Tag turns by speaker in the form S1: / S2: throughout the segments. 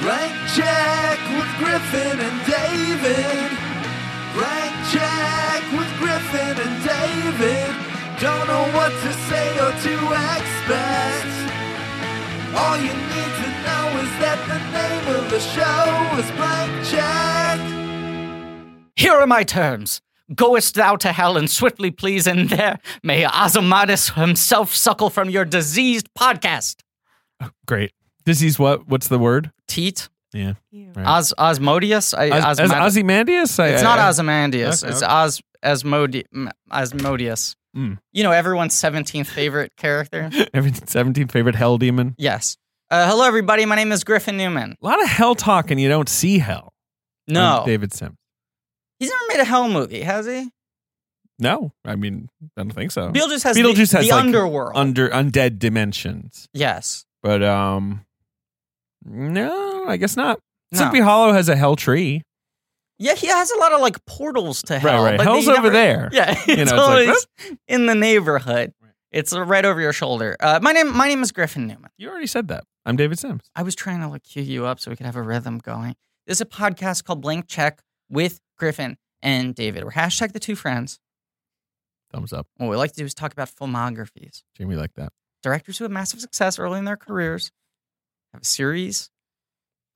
S1: Blank check with Griffin and David. Blank check with Griffin and David. Don't know what to say or to expect. All you need to know is that the name of the show is Blank Check.
S2: Here are my terms. Goest thou to hell and swiftly please, and there may Ozymandias himself suckle from your diseased podcast.
S3: Great. Disease what? What's the word?
S2: Teat?
S3: Yeah. Right.
S2: Os- Osmodius? I,
S3: As, as
S2: Osmand-
S3: Ozymandias? I-
S2: Eh, it's
S3: I-
S2: not Ozymandias.
S3: Okay,
S2: It's
S3: okay.
S2: Os- Asmodi- m- Asmodeus.
S3: Mm.
S2: You know, everyone's 17th favorite character?
S3: Every 17th favorite hell demon.
S2: Yes. Uh, hello, everybody. My name is Griffin Newman.
S3: A lot of hell talk, and you don't see hell.
S2: No.
S3: Um, David Sims.
S2: He's never made a hell movie, has he?
S3: No, I mean, I don't think so.
S2: Beetlejuice has
S3: Beetlejuice
S2: the,
S3: has,
S2: the
S3: like,
S2: underworld.
S3: Under undead dimensions,
S2: yes.
S3: but um, no, I guess not.
S2: No.
S3: Sleepy Hollow has a hell tree.
S2: Yeah, he has a lot of like portals to hell.
S3: Right, right.
S2: but
S3: Hell's
S2: he
S3: over
S2: never-
S3: there.
S2: Yeah, it's
S3: know, it's like,
S2: always
S3: "Whoop."
S2: in the neighborhood.
S3: Right.
S2: It's right over your shoulder. Uh, my name, my name is Griffin Newman.
S3: You already said that. I'm David Sims.
S2: I was trying to like cue you up so we could have a rhythm going. This is a podcast called Blank Check with Griffin and David. We're hashtag the two friends.
S3: Thumbs up.
S2: What we like to do is talk about filmographies.
S3: Jamie like that.
S2: directors who have massive success early in their careers have a series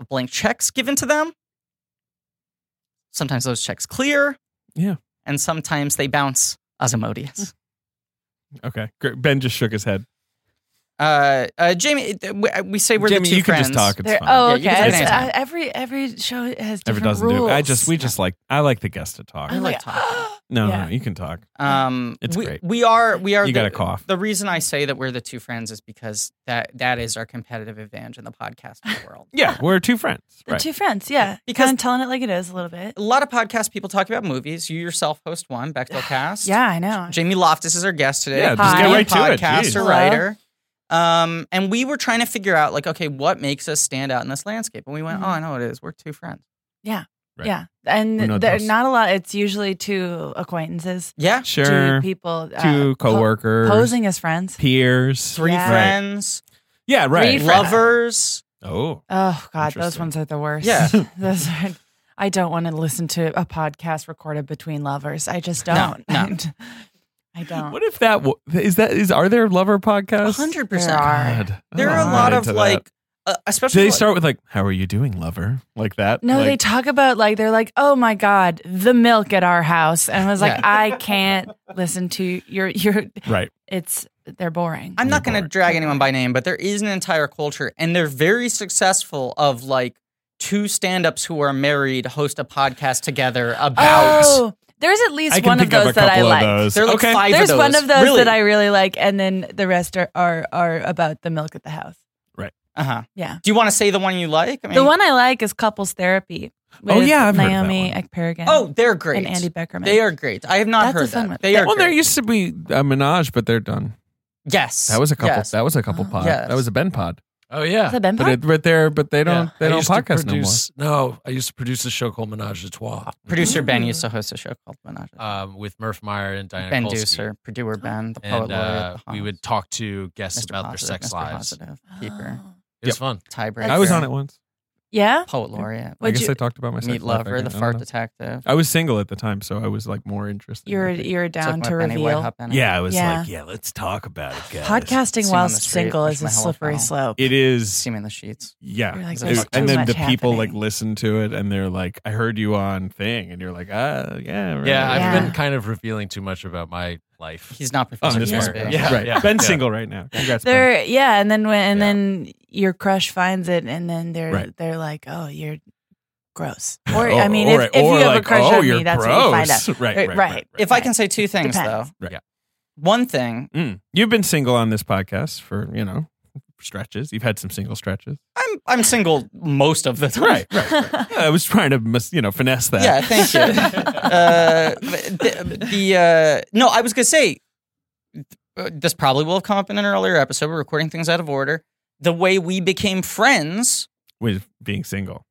S2: of blank checks given to them. Sometimes those checks clear.
S3: Yeah.
S2: And sometimes they bounce Asmodeus.
S3: Okay. Great. Ben just shook his head.
S2: uh, uh, Jamie, th- we- we say we're
S3: Jamie,
S2: the two
S3: you can
S2: friends.
S3: just talk. It's
S4: There-
S3: fine.
S2: Yeah,
S4: oh, okay.
S2: you can
S3: say
S4: It's-
S2: it anytime.
S4: uh, every every show
S3: If
S4: has
S3: it
S4: different
S3: doesn't
S4: rules.
S3: do, I just we just like I like the guest to talk.
S2: I
S4: I'm
S2: like talking.
S3: No,
S4: Yeah.
S3: no, you can talk.
S2: Um,
S3: It's
S2: we,
S3: great.
S2: We are. We are.
S3: You
S2: the,
S3: got a cough.
S2: The reason I say that we're the two friends is because that that is our competitive advantage in the podcasting world.
S3: Yeah, we're two friends.
S4: the
S3: Right.
S4: two friends. Yeah,
S2: Because-
S4: because I'm telling it like it is a little bit.
S2: A lot of podcasts people talk about movies. You yourself host one, Bechtel Cast.
S4: Yeah, I know.
S2: Jamie Loftus is our guest today.
S3: Yeah,
S4: just get
S2: Comedian,
S4: right
S3: to it,
S2: Podcaster,
S3: jeez.
S4: Hello.
S2: writer. Um, and we were trying to figure out, like, okay, what makes us stand out in this landscape? And we went,
S4: Mhm.
S2: oh, I know what it is. We're two friends.
S3: Right.
S4: Yeah,
S3: We're not
S4: and there's
S3: those.
S4: not a lot. It's usually two acquaintances,
S2: Yeah.
S3: sure.
S4: two people, uh,
S3: Two
S4: po-
S3: coworkers,
S4: posing as friends.
S3: peers.
S2: Three
S4: Yeah.
S2: friends,
S3: Yeah, right.
S4: Three friends.
S2: lovers.
S3: Oh,
S4: Oh God, those
S3: Interesting.
S4: ones are the worst.
S2: Yeah.
S4: those are. I don't want to listen to a podcast recorded between lovers. I just
S2: No,
S4: don't.
S2: no.
S4: I don't.
S3: what if that wa- is that is are there lover podcasts?
S2: 100%.
S4: There are.
S3: God, Oh, I
S2: There
S3: don't
S2: are a
S3: want
S2: lot
S3: to
S2: of,
S3: that.
S2: like, uh, especially.
S3: Do they
S2: like-
S3: start with like, "How are you doing, lover?" Like that.
S4: No, they
S3: Like,
S4: talk about like they're like, oh my god, the milk at our house, and I was like,
S2: Yeah.
S4: I can't listen to your your.
S3: right.
S4: It's they're boring.
S2: I'm not
S3: They're
S2: going to
S3: boring.
S2: drag anyone by name, but there is an entire culture, and they're very successful of, like, two stand ups who are married host a podcast together about.
S4: oh, there's at
S3: I
S4: least
S3: can
S4: one of
S3: think of
S4: those
S3: a
S4: that I
S3: couple of
S4: like.
S3: those.
S2: They're like
S3: okay.
S2: five
S4: There's
S2: of those.
S4: one of those
S2: Really?
S4: that I really like, and then the rest are are, are about the milk at the house.
S2: Uh huh.
S4: Yeah.
S2: Do you want to say the one you like? I
S4: The one I like is couples therapy.
S3: Oh,
S4: with
S3: yeah, I've heard of that
S4: Naomi
S3: one.
S4: Ekperigin
S2: Oh, they're great.
S4: and Andy Beckerman.
S2: They are great. I have not
S4: That's a
S2: heard
S4: fun
S2: that.
S4: one.
S2: They are
S3: Well, there
S2: great.
S3: used to be a menage, but they're done.
S2: yes.
S3: That was a couple.
S2: Yes.
S3: That was a couple
S4: Oh.
S3: pod.
S2: Yes.
S3: That was a Ben pod.
S5: Oh yeah.
S4: Is that Ben
S3: But
S4: Pod?
S3: it, but they're but they don't
S5: Yeah.
S3: they
S5: I
S3: don't
S5: used to
S3: podcast
S5: produce, no No, I used to produce a show called Menage a Trois
S2: Producer Ben
S4: Ooh.
S2: used to host a show called Menage.
S3: Uh,
S2: a Trois.
S5: um, with Murph Meyer and Diana
S2: ben
S5: Kolsky.
S2: Deucer, producer Ben, the poet
S5: And
S2: laureate.
S5: uh,
S2: the
S5: we
S2: Hans,
S5: would talk to guests
S2: Mr.
S5: about
S2: Positive,
S5: their sex
S2: Mr.
S5: lives.
S2: Positive, Keeper,
S4: Oh.
S5: It was fun.
S2: tiebreaker.
S3: no more. I was on it once.
S4: Yeah.
S2: Poet laureate.
S3: I
S4: Would
S3: guess
S4: you-
S3: I talked about myself.
S2: Meat lover, the fart detective.
S3: I was single at the time, so I was like more interested.
S4: You're
S3: I think.
S4: you're down
S2: Took
S4: to
S2: my Benny
S4: reveal.
S2: Whitehop Benny.
S3: yeah, I was
S4: Yeah.
S3: like, yeah, let's talk about it, guys.
S4: Podcasting
S2: Seem on
S4: while
S2: the street,
S4: single
S2: push
S4: is a
S2: my hello
S4: slippery
S2: phone.
S4: slope.
S3: It is,
S2: See him in the sheets.
S3: yeah.
S4: You're like,
S2: there's
S3: It-
S2: too
S3: and then
S4: much
S3: the people like
S4: happening.
S3: listen to it and they're like, I heard you on thing, and you're like, ah, yeah, right.
S5: Yeah,
S4: Yeah.
S5: I've been kind of revealing too much about my life.
S2: He's not
S3: on
S2: professional.
S3: Oh, this
S4: Yeah.
S3: podcast.
S5: Yeah.
S3: right.
S5: Yeah.
S3: Ben's
S5: Yeah.
S3: single right now. Congrats, Ben.
S4: They're yeah, and then when and
S5: Yeah.
S4: then your crush finds it, and then they're
S3: Right.
S4: they're like, oh, you're gross. Or
S3: Or-
S4: I mean,
S3: or-
S4: if, if
S3: or
S4: you have
S3: like,
S4: a crush
S3: oh,
S4: on
S3: you're
S4: me, that's what you find out.
S3: gross. Right, right, right, right.
S2: If I can say two things
S4: Depends.
S2: though,
S3: Right. Yeah.
S2: One thing,
S3: Mm. You've been single on this podcast for, you know, stretches. You've had some single stretches.
S2: I'm I'm single most of the time.
S3: right. I was trying to, mis- you know, finesse that.
S2: Yeah, thank you. uh, the the, uh, no, I was gonna say uh, this probably will have come up in an earlier episode. We're recording things out of order. The way we became friends
S3: With being single.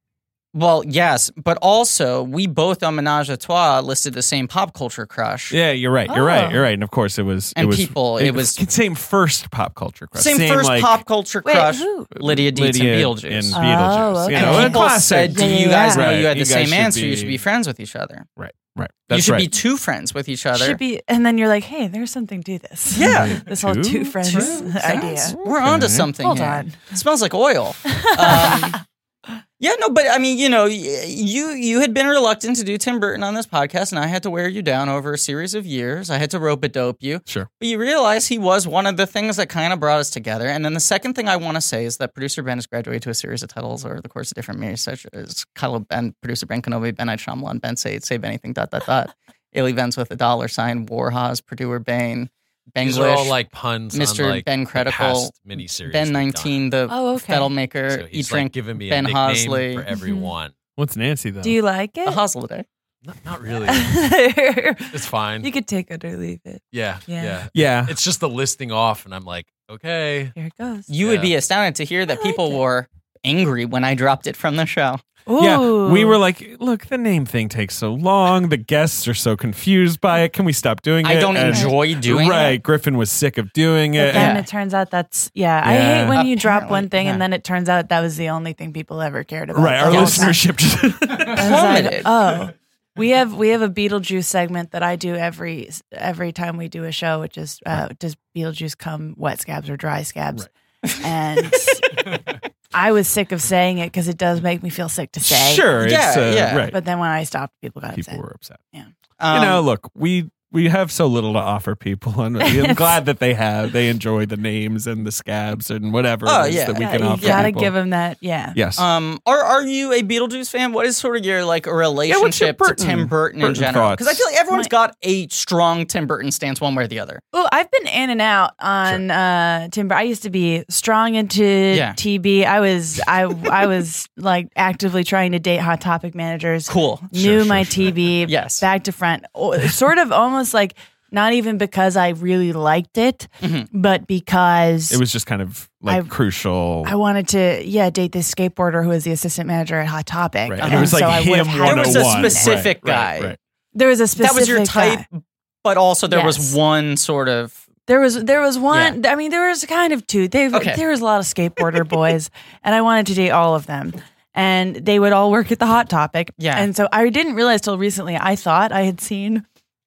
S2: Well, yes, but also we both on Menage a Trois listed the same pop culture crush.
S3: Yeah, you're right. You're
S4: Oh.
S3: right. You're right. And of course, it was.
S2: And
S3: it was,
S2: people, it was-
S3: same first pop culture crush.
S2: Same, first
S3: like,
S2: pop culture
S4: Wait,
S2: crush,
S4: who?
S2: Lydia Dietz
S3: Lydia
S2: and Beetlejuice.
S3: and
S4: Oh,
S3: Beetlejuice.
S4: okay.
S3: You
S2: Uh, and
S3: know, a
S2: people
S3: classic.
S2: said, "Do
S4: Yeah,
S2: you
S4: yeah,
S2: guys
S4: yeah.
S2: know you
S3: Right,
S2: had the
S3: you guys
S2: same
S3: should
S2: answer? You should
S3: be-
S2: be friends with each other.
S3: right, right.
S2: you
S3: That's
S2: should be
S3: right.
S2: two friends with each other."
S4: Should be, and then you're like, hey, there's something to this.
S2: yeah.
S4: This whole two friends
S3: Two
S4: idea.
S2: Yes, We're onto
S3: Okay.
S2: something
S4: Hold
S2: here.
S4: on.
S2: It smells like oil. Um, yeah, no, but I mean, you know, y- you you had been reluctant to do Tim Burton on this podcast, and I had to wear you down over a series of years. I had to rope a dope you.
S3: Sure.
S2: But you realize he was one of the things that kind of brought us together. And then the second thing I want to say is that producer Ben has graduated to a series of titles over the course of different years, such as Kylo Ben, producer Ben Kenobi, Ben I Shyamalan, Ben Said, Save Anything, dot, dot, dot. Ailey Benz with a dollar sign, Warhaz, Purdue or Bane,
S5: These are all
S2: Benglish,
S5: like puns
S2: Mr.
S5: on like
S2: Ben
S5: the
S2: Credible,
S5: past miniseries
S2: Ben
S5: we've
S2: 19, the
S4: Oh, okay.
S2: Fettle
S5: done.
S2: Maker,
S5: So
S2: Eat
S5: he's like
S2: Drink,
S5: giving me
S2: Ben
S5: a nickname
S2: Hosley. Mm-hmm.
S5: for everyone.
S3: What's Nancy though?
S4: Do you like
S2: the
S4: it?
S2: Hosliday.
S5: Not, not really. It's
S4: you
S5: fine.
S4: could take it or leave it.
S5: Yeah,
S4: Yeah.
S5: yeah.
S3: yeah.
S5: It's just the listing off, and I'm like, okay.
S4: Here it goes.
S2: You would
S5: Yeah.
S2: be astounded to hear
S4: I
S2: that
S4: liked
S2: people
S4: it.
S2: were angry when I dropped it from the show.
S3: Yeah, we
S4: Ooh.
S3: were like, look, the name thing takes so long. The guests are so confused by it. Can we stop doing it?
S2: I don't
S3: And-
S2: enjoy doing
S3: right,
S2: it.
S3: Griffin was sick of doing
S4: But
S3: it.
S4: then
S2: Yeah.
S4: it turns out that's yeah. I
S3: Yeah.
S4: hate when you drop
S2: Apparently,
S4: one thing
S2: yeah.
S4: and then it turns out that was the only thing people ever cared about.
S3: right, our
S4: the whole time.
S3: listenership
S4: I was like,
S2: plummeted.
S4: oh, we have we have a Beetlejuice segment that I do every every time we do a show, which is uh, does Beetlejuice come wet scabs or dry scabs? And I was sick of saying it because it does make me feel sick to say.
S3: Sure, it's,
S2: Yeah,
S3: uh,
S2: yeah.
S3: right.
S4: But then when I stopped, people got
S3: people
S4: upset.
S3: were upset.
S2: Um,
S3: you know, look, we we have so little to offer people, and I'm glad that they have. They enjoy the names and the scabs and whatever
S2: Oh,
S3: it is
S2: yeah.
S3: that we
S4: yeah,
S3: can
S4: Uh, you
S3: offer.
S4: gotta
S3: people.
S4: give them that. Yeah.
S3: yes.
S2: Um, are are you a Beetlejuice fan? What is sort of your like relationship to
S3: Burton-
S2: Tim Burton, in
S3: Burton
S2: general?
S3: thoughts?
S2: Because I feel like everyone's
S4: My-
S2: got a strong Tim Burton stance one way or the other.
S4: Well, I've been in and out on uh, Timber. I used to be strong into
S2: Yeah.
S4: TB. I was I I was like actively trying to date hot topic managers.
S2: Cool.
S4: Knew my TB
S2: Yes.
S4: back to front. O- Sort of almost like not even because I really liked it,
S2: Mhm.
S4: but because
S3: it was just kind of like
S4: I-
S3: crucial.
S4: I wanted to yeah date this skateboarder who was the assistant manager at Hot Topic. Um,
S3: Right.
S2: And it was
S4: so
S3: like
S4: I would
S3: him
S4: have had-
S2: There was a
S3: 101, right,
S2: specific guy.
S3: right, right.
S4: there was a specific uh,
S2: That was your
S4: guy.
S2: type, but also there
S4: Yes.
S2: was one sort of
S4: There was there was one. I mean, there was kind of two. They
S2: Okay.
S4: there was a lot of skateboarder boys, and I wanted to date all of them. And they would all work at the Hot Topic.
S2: Yeah.
S4: And so I didn't realize till recently. I thought I had seen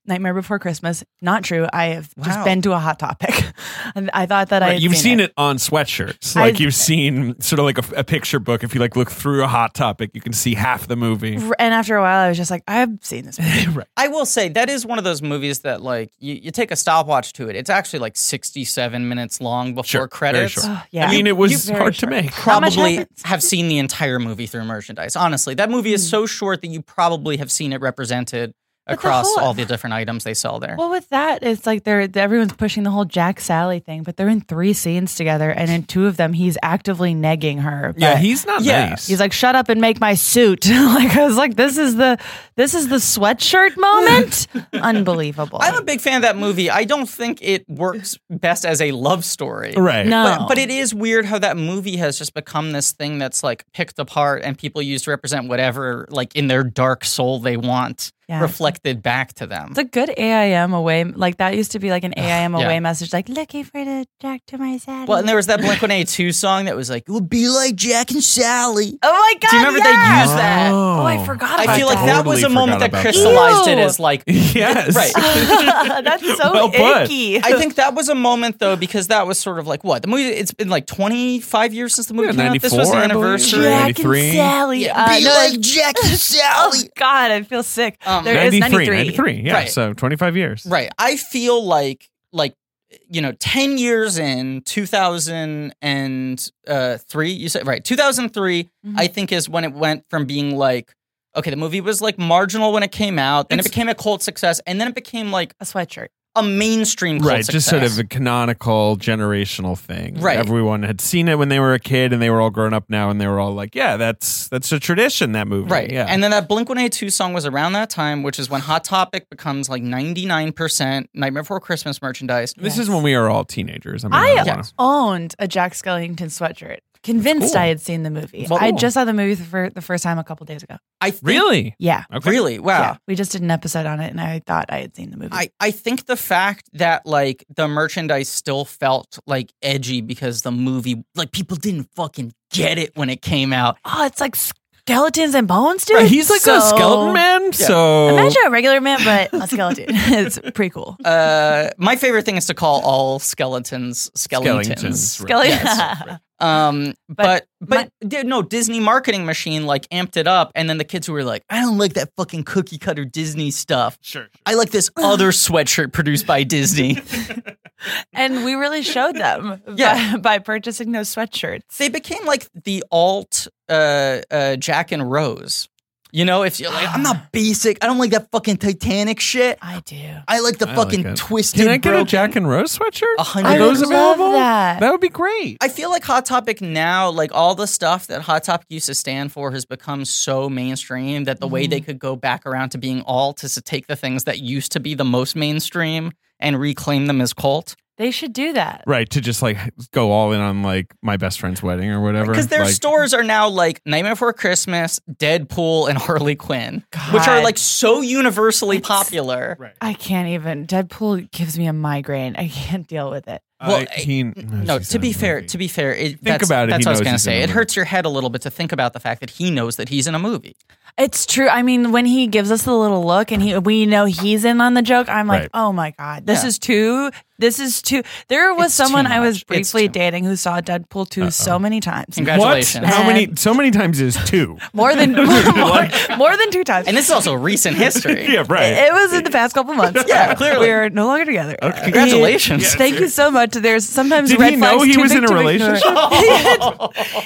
S4: Nightmare Before Christmas. Not true. I have just
S2: Wow.
S4: been to a Hot Topic. And I thought that I
S3: Right,
S4: had
S3: you've seen
S4: it.
S3: it. on sweatshirts, like
S4: I've-
S3: you've seen sort of like a, a picture book. If you like look through a hot topic, you can see half the movie.
S4: And after a while, I was just like, I've seen this. Movie.
S2: I will say that is one of those movies that like you, you take a stopwatch to it. It's actually like sixty seven minutes long before
S3: Sure, very
S2: credits.
S3: short.
S4: Oh, yeah.
S3: I mean, it was
S4: You- very
S3: hard
S4: short.
S3: to make.
S4: How much
S2: Probably
S4: happens?
S2: have seen the entire movie through merchandise. Honestly, that movie is so short that you probably have seen it represented
S4: Hmm. the
S2: across
S4: whole-
S2: all the different items they sell there.
S4: Well, with that, it's like they're everyone's pushing the whole Jack Sally thing, but they're in three scenes together, and in two of them, he's actively negging her.
S3: Yeah,
S4: but-
S3: he's not
S2: Yeah.
S3: nice.
S4: He's like, "Shut up and make my suit." like I was like, "This is the this is the sweatshirt moment." Unbelievable.
S2: I'm a big fan of that movie. I don't think it works best as a love story.
S3: right.
S4: no,
S2: But, but it is weird how that movie has just become this thing that's like picked apart and people use to represent whatever, like in their dark soul they want,
S4: Yeah.
S2: reflected back to them.
S4: it's a good AIM away. Like that used to be like an AIM
S2: Yeah.
S4: away message, like looking for the Jack to my Sally.
S2: Well, and there was that Blink 182 song that was like, it would be like Jack and Sally.
S4: oh my god!
S2: Do you remember they
S4: yes!
S2: used that?
S4: Oh, I forgot. About
S2: I feel like
S3: that.
S2: that was a
S3: Totally
S2: moment that
S3: forgot about that.
S2: crystallized it
S4: Ew.
S2: as like,
S3: Yes.
S2: Right.
S4: that. That's so
S3: Well put.
S4: icky.
S2: I think that was a moment though because that was sort of like what the movie. It's been like 25 years since the movie
S3: Yeah,
S2: came out. This was
S3: 94,
S2: the
S3: I believe.
S2: anniversary.
S3: Yeah. 93.
S4: Jack and Sally. Uh, no, like,
S2: Jack and
S4: oh God, I feel sick.
S2: Um,
S4: there is
S3: 93,
S4: 93.
S3: 93, Yeah,
S2: Right.
S3: so 25 years.
S2: Right. I feel like like you know, ten years in two thousand and uh, three. You said right, two
S4: Mhm.
S2: I think is when it went from being like okay, the movie was like marginal when it came out, then it
S3: It's-
S2: became a cult success, and then it became like
S4: A sweatshirt.
S2: a mainstream cult
S3: Right, just sort
S2: success.
S3: of a canonical generational thing.
S2: Right.
S3: Everyone had seen it when they were a kid and they were all grown up now and they were all like, yeah, that's that's a tradition that movie.
S2: Right.
S3: Yeah.
S2: And then that Blink 182 song was around that time, which is when Hot Topic becomes like 99% Nightmare Before Christmas merchandise.
S3: this
S4: Yes.
S3: is when we are all teenagers. I mean,
S4: I
S3: I don't wanna-
S4: owned a Jack Skellington sweatshirt. convinced
S3: Cool.
S4: I had seen the movie.
S2: Cool.
S4: I just saw the movie for the first time a couple days ago.
S2: I think,
S3: Really?
S4: Yeah.
S3: Okay.
S2: really, wow.
S4: Yeah. We just did an episode on it and I thought I had seen the movie.
S2: I, I think the fact that like the merchandise still felt like edgy because the movie like people didn't fucking get it when it came out.
S4: oh, it's like skeletons and bones, dude.
S3: Right, he's like a
S4: So-
S3: skeleton man. Oh. So
S4: Imagine a regular man, but a skeleton. it's pretty cool.
S2: Uh, my favorite thing is to call all skeletons skeletons.
S3: Skeletons, right.
S4: Skeleton.
S2: Yes. Um, but
S4: But
S2: but, dude, no Disney marketing machine like amped it up, and then the kids who were like, I don't like that fucking cookie cutter Disney stuff.
S3: sure.
S2: I like this other sweatshirt produced by Disney.
S4: and we really showed them
S2: Yeah.
S4: by, by purchasing those sweatshirts.
S2: they became like the alt uh, uh, Jack and Rose. You know, if you're like, I'm not basic. I don't like that fucking Titanic shit.
S4: I do.
S2: I like the
S3: I like
S2: fucking
S3: it.
S2: twisted.
S3: Can I get a
S2: broken-
S3: Jack and Rose sweatshirt?
S2: A hundred
S3: Are those
S4: I would love
S3: available?
S4: that.
S3: Oh, would be great.
S2: I feel like Hot Topic now, like all the stuff that Hot Topic used to stand for has become so mainstream that the way
S4: Mhm.
S2: they could go back around to being alt is to take the things that used to be the most mainstream and reclaim them as cult.
S4: They should do that.
S3: Right to just like go all in on like my best friend's wedding or whatever.
S2: Because their
S3: like,
S2: stores are now like Nightmare Before Christmas, Deadpool, and Harley Quinn, which are
S4: God.
S2: like so universally
S4: It's-
S2: popular.
S4: I can't even. Deadpool gives me a migraine. I can't deal with it.
S3: I-
S2: well,
S3: he knows
S2: No,
S3: he's
S2: to
S3: in
S2: be
S3: the
S2: fair,
S3: movie.
S2: to be fair, it, that's,
S3: about it,
S2: That's what
S3: he
S2: I was
S3: knows
S2: going to
S3: he's in
S2: say.
S3: a
S2: It
S3: movie.
S2: hurts your head a little bit to think about the fact that he knows that he's in a movie.
S4: It's true. I mean, when he gives us the little look and he we know he's in on the joke, I'm like,
S3: Right.
S4: oh my God, this
S2: Yeah.
S4: is too this is too there was
S2: It's too
S4: someone I
S2: much.
S4: was
S2: It's
S4: briefly
S2: too-
S4: dating who saw Deadpool 2 so many times.
S3: what?
S2: Congratulations.
S3: How many?
S4: And-
S3: So many times is two.
S4: More than more, more than two times.
S2: And this is also recent history.
S3: yeah, right.
S4: It was in the past couple months.
S2: Yeah, clearly.
S4: We're no longer together.
S2: Congratulations.
S4: He- thank you so much. There's sometimes
S3: Did
S4: red
S3: he know
S4: flags
S3: he
S4: too
S3: was
S4: big
S3: in a
S4: to ignore.
S3: relationship?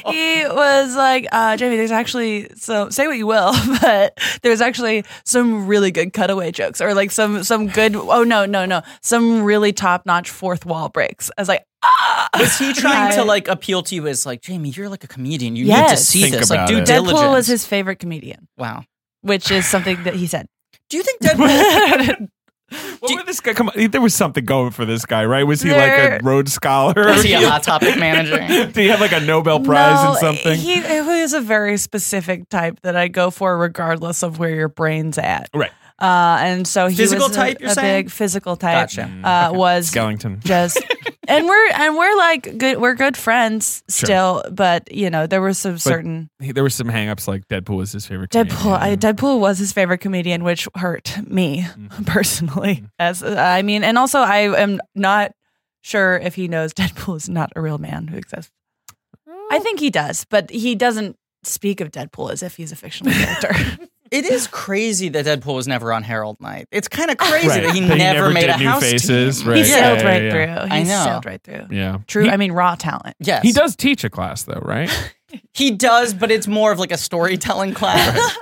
S4: he was like, uh, Jamie, there's actually so say what you will, but there's actually some really good cutaway jokes or like some some good oh no, no, no. Some really top notch fourth wall breaks. I was like, ah
S2: Was he trying to
S4: Right.
S2: like appeal to you as like Jamie? You're like a comedian. You need to
S4: Yes.
S2: see
S3: Think
S2: this. Like
S3: about
S2: due
S3: it.
S2: diligence.
S4: Deadpool was his favorite comedian,
S2: wow.
S4: which is something that he said.
S2: Do you think Deadpool?
S3: What would this guy come? There was something going for this guy, right? Was he
S4: There-
S3: like a Rhodes scholar?
S2: is he a hot topic manager?
S3: Did he have like a Nobel Prize
S4: no,
S3: in something?
S4: He, he was a very specific type that I go for regardless of where your brain's at.
S3: right.
S4: Uh, and so he
S2: Physical
S4: was
S2: type,
S4: a,
S2: you're
S4: a
S2: saying?
S4: big physical type
S2: Gotcha.
S3: Mm,
S4: uh, was
S3: Skellington.
S4: just and we're and we're like good we're good friends
S3: Sure.
S4: still but you know there were some certain
S3: He- There were some hangups like Deadpool was his favorite.
S4: Deadpool I,
S3: comedian.
S4: Deadpool was his favorite comedian which hurt me
S3: Mm-hmm.
S4: personally as I mean and also I am not sure if he knows Deadpool is not a real man who exists I think he does but he doesn't speak of Deadpool as if he's a fictional character
S2: It is crazy that Deadpool was never on Harold Night. It's kind of crazy
S3: Right.
S2: that he
S3: That
S2: never, made
S3: did
S2: a
S3: new
S2: house
S3: faces.
S2: team.
S3: Right.
S4: he
S3: yeah,
S4: sailed
S3: yeah,
S4: right
S3: yeah.
S4: through he
S2: I know.
S4: sailed right through
S3: Yeah.
S4: true
S3: He-
S4: I mean raw talent
S2: Yes,
S3: He does teach a class though, right?
S2: He does, but it's more of like a storytelling class.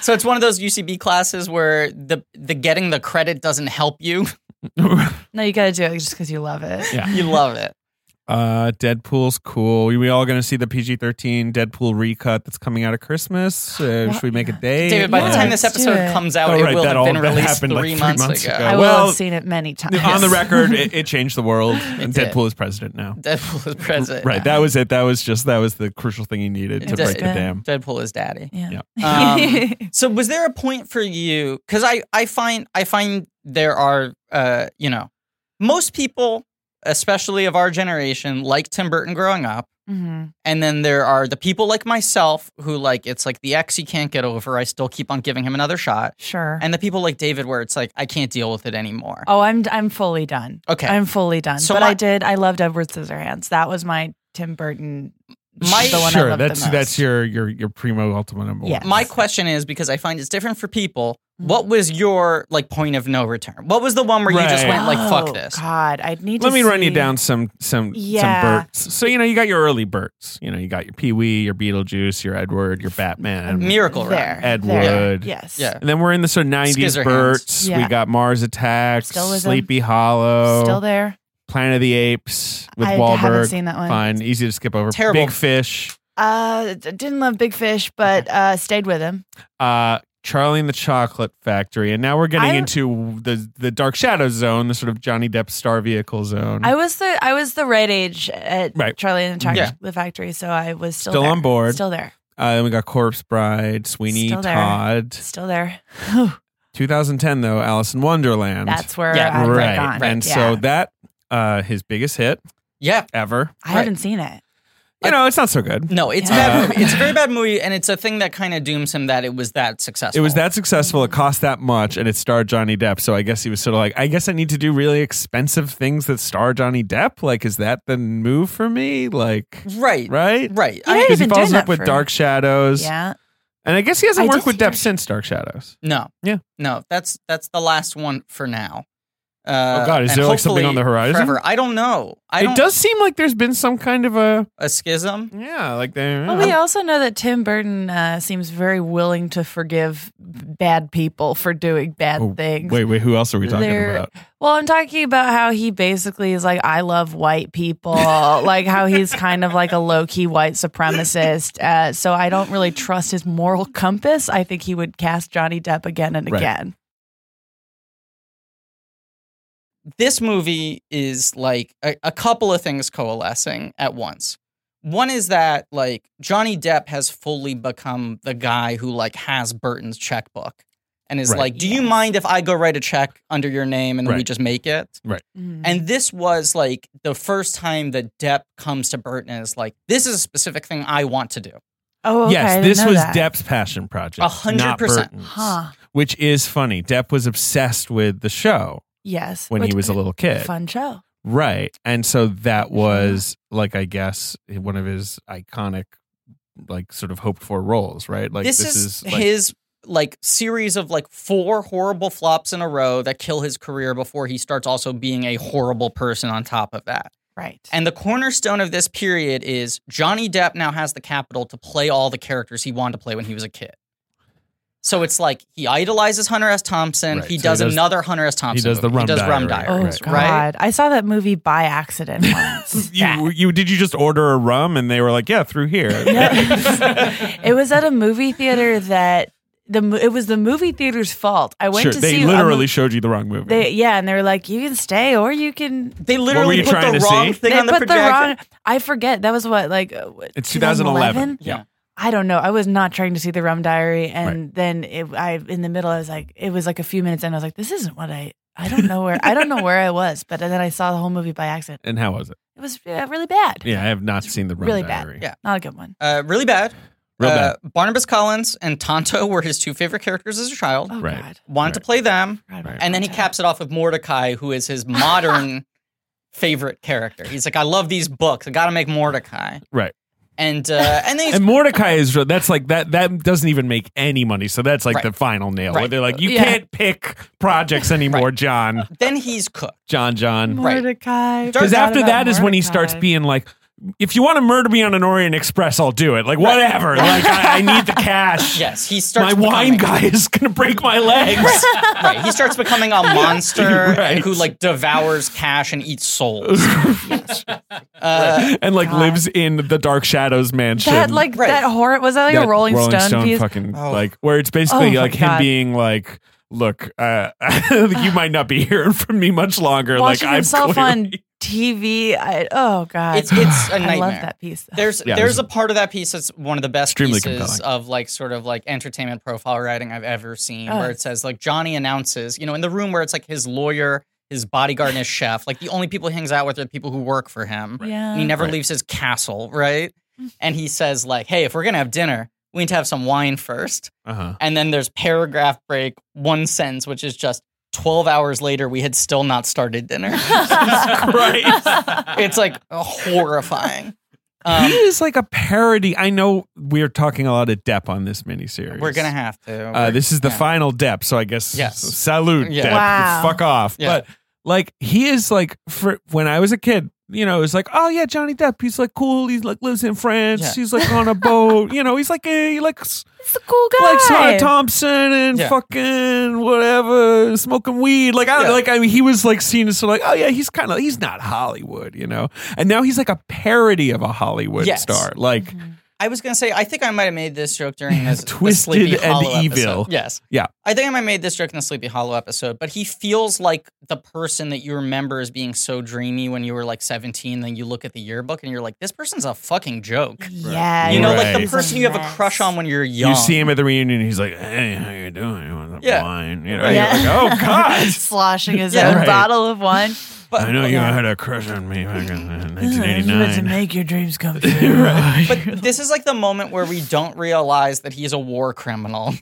S2: So it's one of those UCB classes where the the getting the credit doesn't help you.
S4: no you gotta do it just because you love it
S3: yeah.
S2: You love it.
S3: Uh, Deadpool's cool. We all going to see the PG thirteen Deadpool recut that's coming out of Christmas. Uh, should we make a day?
S2: David, by the
S4: Yeah,
S2: time this
S4: let's do
S2: episode
S4: it.
S2: comes out,
S3: Oh,
S2: it
S3: right,
S2: will
S3: that
S2: have
S3: all-
S2: been
S3: that
S2: released
S3: happened,
S2: three,
S3: like, three
S2: months,
S3: months
S2: ago.
S3: ago.
S4: I will
S3: Well,
S4: have seen it many times
S3: on the record, it, it changed the world. and
S2: did.
S3: Deadpool is president now.
S2: Deadpool is president.
S3: Right. That was it. That was just that was the crucial thing he needed to
S2: Just-
S3: break the dam.
S2: Deadpool is daddy.
S4: Yeah.
S2: Um, So was there a point for you? Because I, I find I find there are uh, you know most people, especially of our generation, like Tim Burton growing up.
S4: Mhm.
S2: And then there are the people like myself who like it's like the ex you can't get over. I still keep on giving him another shot.
S4: Sure.
S2: And the people like David where it's like I can't deal with it anymore.
S4: oh, I'm I'm fully done.
S2: Okay.
S4: I'm fully done.
S2: So
S4: but
S2: my-
S4: I did. I loved Edward Scissorhands. That was my Tim Burton.
S2: My-
S4: the one I
S3: sure,
S4: loved
S3: that's
S4: the most.
S3: that's your your your primo ultima number
S4: Yeah.
S3: one.
S2: My question is because I find it's different for people.
S4: Mm.
S2: What was your like point of no return? What was the one where you just
S3: Right.
S2: went like
S4: Oh,
S2: fuck this?
S4: God, I need.
S3: Let
S4: to
S3: me run you
S4: see-
S3: down some some
S4: Yeah.
S3: some Berts. So you know you got your early Berts. You know you got your Pee Wee, your Beetlejuice, your Edward, your Batman,
S2: Miracle
S4: there.
S2: Run.
S3: Ed
S4: there.
S3: Wood.
S4: Yes.
S2: Yeah.
S3: And then we're in the sort of 90s
S2: Scissorhands.
S3: Berts.
S4: Yeah.
S3: We got Mars Attacks,
S4: Still with 'em.
S3: Sleepy Hollow,
S4: Still there.
S3: Planet of the Apes Oh, with
S4: I
S3: Wahlberg.
S4: haven't seen that one.
S3: Fine, easy to skip over.
S2: Terrible.
S3: Big Fish,
S4: Uh, d- didn't love Big Fish, but uh, stayed with him.
S3: uh, Charlie and the Chocolate Factory, and now we're getting
S4: I-
S3: into the the Dark Shadows zone, the sort of Johnny Depp star vehicle zone.
S4: I was the I was the right age at
S3: Mm-hmm. Right.
S4: Charlie and the, Chocolate
S2: Yeah.
S4: the Factory, so I was still
S3: Still
S4: there.
S3: on board.
S4: Still there.
S3: uh, then we got Corpse Bride, Sweeney
S4: Still there.
S3: Todd,
S4: Still there.
S3: 2010 though, Alice in Wonderland.
S4: That's where
S2: Yeah.
S4: I would
S3: right,
S4: gone.
S3: and
S4: Yeah.
S3: so that uh, his biggest hit
S2: Yeah.
S3: ever.
S4: I haven't seen it.
S3: You know, it's not so good.
S2: No, it's
S4: Yeah.
S2: a bad
S3: Uh,
S2: movie. It's a very bad movie, and it's a thing that kind of dooms him that it was that successful.
S3: It was that successful. It cost that much, and it starred Johnny Depp. So I guess he was sort of like, I guess I need to do really expensive things that star Johnny Depp. Like, is that the move for me? Like,
S4: Mm.
S2: Right.
S3: right?
S2: Right.
S4: Yeah.
S2: I,
S4: I've
S3: Because he
S4: been doing
S3: follows up
S4: that
S3: with
S4: for-
S3: Dark Shadows,
S4: Yeah.
S3: and I guess he
S4: I
S3: hasn't
S4: did
S3: worked with
S4: hear-
S3: Depp since Dark Shadows.
S2: no.
S3: Yeah.
S2: No. That's that's the last one for now. Uh,
S3: Oh, God, is
S2: and
S3: there, like,
S2: hopefully
S3: something on the horizon?
S2: Forever. I don't know. I don't
S3: It does seem like there's been some kind of a
S2: a schism.
S3: yeah, like they.
S4: Well, Oh, we also know that Tim Burton uh, seems very willing to forgive bad people for doing bad
S3: Oh,
S4: things.
S3: Wait, wait, who else are we talking
S4: They're-
S3: about?
S4: Well, I'm talking about how he basically is like, I love white people, like how he's kind of like a low key white supremacist. Uh, so I don't really trust his moral compass. I think he would cast Johnny Depp again and
S3: Right.
S4: again.
S2: This movie is like a, a couple of things coalescing at once. One is that like Johnny Depp has fully become the guy who like has Burton's checkbook and is
S3: Right.
S2: like, "Do you
S4: Yes.
S2: mind if I go write a check under your name and then we
S3: Right.
S2: just make it?"
S3: Mm-hmm.
S2: And this was like the first time that Depp comes to Burton and is like, this is a specific thing I want to do.
S4: oh, okay, I
S3: yes,
S4: didn't
S3: this
S4: know
S3: was
S4: that.
S3: Depp's passion project,
S2: A hundred
S3: not
S2: percent.
S3: Burton's,
S4: Huh.
S3: Which is funny. Depp was obsessed with the show
S4: Yes.
S3: when he
S4: Which-
S3: was a little kid.
S4: Fun show.
S3: Right. And so that was like I guess one of his iconic like sort of hoped for roles, right? Like
S2: this, is, his like series of like four horrible flops in a row that kill his career before he starts also being a horrible person on top of that.
S4: Right.
S2: And the cornerstone of this period is Johnny Depp now has the capital to play all the characters he wanted to play when he was a kid. So it's like he idolizes Hunter S. Thompson.
S3: Right,
S2: He,
S3: so he
S2: does
S3: does-
S2: another Hunter S. Thompson.
S3: does the
S2: movie.
S3: Rum
S2: he does Rum
S3: Diary,
S4: oh,
S2: Diaries,
S4: God.
S2: right?
S4: I saw that movie by accident once.
S3: you, you did you just order a rum and they were like, Yeah, through here.
S4: it was at a movie theater that the mo- it was the movie theater's fault. I went
S3: sure,
S4: to
S3: they
S4: see a
S3: literally
S4: mo-
S3: showed you the wrong movie.
S4: they yeah, and they were like, you can stay or you can.
S2: They
S3: were
S2: literally
S3: you
S2: put
S3: trying
S2: the
S3: to
S2: wrong
S3: see?
S2: thing
S4: they
S2: on the
S4: put
S2: projector.
S4: wrong. I forget. That was what like. uh, what,
S3: It's 2011.
S2: yeah.
S4: I don't know. I was not trying to see the Rum Diary, and
S3: Right.
S4: then it, I in the middle, I was like, it was like a few minutes, and I was like, this isn't what I. I don't know where I don't know where I was, but then I saw the whole movie by accident.
S3: and how was it?
S4: It was uh, really bad.
S3: Yeah, I have not seen the rum
S4: really bad.
S3: diary.
S2: Yeah.
S4: Not a good one.
S2: Uh, really bad.
S3: Real
S2: Uh,
S3: bad.
S2: Barnabas Collins and Tonto were his two favorite characters as a child.
S4: Oh
S3: Right.
S4: God.
S2: Wanted to
S3: Right.
S2: play them,
S4: Right, right,
S2: and then he
S4: right.
S2: caps it off with Mordecai, who is his modern favorite character. He's like, I love these books. I got to make Mordecai.
S3: Right.
S2: And uh, and then he's,
S3: And Mordecai is that's like that that doesn't even make any money. So that's like
S2: Right.
S3: the final nail.
S2: Right.
S3: They're like, You
S4: Yeah.
S3: can't pick projects anymore, John.
S2: then he's cooked.
S3: John John.
S2: Right.
S4: Mordecai.
S2: Because
S3: Because
S4: Forgot
S3: after
S4: about
S3: that is when he
S4: Mordecai.
S3: starts being like, if you want to murder me on an Orient Express, I'll do it. Like, whatever. Like, I, I need the cash.
S2: Yes, he
S3: My
S2: starts.
S3: wine
S2: becoming-
S3: guy is going to break my legs.
S2: Right, he starts becoming a monster
S3: Right.
S2: who like devours cash and eats souls. uh,
S3: and, like,
S4: God.
S3: lives in the Dark Shadows mansion.
S4: That like
S2: Right.
S4: that horror was that like a
S3: That
S4: Rolling, Stone, piece?
S3: fucking,
S2: Oh.
S3: like, where it's
S4: Oh,
S3: basically
S4: my
S3: like him
S4: God.
S3: being like, look, uh, you might not be hearing from me much longer.
S4: Watching
S3: like, I'm
S4: himself on
S3: clearly-
S4: TV. I, oh God,
S2: It's- it's a
S4: I love
S2: nightmare.
S4: that piece.
S2: There's
S3: Yeah,
S2: there's
S3: there's-
S2: a part of that piece that's one of the best
S3: Extremely
S2: pieces
S3: compelling.
S2: of like sort of like entertainment profile writing I've ever seen,
S4: Oh.
S2: where it says like Johnny announces, you know, in the room where it's like his lawyer, his bodyguard, and his chef, like the only people he hangs out with are the people who work for him.
S4: Yeah.
S2: And he never
S3: Right.
S2: leaves his castle, right? And he says like, hey, if we're gonna have dinner, we need to have some wine first.
S3: Uh-huh.
S2: And then there's paragraph break, one sentence, which is just. 12 hours later, we had still not started dinner. it's like horrifying. Um,
S3: he is like a parody. I know we're talking a lot of Depp on this miniseries.
S2: We're gonna have to.
S3: Uh, this is the
S2: yeah.
S3: final Depp, so I guess
S2: Yes.
S3: salute
S2: Yeah.
S3: Depp.
S4: Wow.
S3: Fuck off.
S2: Yeah.
S3: But like he is like for when I was a kid, you know, it was like, oh yeah, Johnny Depp. He's like cool. He's like lives in France.
S2: Yeah.
S3: He's like on a boat. You know, he's like eh, he likes
S4: It's a cool guy.
S3: likes Hunter Thompson and
S2: Yeah.
S3: fucking whatever, smoking weed. Like I
S2: Yeah.
S3: like I mean, he was like seen as sort of like, oh yeah, he's kind of he's not Hollywood, you know. And now he's like a parody of a Hollywood
S2: Yes.
S4: Mm.
S3: star. Like
S2: I was gonna say, I think I might have made this joke during this the
S3: Twisted
S2: Sleepy
S3: and
S2: Hollow
S3: evil.
S2: Episode. Yes.
S3: Yeah.
S2: I think I might have made this joke in the Sleepy Hollow episode, but he feels like the person that you remember as being so dreamy when you were like 17. Then you look at the yearbook and you're like, this person's a fucking joke.
S4: Yeah.
S2: You know, like
S3: Right.
S2: the person you have a crush on when you're young.
S3: You see him at the reunion. He's like, "Hey, how you doing? You want some
S2: Yeah.
S3: wine?" You know,
S2: Right.
S3: you're like, "Oh God,
S4: sloshing his
S2: Yeah,
S4: own
S3: right.
S4: bottle of wine.
S2: But,
S3: I know you
S4: Yeah.
S3: had a crush on me back in uh,
S4: to
S3: 1989."
S4: make your dreams come true.
S2: But this is like the moment where we don't realize that he's a war criminal.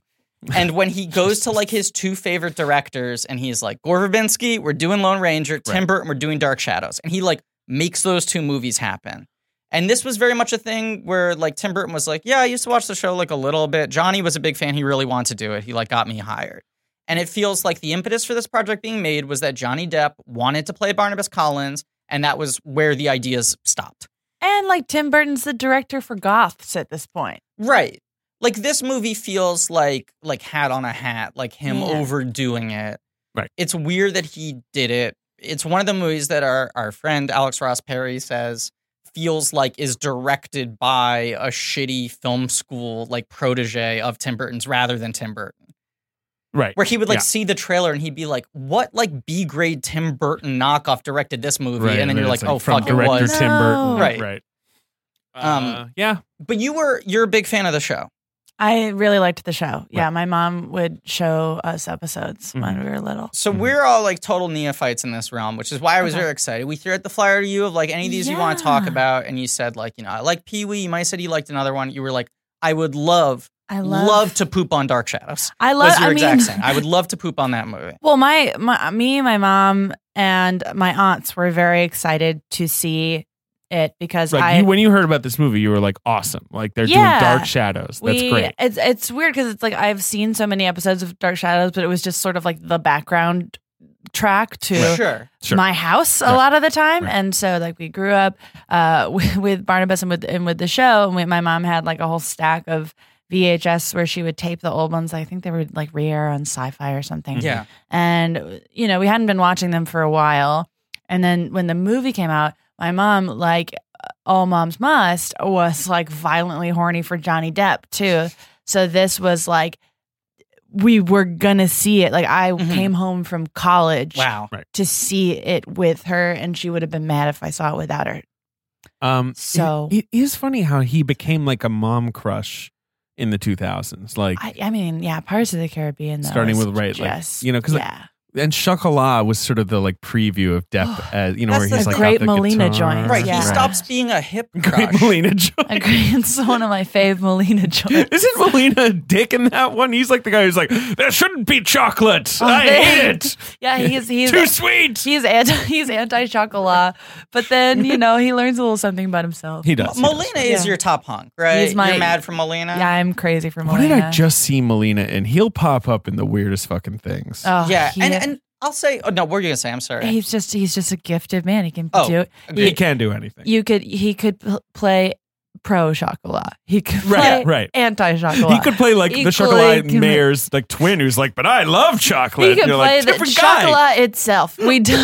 S2: And when he goes to like his two favorite directors and he's like, Gore Verbinski, we're doing Lone Ranger, Tim
S3: Right.
S2: Burton, we're doing Dark Shadows. And he like makes those two movies happen. And this was very much a thing where like Tim Burton was like, Yeah, I used to watch the show like a little bit. Johnny was a big fan. He really wanted to do it. He like got me hired. And it feels like the impetus for this project being made was that Johnny Depp wanted to play Barnabas Collins, and that was where the ideas stopped.
S4: and like Tim Burton's the director for Goths at this point.
S2: Right. Like this movie feels like like hat on a hat, like him
S4: Yeah.
S2: overdoing it.
S3: Right.
S2: It's weird that he did it. It's one of the movies that our our friend Alex Ross Perry says feels like is directed by a shitty film school like protege of Tim Burton's rather than Tim Burton.
S3: Right.
S2: Where he would like
S3: Yeah.
S2: see the trailer and he'd be like, "What like B grade Tim Burton knockoff directed this movie?"
S3: Right,
S2: and then you're like,
S3: it's
S2: "Oh
S3: from
S2: fuck, it
S3: director
S2: was."
S3: Tim Burton.
S4: No.
S2: Right.
S3: Right.
S2: Um,
S3: Uh, yeah.
S2: But you were you're a big fan of the show.
S4: I really liked the show. Yeah, my mom would show us episodes when
S2: Mm-hmm.
S4: we were little.
S2: So
S3: Mhm.
S2: we're all like total neophytes in this realm, which is why I was
S4: Mm-hmm. Okay.
S2: very excited. We threw out the flyer to you of like any of these you want to talk
S4: Yeah.
S2: about, and you said like you know I like Pee Wee. You might have said you liked another one. You were like I would love
S4: I
S2: love,
S4: love,
S2: to poop on Dark Shadows.
S4: I love.
S2: Was your
S4: I mean,
S2: exact same. I would love to poop on that movie.
S4: Well, my, my me, my mom, and my aunts were very excited to see it because
S3: Like
S4: I
S3: you, when you heard about this movie, you were like, "Awesome!" Like they're
S4: Yeah.
S3: doing Dark Shadows. That's
S4: we,
S3: great.
S4: It's it's weird because it's like I've seen so many episodes of Dark Shadows, but it was just sort of like the background track to
S2: Sure.
S3: Sure.
S4: my house a
S3: Right.
S4: lot of the time,
S3: Right.
S4: and so like we grew up uh, with, with Barnabas and with and with the show, and we, my mom had like a whole stack of VHS where she would tape the old ones. I think they were like re-air on Sci-Fi or something.
S2: Yeah.
S4: and you know we hadn't been watching them for a while, and then when the movie came out, my mom like all moms must was like violently horny for Johnny Depp too. So this was like we were gonna see it. Like I
S3: Mm-hmm.
S2: Mhm.
S4: came home from college
S2: Wow.
S4: to see it with her, and she would have been mad if I saw it without her.
S3: Um,
S4: So-
S3: it, it is funny how he became like a mom crush in the 2000s, like
S4: I, I mean, yeah, Pirates of the Caribbean. Though,
S3: starting
S4: is
S3: with right,
S4: just,
S3: like you know, because
S4: yeah,
S3: and Shuckallah was sort of the like preview of Depp as you know, where
S2: That's
S3: he's
S2: the
S3: like
S4: Oh, great
S3: got the
S4: Molina
S3: guitar.
S4: joint.
S2: Right.
S4: Yeah.
S2: He stops being a hip
S3: Great
S2: crush.
S3: Molina joint.
S4: agree. It's one of my fave Molina joints.
S3: Isn't Molina a dick in that one? He's like the guy who's like, there shouldn't be chocolate.
S4: Oh,
S3: I hate
S4: man.
S3: it.
S4: Yeah, he's he's
S3: Too sweet.
S4: he's anti he's anti chocolat, but then you know he learns a little something about himself.
S3: He does. he does.
S2: Molina is
S4: Yeah.
S2: your top hunk, right?
S4: He's my-
S2: You're mad for Molina.
S4: Yeah, I'm crazy for
S3: What
S4: Molina.
S3: did I just see Molina in? He'll pop up in the weirdest fucking things.
S4: Oh,
S2: Yeah.
S4: he-
S2: and and I'll say. Oh no, what were you gonna say? I'm sorry.
S4: he's just he's just a gifted man. He can
S2: Oh,
S4: do.
S3: he
S2: Agreed.
S3: can do anything.
S4: You could he could pl- play pro chocolat. He could play
S3: Right, right.
S4: anti chocolat.
S3: He could play like the
S4: Equally
S3: chocolate
S4: can-
S3: mayor's like twin, who's like, "But I love chocolate."
S4: He can
S3: You're
S4: play
S3: like,
S4: the
S3: "Different guy."
S4: chocolate itself. We do.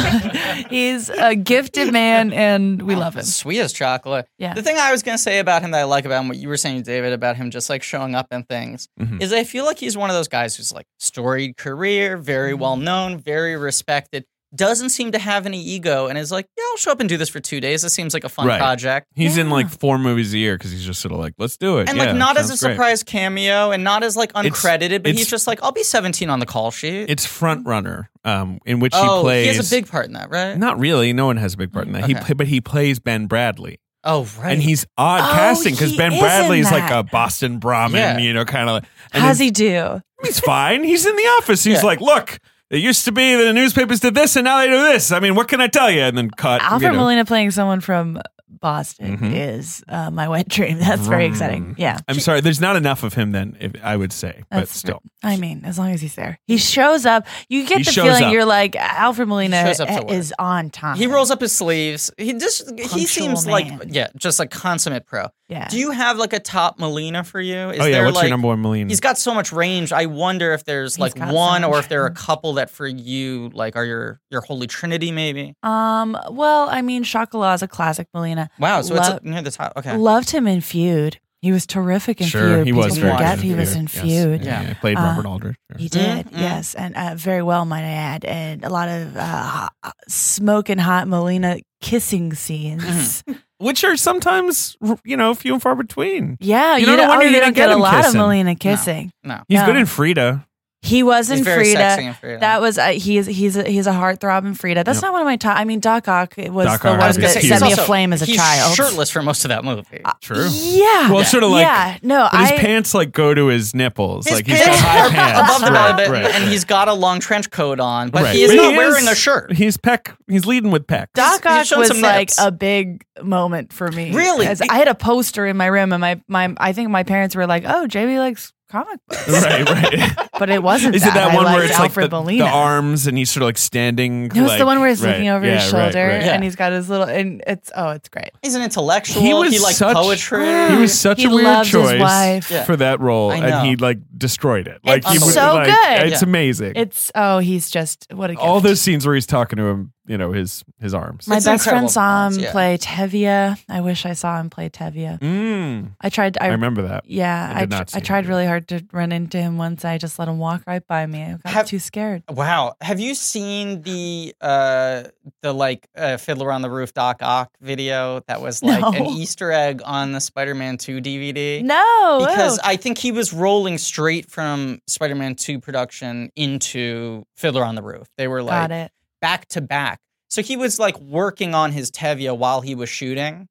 S4: he's a gifted man, and we love him.
S2: Oh, Sweet as chocolate.
S4: Yeah.
S2: The thing I was gonna say about him that I like about him, what you were saying, David, about him just like showing up and things,
S3: Mhm.
S2: is I feel like he's one of those guys who's like storied career, very
S4: Mm-hmm.
S2: well known, very respected, doesn't seem to have any ego, and is like, yeah, I'll show up and do this for two days. This seems like a fun
S3: Right.
S2: project.
S3: He's in
S4: Yeah.
S3: like four movies a year because he's just sort of like, "Let's do it."
S2: And
S3: Yeah,
S2: like not as a
S3: sounds great.
S2: surprise cameo and not as like
S3: It's-
S2: uncredited, but he's
S3: it's-
S2: just like, I'll be 17 on the call sheet.
S3: It's Front Runner, um, in which
S2: oh,
S3: he plays.
S2: he has a big part in that, right?
S3: Not really. No one has a big part in that. He
S2: Okay.
S3: play, but he plays Ben Bradley,
S2: Oh, right.
S3: and he's odd
S4: Oh,
S3: casting because
S4: he
S3: Ben
S4: is in
S3: Bradley is like
S4: that.
S3: a Boston Brahmin,
S2: Yeah.
S3: you know, kind of.
S4: How's he do?
S3: He's fine. He's in the office. He's
S2: Yeah.
S3: like, look. It used to be the newspapers did this, and now they do this. I mean, what can I tell you? And then cut.
S4: Alfred
S3: you know.
S4: Molina playing someone from Boston
S3: Mhm.
S4: is uh, my wet dream. That's very
S3: Vroom.
S4: exciting. Yeah.
S3: I'm sorry. There's not enough of him then. If, I would say, but
S4: That's
S3: still,
S4: I mean, as long as he's there, he shows up. You get
S3: He
S4: the
S3: shows
S4: feeling
S3: up.
S4: you're like Alfred Molina
S2: shows up to work.
S4: is on time.
S2: he rolls up his sleeves. He just he
S4: Punctual
S2: seems
S4: man.
S2: like yeah, just like consummate pro.
S4: Yeah.
S2: Do you have like a top Molina for you? Is
S3: oh yeah.
S2: there
S3: What's
S2: like
S3: your number one Molina?
S2: he's got so much range. I wonder if there's like
S4: got so
S2: one or
S4: much
S2: if there are a couple that for you like are your your holy trinity maybe.
S4: um. Well, I mean, Chocolat is a classic Molina.
S2: Wow, so
S4: Love-
S2: it's near the top. Okay.
S4: Loved him in Feud. He was terrific in
S5: Sure,
S4: Feud.
S3: he was
S4: People
S3: very
S4: forget
S3: good
S4: he was in
S3: Feud. Yes.
S4: Feud.
S2: Yeah.
S3: he played
S4: Uh,
S3: Robert Aldrich.
S4: He did,
S2: Mm, mm.
S4: yes, and uh, very well, might I add, and a lot of uh, smoking hot Molina kissing scenes.
S3: Which are sometimes, you know, few and far between.
S4: Yeah,
S3: You know, no
S4: don't,
S3: wonder
S4: oh,
S3: you
S4: don't
S3: didn't get
S4: a
S3: him
S4: lot
S3: kissing.
S4: of Molina kissing.
S2: No.
S3: He's
S4: No.
S3: good in Frida.
S4: He was
S2: He's
S4: in
S2: very
S4: Frida.
S2: sexy in Frida.
S4: That was uh, he's he's a, he's a heartthrob in Frida. That's
S3: Yep.
S4: not one of my top. I mean, Doc Ock was
S3: Doc
S4: the
S3: Ock
S4: one that
S3: was
S2: gonna
S3: good.
S2: say,
S4: set
S2: he's
S4: me
S2: also-
S4: aflame as a
S2: he's
S4: child. Uh,
S2: shirtless for most of that movie.
S3: True.
S4: Yeah.
S3: Well, sort of like.
S4: yeah. No,
S3: But his
S4: I.
S3: pants like go to his nipples.
S2: His
S3: like he's got
S2: pants
S3: high
S2: are
S3: pants
S2: above the
S3: Right,
S2: belly button,
S3: right,
S2: and
S3: right.
S2: he's got a long trench coat on, but
S3: Right.
S2: he is
S3: But
S2: not
S3: he
S2: wearing
S3: is-
S2: a shirt.
S3: He's peck. He's leading with pecs.
S4: Doc
S2: he's
S4: Ock
S2: shown
S4: was
S2: some
S4: like
S2: nips.
S4: a big moment for me.
S2: Really?
S4: As I had a poster in my room, and my, my I think my parents were like, "Oh, Jamie likes comic books,"
S3: right, right.
S4: but it wasn't.
S3: Is it that
S4: I
S3: one where
S4: liked
S3: it's
S4: Alfred
S3: like the,
S4: Molina.
S3: the arms and he's sort of like standing?
S4: No, it's
S3: like-
S4: the one where he's
S3: right,
S4: looking over
S3: yeah,
S4: his shoulder,
S3: Right, right.
S2: Yeah.
S4: and he's got his little, and it's oh, it's great.
S2: He's an intellectual.
S3: He
S2: He,
S3: was
S2: liked
S3: such-
S2: poetry.
S3: He was such
S4: He
S3: a weird
S4: loved his
S3: choice
S4: wife.
S2: Yeah.
S3: for that role,
S2: I
S3: and
S2: know.
S3: he like destroyed it. Like he
S2: It's
S3: was
S2: so
S3: like,
S4: good.
S3: It's
S2: Yeah.
S3: amazing.
S4: It's oh, he's just what a gift.
S3: All those scenes where he's talking to him, you know, his his arms.
S4: My
S2: It's
S4: best
S2: incredible
S4: friend saw him
S2: performance, yeah.
S4: play Tevia. I wish I saw him play Tevia.
S3: Mm,
S4: I tried. I,
S3: I remember that.
S4: yeah,
S3: I
S4: I,
S3: did
S4: tr-
S3: not see
S4: I
S3: him
S4: tried
S3: do
S4: really hard to run into him once. I just let him walk right by me. I got
S2: Have-
S4: too scared.
S2: Wow. Have you seen the uh the like uh, Fiddler on the Roof Doc Ock video that was like an
S4: No.
S2: Easter egg on the Spider-Man 2 DVD?
S4: No,
S2: Because
S4: oh.
S2: I think he was rolling straight from Spider-Man 2 production into Fiddler on the Roof. They were like
S4: got it.
S2: back to back. So he was like working on his Tevia while he was shooting.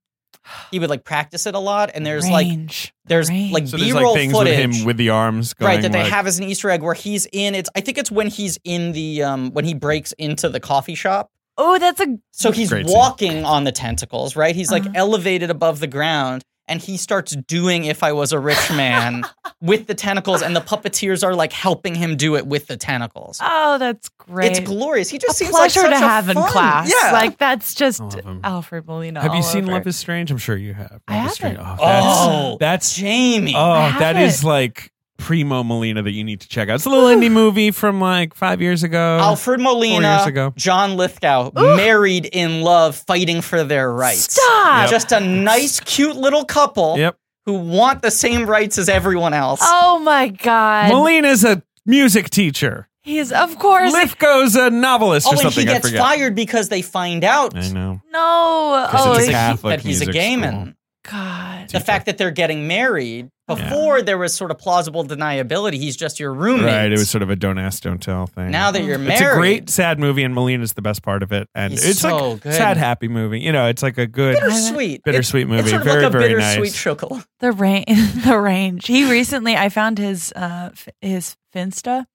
S2: He would like practice it a lot and there's like
S4: range.
S2: there's
S4: range.
S2: like
S3: So there's
S2: B-roll
S3: like things
S2: footage
S3: with him with the arms going
S2: right that they
S3: like-
S2: have as an Easter egg where he's in it's I think it's when he's in the um when he breaks into the coffee shop.
S4: oh, that's a
S2: So he's
S3: Great scene.
S2: walking on the tentacles, right? He's like
S4: Uh-huh.
S2: elevated above the ground and he starts doing if I was a rich man with the tentacles and the puppeteers are like helping him do it with the tentacles.
S4: oh, that's great.
S2: It's glorious. He
S4: a
S2: just seems like
S4: pleasure
S2: such
S4: to
S2: a
S4: have in
S2: fun-
S4: class.
S2: Yeah.
S4: Like that's just
S3: I love him.
S4: Alfred Molina.
S3: Oh. Have you
S4: all
S3: seen
S4: over.
S3: Love is Strange? I'm sure you have.
S4: I
S3: Love is Strange.
S4: haven't.
S2: oh,
S3: that's that's
S2: Jamie.
S3: oh,
S4: have
S3: that
S4: it.
S3: is like primo Molina that you need to check out. It's a little indie movie from like five years ago.
S2: Alfred
S3: years
S2: Molina,
S3: ago.
S2: John Lithgow, married in love, fighting for their rights.
S4: Stop.
S3: Yep.
S2: Just a nice, cute little couple
S3: Yep,
S2: who want the same rights as everyone else.
S4: Oh my God.
S3: Molina's a music teacher.
S4: he's of course
S3: Lithgow's a novelist
S2: Oh,
S3: or
S2: and
S3: something.
S2: he
S3: I
S2: gets
S3: forget.
S2: fired because they find out
S3: I know.
S4: no. Oh,
S2: he's
S3: it's
S2: a-
S3: a
S4: he-
S3: Catholic
S2: that he's a
S3: music
S2: gay
S3: school.
S2: man.
S4: God.
S2: The fact that they're getting married before there was sort of plausible deniability. He's just your roommate.
S3: Right. It was sort of a don't ask, don't tell thing.
S2: now that you're
S3: it's
S2: married.
S3: a great sad movie, and Molina's the best part of it. And
S2: He's
S3: it's
S2: so
S3: like
S2: good.
S3: sad happy movie. You know, it's like a good
S2: bittersweet.
S3: Bittersweet
S2: It's-
S3: movie.
S2: It's sort of
S3: Very,
S2: like a
S3: very
S2: bittersweet
S3: nice.
S2: chocolate.
S4: The range, the range. He recently, I found his uh f- his Finsta.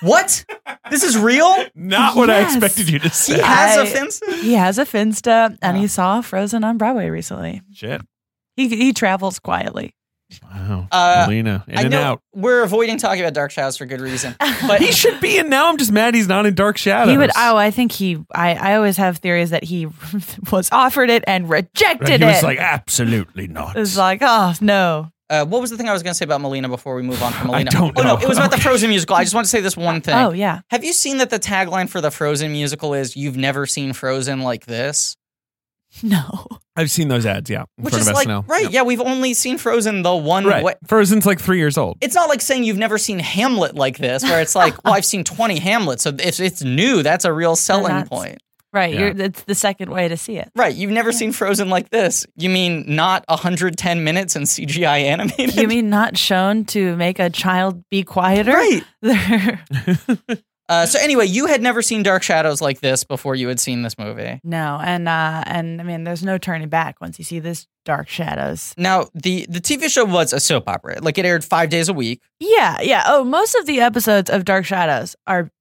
S2: What? This is real?
S3: Not what I
S4: Yes.
S3: expected you to say.
S2: He has
S4: I-
S2: offenses?
S4: He has a Finsta, and
S2: Yeah.
S4: he saw Frozen on Broadway recently.
S3: Shit.
S4: He he travels quietly.
S3: Wow.
S2: Uh,
S3: Molina, in
S2: I
S3: and
S2: know
S3: out.
S2: We're avoiding talking about Dark Shadows for good reason. But
S3: He should be in now. I'm just mad he's not in Dark Shadows.
S4: He would. Oh, I think he. I I always have theories that he was offered it and rejected
S3: Right,
S4: it.
S3: he was like, absolutely not.
S4: it was like, oh no.
S2: uh, what was the thing I was going to say about Melina before we move on from
S3: I
S2: Melina?
S3: don't
S2: Oh, no.
S3: know.
S2: It was about the
S3: Okay.
S2: Frozen musical. I just want to say this one thing.
S4: Oh yeah.
S2: Have you seen that the tagline for the Frozen musical is "You've never seen Frozen like this,"
S4: No.
S3: I've seen those ads, yeah. In
S2: which
S3: front
S2: is
S3: of
S2: like
S3: SNL.
S2: right?
S3: Yep.
S2: Yeah, we've only seen Frozen the one
S3: Right.
S2: way.
S3: Frozen's like three years old.
S2: It's not like saying you've never seen Hamlet like this, where it's like, well, I've seen twenty Hamlets, so if it's new, that's a real selling
S4: that's-
S2: point.
S4: Right.
S3: Yeah.
S4: You're, it's the second way to see it.
S2: Right? You've never seen Frozen like this. You mean not hundred ten minutes in CGI animated?
S4: You mean not shown to make a child be quieter?
S2: right?
S4: There-
S2: Uh, so anyway, you had never seen Dark Shadows like this before. You had seen this movie.
S4: no, and uh, and I mean, there's no turning back once you see this dark shadows.
S2: Now the the TV show was a soap opera. Like it aired five days a week.
S4: Yeah, yeah. Oh, most of the episodes of Dark Shadows are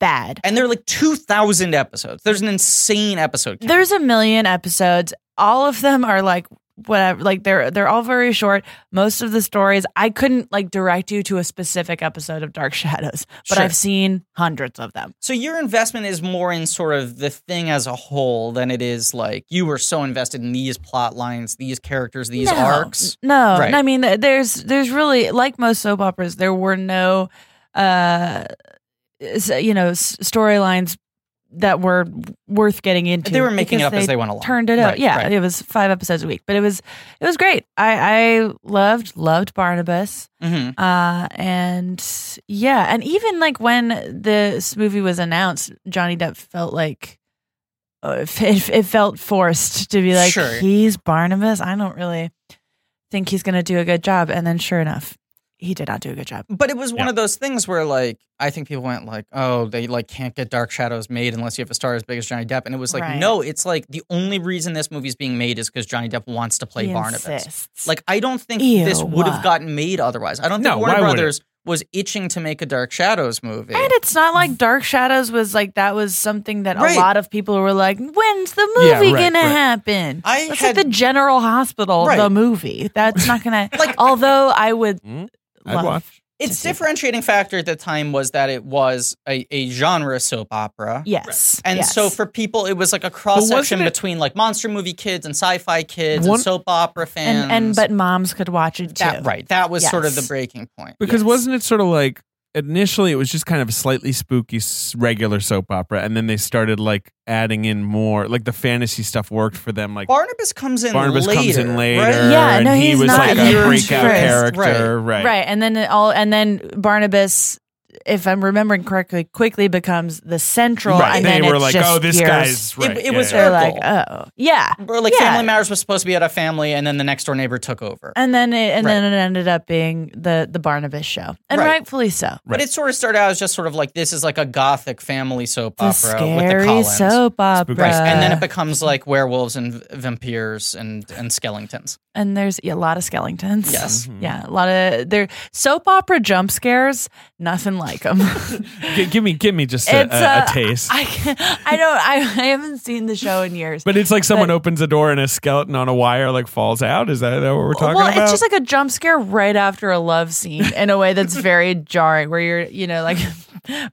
S4: bad.
S2: and there are like 2000 episodes there's an insane episode count.
S4: There's a million episodes. All of them are like whatever like they're they're all very short. Most of the stories I couldn't like direct you to a specific episode of Dark Shadows, but
S2: Sure.
S4: I've seen hundreds of them.
S2: so your investment is more in sort of the thing as a whole than it is like you were so invested in these plot lines these characters these
S4: No,
S2: arcs
S4: n- No,
S2: Right.
S4: I mean th- there's there's really like most soap operas, there were no, uh, s- you know, s- storylines that were worth getting into.
S2: They were making it
S4: because
S2: up as they went along.
S4: Turned it out.
S2: Right,
S4: yeah,
S2: right.
S4: it was five episodes a week, but it was it was great. I I loved loved Barnabas.
S2: hmm
S4: Uh, and yeah, and even like when this movie was announced, Johnny Depp felt like uh, it, it, it felt forced to be like
S2: Sure.
S4: he's Barnabas. I don't really think he's gonna do a good job. And then sure enough, he did not do a good job.
S2: But it was one
S3: Yeah.
S2: of those things where like I think people went like, oh, they like can't get Dark Shadows made unless you have a star as big as Johnny Depp, and it was like,
S4: Right.
S2: no, it's like the only reason this movie's being made is because Johnny Depp wants to play
S4: he
S2: Barnabas.
S4: insists.
S2: Like I don't think
S4: Ew.
S2: this would have gotten made otherwise. I don't think
S3: No,
S2: Warner
S3: why would it?
S2: Brothers was itching to make a Dark Shadows movie.
S4: And it's not like Dark Shadows was like that was something that
S2: Right.
S4: a lot of people were like, when's the
S3: Yeah,
S4: movie
S3: right,
S4: gonna
S3: right.
S4: happen?
S2: I
S4: That's
S2: had
S4: like the General Hospital,
S2: Right.
S4: the movie. That's not gonna
S2: Like-
S4: like. Although I would
S3: Mm, I'd
S4: love.
S3: watch.
S2: its
S4: to do.
S2: differentiating factor at the time was that it was a, a genre soap opera.
S4: Yes,
S2: And
S4: yes.
S2: so for people, it was like a cross section
S3: wasn't it-
S2: between like monster movie kids and sci-fi kids
S3: One-
S2: and soap opera fans.
S4: and and but moms could watch it too.
S2: that right, that was sort of the
S4: Yes.
S2: breaking point.
S3: Because
S4: Yes.
S3: wasn't it sort of like initially it was just kind of a slightly spooky s- regular soap opera, and then they started like adding in more like the fantasy stuff worked for them. Like
S2: Barnabas comes in
S3: Barnabas
S2: later.
S3: comes in later,
S2: right?
S4: Yeah,
S3: and
S4: no,
S3: he
S4: he's
S3: was
S4: not
S3: like
S2: here
S3: a breakout
S4: first.
S3: character, right?
S4: right? And then it all and then Barnabas. If I'm remembering correctly, quickly becomes the central.
S3: Right.
S4: And
S3: they
S4: then
S3: were
S4: it's
S3: like,
S4: just
S3: "Oh, this
S4: years.
S3: guy's right."
S2: It- it was
S4: They're like,
S2: Circle.
S4: oh, yeah,
S2: Or like
S4: Yeah.
S2: Family Matters was supposed to be at a family, and then the next door neighbor took over.
S4: and then it and
S2: Right.
S4: then it ended up being the the Barnabas show, and
S2: Right.
S4: rightfully so.
S2: But
S3: Right.
S2: it sort of started out as just sort of like this is like a gothic family soap
S4: The
S2: opera with the
S4: scary
S2: Collins.
S4: soap opera,
S3: Right,
S2: and then it becomes like werewolves and v- vampires and and skeletons.
S4: and there's yeah, a lot of skeletons.
S2: Yes.
S3: Mhm.
S4: yeah, a lot of their soap opera jump scares. Nothing like them.
S3: G- give me, give me just a, a, a taste.
S4: uh, I can't- I don't I, I haven't seen the show in years.
S3: but it's like someone
S4: but-
S3: opens a door and a skeleton on a wire like falls out. Is that, that what we're talking
S4: well,
S3: about?
S4: it's just like a jump scare right after a love scene in a way that's very jarring, where you're, you know, like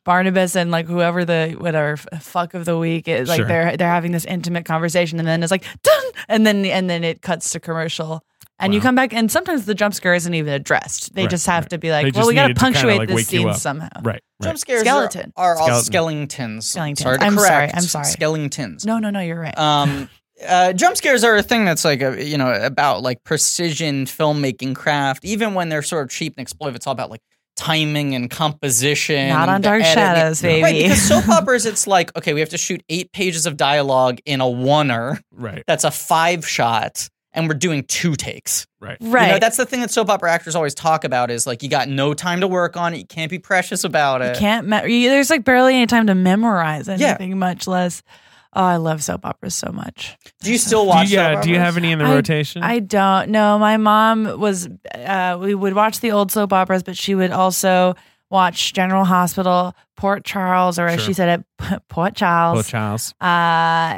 S4: Barnabas and like whoever the whatever f- fuck of the week is, like
S3: Sure.
S4: they're they're having this intimate conversation, and then it's like dun, and then and then it cuts to commercial, and you
S3: Wow.
S4: come back, and sometimes the jump scare isn't even addressed. They
S3: Right,
S4: just have
S3: right.
S4: to be
S3: They
S4: like, well,
S3: just
S4: we got to
S3: needed to kinda,
S4: punctuate
S3: like,
S4: this
S3: wake you
S4: scene
S3: up.
S4: somehow.
S3: right, right.
S2: Jump scares are-
S4: Skeleton.
S2: are, all
S3: Skeleton.
S2: skeletons.
S4: Skeletons.
S2: Sorry to
S4: I'm sorry,
S2: correct.
S4: I'm sorry.
S2: Skeletons.
S4: No, no, no, you're right.
S2: Um, uh, jump scares are a thing that's like a, you know about like precision filmmaking craft. Even when they're sort of cheap and exploitive, it's all about like timing and composition.
S4: Not on
S2: the
S4: Dark
S2: editing.
S4: Shadows, baby.
S2: Right, because soap operas, it's like okay, we have to shoot eight pages of dialogue in a oneer.
S3: Right,
S2: That's a five shot, and we're doing two takes.
S3: right.
S4: right.
S2: You know, that's the thing that soap opera actors always talk about is like you got no time to work on it. You can't be precious about it.
S4: You can't. Me- you, there's like barely any time to memorize
S2: Yeah.
S4: anything, much less. Oh, I love soap operas so much.
S2: Do you still
S3: Do you,
S2: watch?
S3: yeah,
S2: soap
S3: do you
S2: operas?
S3: have any in the
S4: I-
S3: rotation?
S4: I don't know. My mom was. Uh, we would watch the old soap operas, but she would also watch General Hospital, Port Charles, or as
S3: Sure.
S4: she said it, Port
S3: Oh,
S4: Charles.
S3: Charles.
S4: uh,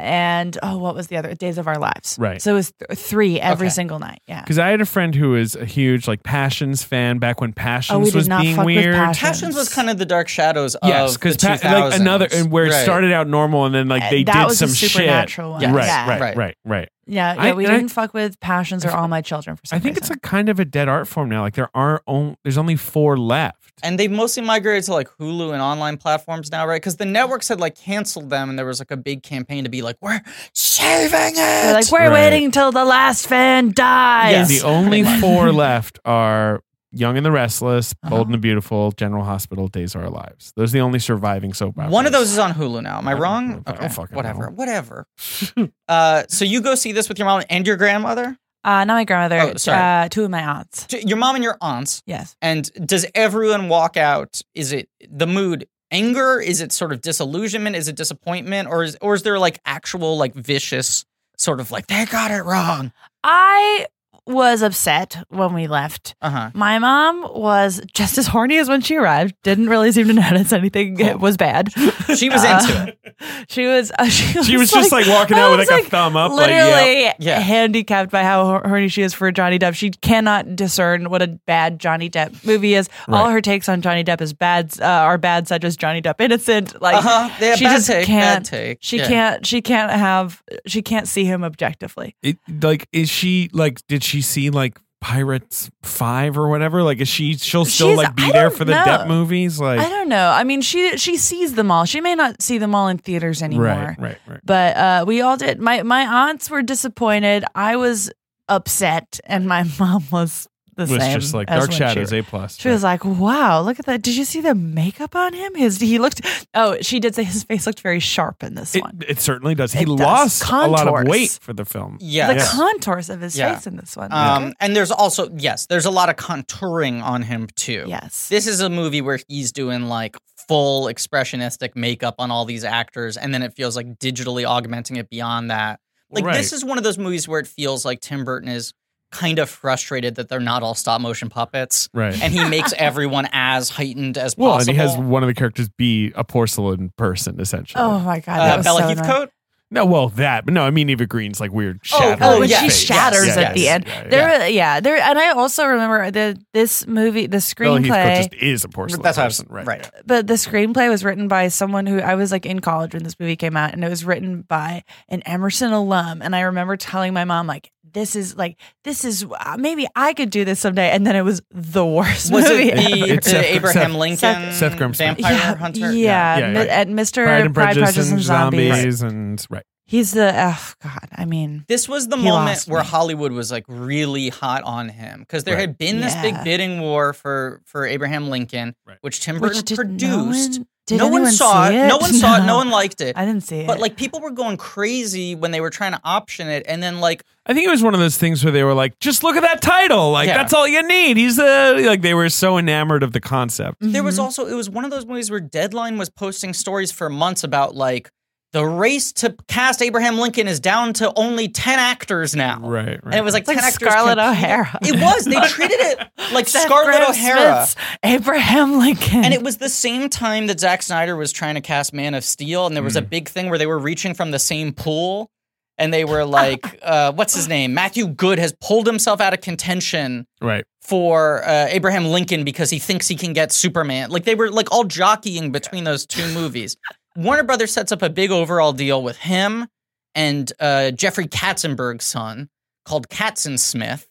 S4: and oh, what was the other Days of Our Lives?
S3: Right.
S4: So it was th- three every
S2: Okay.
S4: single night. Yeah.
S3: Because I had a friend who was a huge like Passions fan back when
S4: Oh, we
S3: Passions
S4: did
S3: was
S4: not
S3: being
S4: fuck
S3: weird.
S4: with passions.
S2: Passions was kind of the dark shadows of
S3: yes,
S2: because
S3: because like another and where it started out normal and then like
S4: Uh,
S3: they
S4: that
S3: did
S4: was a
S3: some
S4: supernatural one.
S3: shit. Right,
S4: Yeah.
S3: right,
S2: Right.
S3: right, right.
S4: Yeah. Yeah.
S3: I-
S4: we
S3: and I-
S4: didn't fuck with passions or all my children for some
S3: I think it's
S4: reason.
S3: a kind of a dead art form now. Like there are on, there's only four left.
S2: and they mostly migrated to like Hulu and online platforms now, right? Because the networks had like canceled them, and there was like a big campaign to be like, "We're saving it."
S4: They're like, we're
S3: Right.
S4: waiting till the last fan dies.
S3: The only four left are Young and the Restless,
S4: Uh-huh.
S3: Bold and the Beautiful, General Hospital, Days Are Our Lives. Those are the only surviving soap operas.
S2: one of those is on Hulu now. Am I
S3: I don't
S2: wrong?
S3: know. I don't fucking
S2: whatever,
S3: know.
S2: whatever. uh, so you go see this with your mom and your grandmother,
S4: Uh, not my grandmother.
S2: Oh, sorry.
S4: Uh, two of my aunts.
S2: J- your mom and your aunts.
S4: Yes.
S2: And does everyone walk out? Is it the mood anger? Is it sort of disillusionment? Is it disappointment? Or is or is there like actual like vicious sort of like they got it wrong?
S4: I was upset when we left.
S2: Uh huh.
S4: My mom was just as horny as when she arrived. Didn't really seem to notice anything
S2: Cool.
S4: was bad.
S2: She was
S4: Uh,
S2: into it.
S4: She was. Uh, she was,
S3: She was just like walking
S4: I
S3: out with
S4: was
S3: like, a thumb up, like yeah.
S4: Literally
S2: Yeah.
S4: handicapped by how hor- horny she is for Johnny Depp. She cannot discern what a bad Johnny Depp movie is. All
S3: Right.
S4: her takes on Johnny Depp is bad. Uh, are bad, such as Johnny Depp Innocent. Like
S2: Uh-huh. Yeah,
S4: she
S2: bad
S4: just
S2: take, bad
S4: can't.
S2: take.
S4: She
S2: Yeah.
S4: can't. She can't have. She can't see him objectively.
S3: It, like, is she like? Did she see like Pirates Five or whatever? Like, is she she'll still
S4: She's-
S3: like be
S4: I
S3: there
S4: don't
S3: for the
S4: know.
S3: Depp movies? Like,
S4: I don't know. I mean, she she sees them all. She may not see them all in theaters anymore.
S3: right, right, right.
S4: But uh, we all did. My my aunts were disappointed. I was upset, and my mom was the
S3: It was
S4: same.
S3: just like
S4: as
S3: Dark
S4: when she-
S3: Shadows A plus.
S4: She was like, "Wow, look at that! Did you see the makeup on him? His he looked. Oh, she did say his face looked very sharp in this
S3: it,
S4: one.
S3: it certainly does. He
S4: It does.
S3: lost a lot of
S4: Contours.
S3: weight for the film.
S4: The
S2: Yes.
S4: contours of his
S2: Yeah.
S4: face in this one.
S2: Um,
S4: Okay.
S2: and there's also yes, there's a lot of contouring on him too.
S4: yes,
S2: This is a movie where he's doing like full expressionistic makeup on all these actors, and then it feels like digitally augmenting it beyond that. Like
S3: Right.
S2: this is one of those movies where it feels like Tim Burton is kind of frustrated that they're not all stop motion puppets,
S3: Right.
S2: and he makes everyone as heightened as
S3: well,
S2: possible.
S3: and he has one of the characters be a porcelain person, essentially.
S4: Oh my god, that
S2: uh,
S4: was
S2: Bella
S4: so annoying.
S2: Heathcote.
S3: No, well, that, but no, I mean Eva Green's like weird shattering.
S2: oh,
S4: when
S2: yes,
S4: she
S2: yes,
S3: face.
S4: shatters
S2: yes,
S4: at the
S2: yes.
S4: end.
S3: Yeah, yeah.
S4: There, yeah. there. And I also remember the this movie, the
S3: Bella Heathcote
S4: screenplay.
S3: Oh, just is a porcelain.
S2: That's what I was-
S3: person, right?
S2: right.
S3: yeah.
S4: but the screenplay was written by someone who I was like in college when this movie came out, and it was written by an Emerson alum. And I remember telling my mom like, "This is like, this is uh, maybe I could do this someday." And then it was the worst
S2: Was
S4: movie.
S2: it the,
S3: It's
S2: the
S3: Seth-
S2: Abraham
S3: Seth-
S2: Lincoln
S3: Seth Grumsby.
S2: vampire
S4: yeah,
S2: hunter?
S4: yeah,
S3: Yeah,
S4: mi-
S3: yeah.
S4: at Mr.
S3: Pride and Prejudice, and,
S4: Zombies.
S3: zombies, and right.
S4: He's the oh god, I mean,
S2: This was the
S4: He
S2: moment
S4: lost
S2: where
S4: me.
S2: Hollywood was like really hot on him because there
S3: Right.
S2: had been this big
S4: Yeah.
S2: bidding war for for Abraham Lincoln,
S3: Right.
S2: which Tim
S4: which
S2: Burton
S4: did
S2: produced.
S4: No one, did
S2: No one
S4: anyone
S2: saw it.
S4: see
S2: No one saw it. No one liked it.
S4: I didn't see it.
S2: But like people were going crazy when they were trying to option it, and then like
S3: I think it was one of those things where they were like, "Just look at that title, like
S2: Yeah.
S3: that's all you need." He's the like they were so enamored of the concept.
S2: there was
S4: Mhm.
S2: also it was one of those movies where Deadline was posting stories for months about like the race to cast Abraham Lincoln is down to only ten actors now,
S3: Right, right.
S2: and it was like
S4: It's like
S2: ten actors.
S4: Scarlett
S2: competing.
S4: O'Hara.
S2: It was. They treated it like
S4: Seth
S2: Scarlett
S4: Graham
S2: O'Hara.
S4: Smith's Abraham Lincoln,
S2: And it was the same time that Zack Snyder was trying to cast Man of Steel, and there
S4: Mm.
S2: was a big thing where they were reaching from the same pool, and they were like, uh, "What's his name? Matthew Good has pulled himself out of contention
S3: right.
S2: for uh, Abraham Lincoln because he thinks he can get Superman." Like they were like all jockeying between those two movies. Warner Brothers sets up a big overall deal with him and uh, Jeffrey Katzenberg's son called Katzen Smith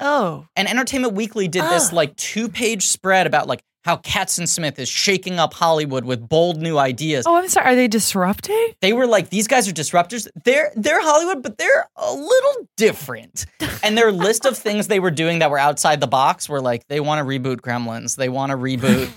S4: oh.
S2: and Entertainment Weekly did this
S4: Ah.
S2: like two page spread about like how Katzen Smith is shaking up Hollywood with bold new ideas.
S4: Oh, I'm sorry. Are they disrupting?
S2: They were like, these guys are disruptors. They're they're Hollywood, but they're a little different. And their list of things they were doing that were outside the box were like they want to reboot Gremlins. They want to reboot.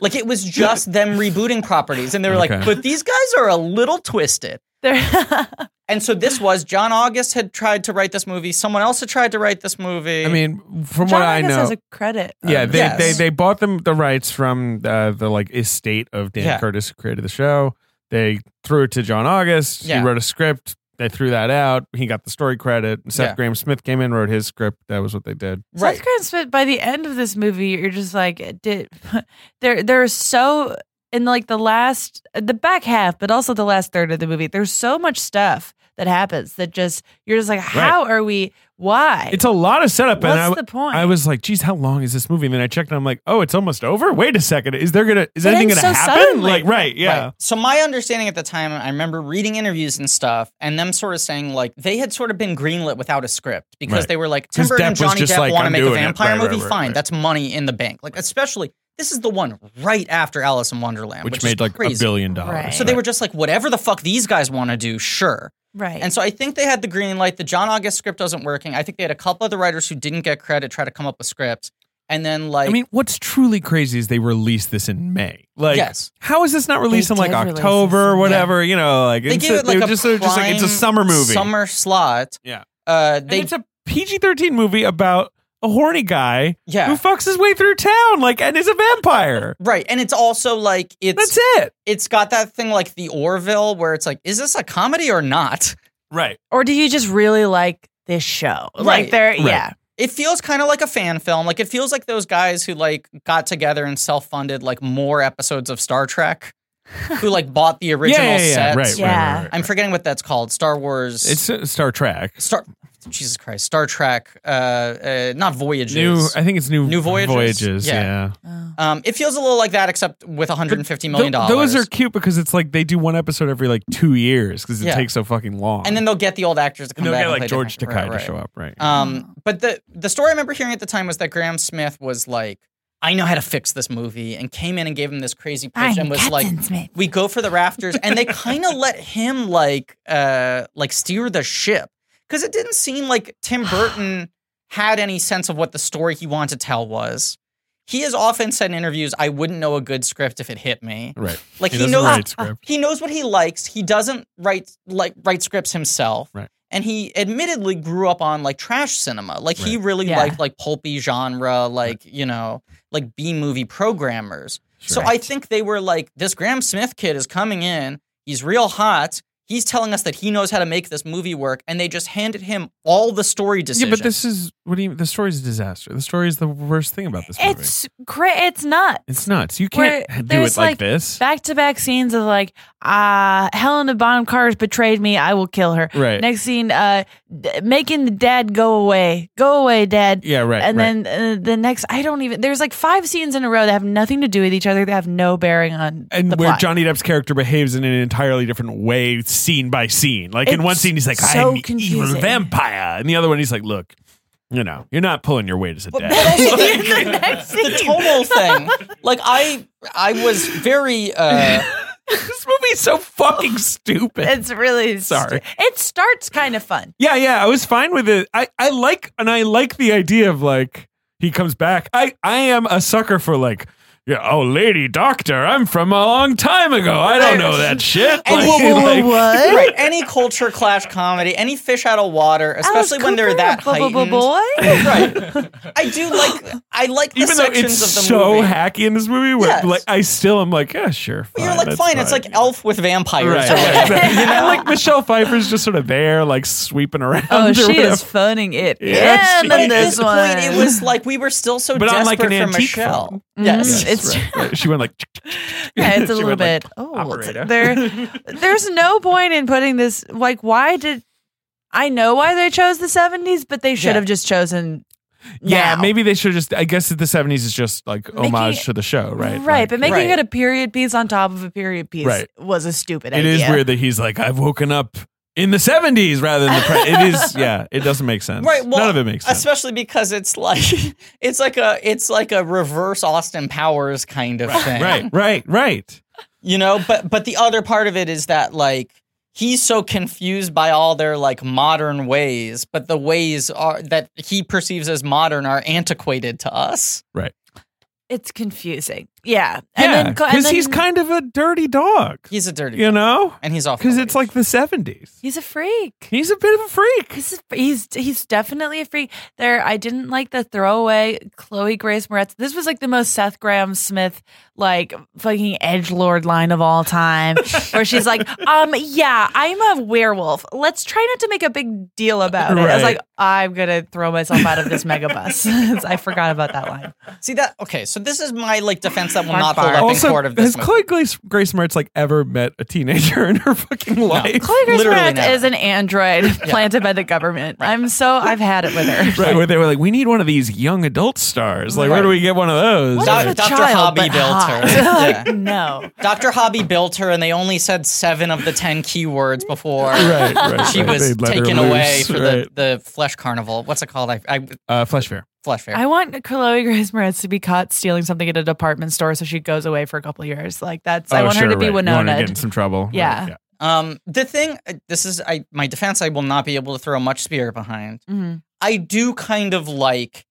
S2: like it was just them rebooting properties. And they were
S3: Okay.
S2: like, but these guys are a little twisted.
S4: They're
S2: And so this was John August had tried to write this movie. Someone else had tried to write this movie.
S3: I mean, from
S4: John
S3: what I
S4: Angus
S3: know,
S4: has a credit.
S3: yeah,
S4: Um,
S3: they,
S2: Uh, Yes.
S3: they they bought them the rights from uh, the like estate of Dan
S2: Yeah.
S3: Curtis, who created the show. They threw it to John August.
S2: Yeah.
S3: He wrote a script. They threw that out. He got the story credit. Seth
S2: Yeah.
S3: Graham Smith came in, wrote his script. That was what they did.
S2: right.
S4: Seth Graham Smith. By the end of this movie, you're just like, it did there? There's so in like the last, the back half, but also the last third of the movie. There's so much stuff that happens that just you're just like, how are we? Why?
S3: It's a lot of setup. and
S4: What's
S3: I,
S4: the point?
S3: I was like, geez, how long is this movie? And then I checked and I'm like, oh, it's almost over? Wait a second. Is there gonna is
S4: It
S3: anything
S4: ends
S3: gonna
S4: so
S3: happen?
S4: suddenly.
S3: Like, right, yeah.
S2: Right. So my understanding at the time, I remember reading interviews and stuff, and them sort of saying like they had sort of been greenlit without a script because
S3: Right.
S2: they were like Tim
S3: 'Cause
S2: Burton and
S3: Depp was
S2: Johnny
S3: just
S2: Depp
S3: like,
S2: want to
S3: "I'm
S2: make a
S3: doing it."
S2: vampire
S3: Right, right,
S2: movie.
S3: right,
S2: Fine,
S3: right.
S2: that's money in the bank. Like especially this is the one right after Alice in Wonderland,
S3: Which,
S2: which,
S3: made
S2: is
S3: like
S2: crazy.
S3: a billion dollars.
S4: Right.
S2: So they were just like whatever the fuck these guys want to do, sure.
S4: right.
S2: And so I think they had the green light. The John August script wasn't working. I think they had a couple other writers who didn't get credit try to come up with scripts, and then like
S3: I mean, what's truly crazy is they released this in May. Like,
S2: Yes.
S3: how is this not released
S4: They
S3: in like
S4: did release
S3: October
S4: this
S3: or
S4: in-
S3: whatever? You know, like
S2: they
S3: it's
S2: gave it like
S3: they're
S2: a
S3: just, they're just like it's a
S2: prime
S3: summer movie.
S2: summer slot.
S3: Yeah.
S2: Uh,
S3: And
S2: they
S3: it's a PG thirteen movie about a horny guy
S2: Yeah.
S3: who fucks his way through town, like, and is a vampire.
S2: Right, and it's also like it's
S3: That's it.
S2: it's got that thing like the Orville where it's like, is this a comedy or not?
S3: Right.
S4: or do you just really like this show?
S2: Right.
S4: Like there, yeah.
S2: It feels kind of like a fan film. Like it feels like those guys who like got together and self funded like more episodes of Star Trek, who like bought the original
S3: yeah, yeah, yeah.
S2: sets.
S3: Right, right,
S4: Yeah.
S3: right, right,
S2: I'm
S3: right.
S2: forgetting what that's called. Star Wars.
S3: It's uh, Star Trek.
S2: Star. Jesus Christ, Star Trek. Uh, uh not Voyages.
S3: New, I think it's new
S2: New Voyages?
S3: Voyages,
S2: Yeah.
S3: yeah.
S4: Oh.
S2: Um, it feels a little like that, except with 150 million
S3: Th-
S2: dollars.
S3: those are cute because it's like they do one episode every like two years because it
S2: Yeah.
S3: takes so fucking long.
S2: and then they'll get the old actors to come
S3: And they'll
S2: back.
S3: get
S2: and play
S3: like George Takai
S2: different- right,
S3: to
S2: right.
S3: show up, right?
S2: Um, but the the story I remember hearing at the time was that Graham Smith was like, "I know how to fix this movie," and came in and gave him this crazy pitch and was like,
S4: Smith.
S2: we go for the rafters and they kind of let him like uh like steer the ship because it didn't seem like tim burton had any sense of what the story he wanted to tell was he has often said in interviews i wouldn't know a good script if it hit me
S3: right.
S2: like he,
S3: doesn't
S2: knows
S3: write script.
S2: he knows what he likes he doesn't write like write scripts himself
S3: Right.
S2: and he admittedly grew up on like trash cinema like he really
S4: Yeah.
S2: liked like pulpy genre like you know like b movie programmers so I think they were like, this Graham Smith kid is coming in. He's real hot. He's telling us that he knows how to make this movie work, and they just handed him all the story
S3: yeah,
S2: decisions.
S3: but this is what do you? The story's a disaster. The story is the worst thing about this movie. It's,
S4: It's cra- It's nuts.
S3: nuts. You can't do it
S4: Where
S3: like,
S4: there's, like,
S3: this.
S4: Back to back scenes of like, ah, Helena Bonham Carter's betrayed me. I will kill her.
S3: Right.
S4: Next scene, uh, d- making the dad go away. Go away, dad.
S3: yeah, right.
S4: and
S3: right.
S4: then uh, the next, I don't even. There's like five scenes in a row that have nothing to do with each other. That have no bearing on
S3: and
S4: the
S3: where
S4: plot.
S3: Johnny Depp's character behaves in an entirely different way, scene by scene. Like in one
S4: It's
S3: scene, he's like,
S4: so
S3: "I'm the evil
S4: confusing.
S3: vampire," and the other one, he's like, "Look, you know, you're not pulling your weight as a dad."
S4: the next scene.
S2: the total thing. Like I, I was very. Uh,
S3: this movie's so fucking stupid.
S4: It's really
S3: Sorry.
S4: st- it starts kind of fun.
S3: Yeah, yeah, I was fine with it. I, I like and I like the idea of like he comes back. I, I am a sucker for like yeah, oh lady doctor, I'm from a long time ago. I don't know that shit.
S2: And
S3: Like-
S2: whoa, whoa,
S3: like-
S2: right, any culture clash comedy, any fish out of water, especially
S4: Alice
S2: when they're
S4: Cooper,
S2: that
S4: bu- bu- bu-
S2: heightened.
S4: boy.
S2: Right. I do like. I like the
S3: even though
S2: sections
S3: it's
S2: of the
S3: so
S2: movie.
S3: hacky in this movie, where
S2: Yes.
S3: like I still am like, yeah, sure. Fine,
S2: You're like
S3: that's
S2: fine. It's like Elf with vampires.
S3: Right,
S2: or
S3: yeah,
S2: whatever.
S3: exactly. And, like Michelle Pfeiffer's just sort of there, like sweeping around.
S4: Oh,
S3: or
S4: she
S3: whatever.
S4: is phoning it
S3: Yeah,
S4: in
S3: she
S2: But
S4: on
S2: at
S3: is.
S4: this
S2: this
S4: one.
S2: point, it was like we were still so
S3: But
S2: desperate
S3: on, like, an
S2: for
S3: antique
S2: Michelle.
S3: phone.
S2: Yes,
S4: Mhm. It's
S3: Right, right. She went like,
S4: yeah, it's
S3: she
S4: a little
S3: went, like,
S4: bit. oh, it's-
S3: operator.
S4: there, there's no point in putting this. Like, why did I know why they chose the '70s? But they should
S2: Yeah.
S4: have just chosen.
S3: Yeah,
S4: now.
S3: maybe they should just. I guess that the seventies is just like
S4: Making-
S3: homage to the show, right?
S4: right,
S3: Like,
S4: but making
S2: Right.
S4: it a period piece on top of a period piece
S3: Right.
S4: was a stupid
S3: it
S4: idea.
S3: is weird that he's like, I've woken up in the seventies rather than the. Pre-. it is, yeah, it doesn't make sense.
S2: Right, well,
S3: none of it makes sense.
S2: especially because it's like it's like a it's like a reverse Austin Powers kind of thing,
S3: Right, right, right.
S2: You know, but but the other part of it is that like he's so confused by all their like modern ways, but the ways are that he perceives as modern are antiquated to us.
S4: It's confusing. Yeah,
S3: Yeah,
S4: co-
S3: because
S4: then-
S3: he's kind of a dirty dog,
S2: He's a dirty,
S3: you know.
S2: and he's off
S3: Because
S2: the
S3: it's
S2: leash.
S3: like the seventies.
S4: he's a freak.
S3: He's a bit of a freak.
S4: He's, a- he's he's definitely a freak. There, I didn't like the throwaway Chloe Grace Moretz. This was like the most Seth Graham Smith like fucking edge lord line of all time, where she's like, um, yeah, I'm a werewolf. Let's try not to make a big deal about it. I was
S3: Right.
S4: like, I'm gonna throw myself out of this mega bus. I forgot about that line.
S2: see that okay. So this is my like defense that will
S4: Bark,
S2: not hold
S4: bark.
S2: up in
S3: Also,
S2: court of
S3: has
S2: this. movie.
S3: Chloe Grace, Grace Moretz like ever met a teenager in her fucking life?
S4: Chloe Grace
S2: Literally
S4: Moretz
S2: never.
S4: is an android planted by the government. I'm so I've had it with her.
S3: Right, where they were like, we need one of these young adult stars. Like, where do we get one of those?
S4: What
S2: Doc-
S4: if a
S2: Dr.
S4: child,
S2: Hobby
S4: but
S2: built
S4: hot?
S2: her.
S4: Like,
S2: Yeah.
S4: no.
S2: Dr. Hobby built her, and they only said seven of the ten keywords before
S3: right, right.
S2: she
S3: right.
S2: was
S3: They'd let her
S2: taken
S3: loose,
S2: away for
S3: right.
S2: the, the flesh carnival. What's it called? I, I
S3: uh, flesh fair.
S2: flesh fair.
S4: I want Chloe Grace Moretz to be caught stealing something at a department store, so she goes away for a couple of years. Like that's I
S3: Oh,
S4: want
S3: sure,
S4: her to be
S3: right. You want her to
S4: Winona.
S3: get in some trouble.
S4: Yeah.
S3: Right,
S2: um, the thing. This is I, my defense. I will not be able to throw much spear behind.
S4: Mhm.
S2: I do kind of like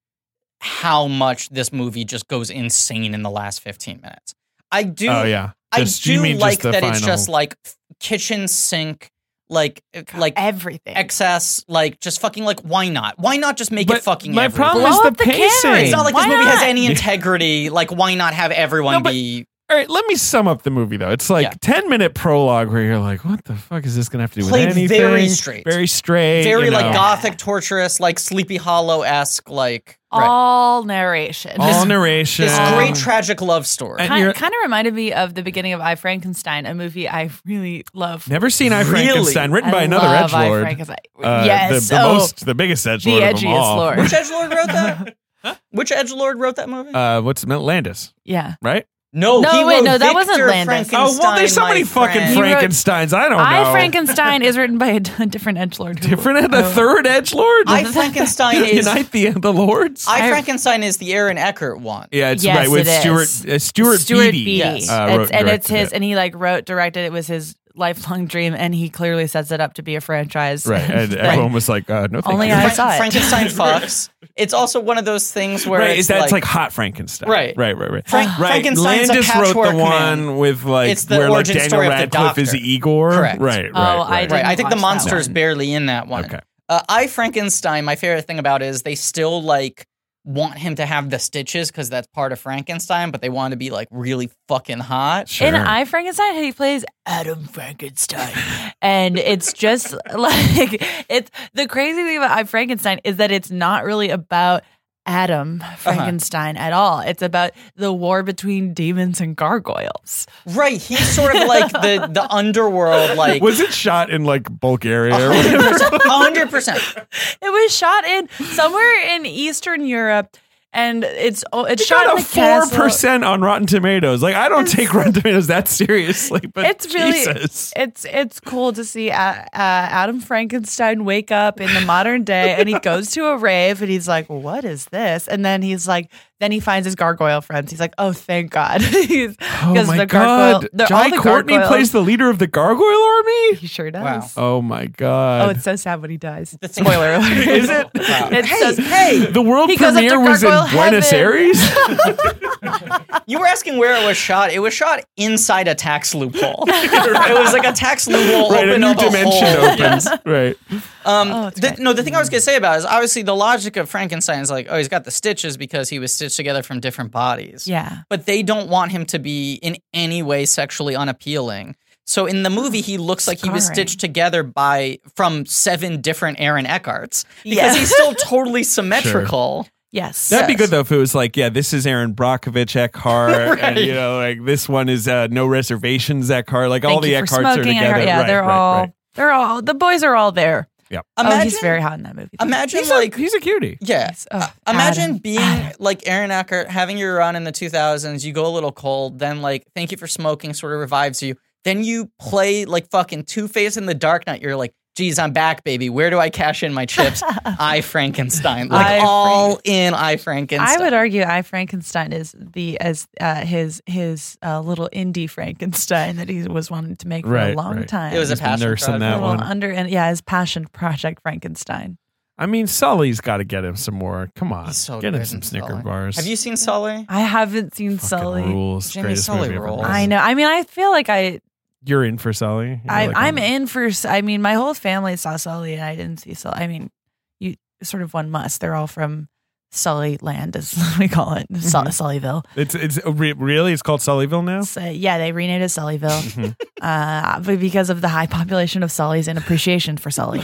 S2: how much this movie just goes insane in the last fifteen minutes. I do.
S3: oh yeah.
S2: I
S3: Just- you
S2: do
S3: mean just
S2: like
S3: the
S2: that. It's
S3: final-
S2: just like kitchen sink, like uh, like
S4: everything.
S2: excess, like just fucking like why not? Why not just make
S3: But
S2: it fucking?
S3: my
S2: everything?
S3: problem
S4: Blow
S3: is the
S4: up the cannery.
S3: pacing.
S2: It's not like
S4: Why
S2: this movie has
S4: not?
S2: any
S3: Yeah.
S2: integrity. Like, why not have everyone
S3: No, but-
S2: be?
S3: All right, let me sum up the movie though. It's like
S2: Yeah.
S3: ten minute prologue where you're like, what the fuck is this gonna have to do
S2: Played
S3: with anything?
S2: very straight.
S3: very straight,
S2: Very
S3: you
S2: like
S3: know.
S2: gothic, torturous, like Sleepy Hollow esque, like right.
S4: All narration.
S3: all narration.
S2: this great tragic love story.
S3: And-
S4: kind,
S3: you're-
S4: kind of reminded me of the beginning of I Frankenstein, a movie I really love.
S3: Never seen I
S2: Really?
S3: Frankenstein, written
S4: I
S3: by another
S4: love
S3: edge
S4: I
S3: lord. Uh,
S4: Frankenstein. yes,
S3: the, the
S4: oh,
S3: most, the biggest edge
S4: the
S3: lord of them
S4: edgiest
S3: all.
S4: lord.
S2: Which edgelord wrote that? Which Edge Lord wrote that movie?
S3: Uh, what's Landis,
S4: yeah.
S3: right?
S2: no,
S4: No,
S2: he
S4: wait,
S2: wrote
S4: no, that wasn't
S2: Victor
S4: Landis.
S3: Oh well, there's so
S2: Frankenstein,
S3: many
S2: my
S3: fucking
S2: friend.
S4: Frank-
S3: Frankenstein's. I don't know.
S4: I Frankenstein is written by a d- different edge lord.
S3: different the third edge lord.
S2: Oh. I Frankenstein is
S3: Unite the the lords.
S2: I Frankenstein is the Aaron Eckert one.
S3: yeah, it's
S4: Yes,
S3: right with
S4: it
S3: Stuart
S4: is.
S3: uh, Stuart,
S4: Stuart
S3: Beatty.
S4: Beatty,
S2: Yes.
S3: uh,
S4: It's-
S3: wrote-
S4: and it's
S3: directed
S4: his,
S3: it.
S4: and he like wrote, directed. It was his lifelong dream, and he clearly sets it up to be a franchise.
S3: right, and
S4: Right.
S3: everyone was like, uh, "No, thank
S4: Only
S3: you.
S4: I
S2: Frank-
S4: saw it.
S2: Frankenstein fucks. It's also one of those things where
S3: Right,
S2: it's
S3: is that it's
S2: like,
S3: like hot Frankenstein?
S2: Right.
S3: right, right, right.
S2: Frank-
S3: right.
S2: Frankenstein's a
S3: Landis wrote
S2: patchwork
S3: the
S2: man.
S3: one with like
S2: It's the
S3: where like
S2: origin
S3: Daniel
S2: story of the
S3: Radcliffe is
S2: Doctor.
S3: Igor.
S2: Correct.
S3: Right, right.
S4: Oh, I
S3: right.
S4: didn't
S2: right. I think
S4: watch
S2: the
S4: that
S2: monster is
S4: one.
S2: barely in that one.
S3: Okay.
S2: Uh, I Frankenstein. My favorite thing about it is they still like want him to have the stitches because that's part of Frankenstein, but they want to be like really fucking hot.
S3: Sure.
S4: In I Frankenstein, he plays Adam Frankenstein, and it's just like it's the crazy thing about I Frankenstein is that it's not really about Adam
S3: Uh-huh.
S4: Frankenstein at all. It's about the war between demons and gargoyles.
S2: Right. He's sort of like the the underworld. Like
S3: Was it shot in like Bulgaria?
S4: Oh,
S3: or whatever?
S2: hundred percent.
S4: It was shot in somewhere in Eastern Europe, and it's oh, it's
S3: It
S4: shot
S3: got
S4: in
S3: a
S4: a
S3: four
S4: castle.
S3: percent on Rotten Tomatoes. Like I don't take Rotten Tomatoes that seriously, but
S4: It's really
S3: Jesus.
S4: it's it's cool to see uh, uh, Adam Frankenstein wake up in the modern day, and he goes to a rave, and he's like, "What is this?" And then he's like, then he finds his gargoyle friends. He's like, "Oh, thank God!" He's-
S3: Oh
S4: because
S3: my
S4: the gargoyle-
S3: God!
S4: they're- all
S3: Jai
S4: the
S3: Courtney
S4: gargoyles-
S3: plays the leader of the Gargoyle Army.
S4: He sure does.
S2: Wow.
S3: Oh my God!
S4: Oh, it's so sad when he dies.
S2: The thing-
S4: Spoiler alert!
S3: Is it?
S4: It's
S2: hey,
S4: just-
S2: hey,
S3: the world
S4: He goes up to
S3: premiere was in
S4: Gargoyle
S3: Buenos
S4: Heaven.
S3: Aires.
S2: you were asking where it was shot. It was shot inside a tax loophole. it was like a tax loophole
S3: right, a
S2: open
S3: new
S2: up
S3: dimension
S2: hole.
S3: opens. Right.
S2: Um,
S4: Oh, it's
S2: the-
S4: great.
S2: no, the thing I was gonna say about it is obviously the logic of Frankenstein is like, oh, he's got the stitches because he was stitched together from different bodies.
S4: yeah.
S2: But they don't want him to be in any way sexually unappealing. So in the movie, he looks like he was
S4: Scarring.
S2: stitched together by from seven different Aaron Eckarts because
S4: Yeah.
S2: he's still totally symmetrical.
S4: Yes.
S3: That'd be
S2: Yes.
S3: good though if it was like, yeah, this is Aaron Brockovich Eckhart, and you know, like this one is uh, no reservations Eckhart. Like all
S4: Thank
S3: the
S4: you for
S3: Eckharts are
S4: smoking,
S3: together.
S4: Eckhart. Yeah,
S3: right,
S4: they're
S3: right,
S4: all
S3: right.
S4: they're all the boys are all there. oh,
S2: Imagine,
S4: he's very hot in that movie.
S2: imagine
S3: He's
S2: like
S3: a, he's a cutie.
S2: yeah.
S4: Yes. Oh,
S2: Uh, imagine
S4: Adam.
S2: being like Aaron Eckert, having your run in the 2000s. You go a little cold, then like thank you for smoking sort of revives you. Then you play like fucking Two Face in the Dark Knight. You're like, geez, I'm back, baby. Where do I cash in my chips? I Frankenstein, like
S4: I
S2: all in I Frankenstein.
S4: I would argue I Frankenstein is the as uh, his his uh, little indie Frankenstein that he was wanting to make for
S3: Right,
S4: a long
S3: right.
S4: time.
S2: It was a
S3: He's the
S2: passion
S3: nurse in
S2: project.
S3: that
S4: little
S3: one.
S4: under and yeah, his passion project Frankenstein.
S3: I mean, Sully's got to get him some more. Come on,
S2: He's so
S3: get him
S2: good
S3: some
S2: in
S3: Snicker
S2: Sully.
S3: bars.
S2: Have you seen Sully?
S4: I haven't seen
S3: Fucking
S4: Sully.
S3: rules?
S2: Jimmy
S3: Greatest
S2: Sully
S3: movie ever
S2: rules.
S3: made.
S4: I know. I mean, I feel like I,
S3: You're in for Sully. You're
S4: I
S3: like, oh, um,
S4: I'm in for. S- I mean, my whole family saw Sully, and I didn't see Sully. I mean, you sort of one must. They're all from Sully Land, as we call it, Sul-
S3: Mm-hmm.
S4: Sullyville.
S3: It's it's re- really it's called Sullyville now.
S4: So, yeah, they renamed it Sullyville
S3: Mhm.
S4: uh, but because of the high population of Sullys and appreciation for Sully.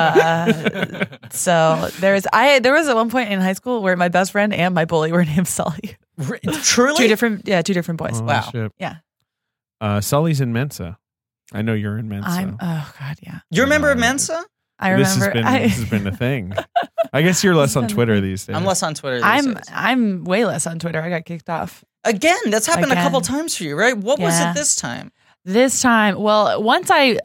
S4: Uh, so there's I there was at one point in high school where my best friend and my bully were named Sully.
S2: R- Truly,
S4: Two different yeah, two different boys.
S3: Oh,
S2: Wow.
S3: shit.
S4: Yeah.
S3: Uh, Sully's in Mensa. I know you're in Mensa.
S4: I'm oh god, yeah.
S2: you're a member of Mensa?
S4: I
S3: this has
S4: remember
S3: been
S4: I,
S3: this has been a thing. I guess you're
S4: This
S3: less
S4: has
S3: on
S4: been a
S3: Twitter these days.
S2: I'm less on Twitter. These
S4: I'm
S2: days.
S4: I'm way less on Twitter. I got kicked off.
S2: again. That's happened a
S4: Again.
S2: couple times for you, right? What was
S4: Yeah.
S2: it this time?
S4: This time, well, once I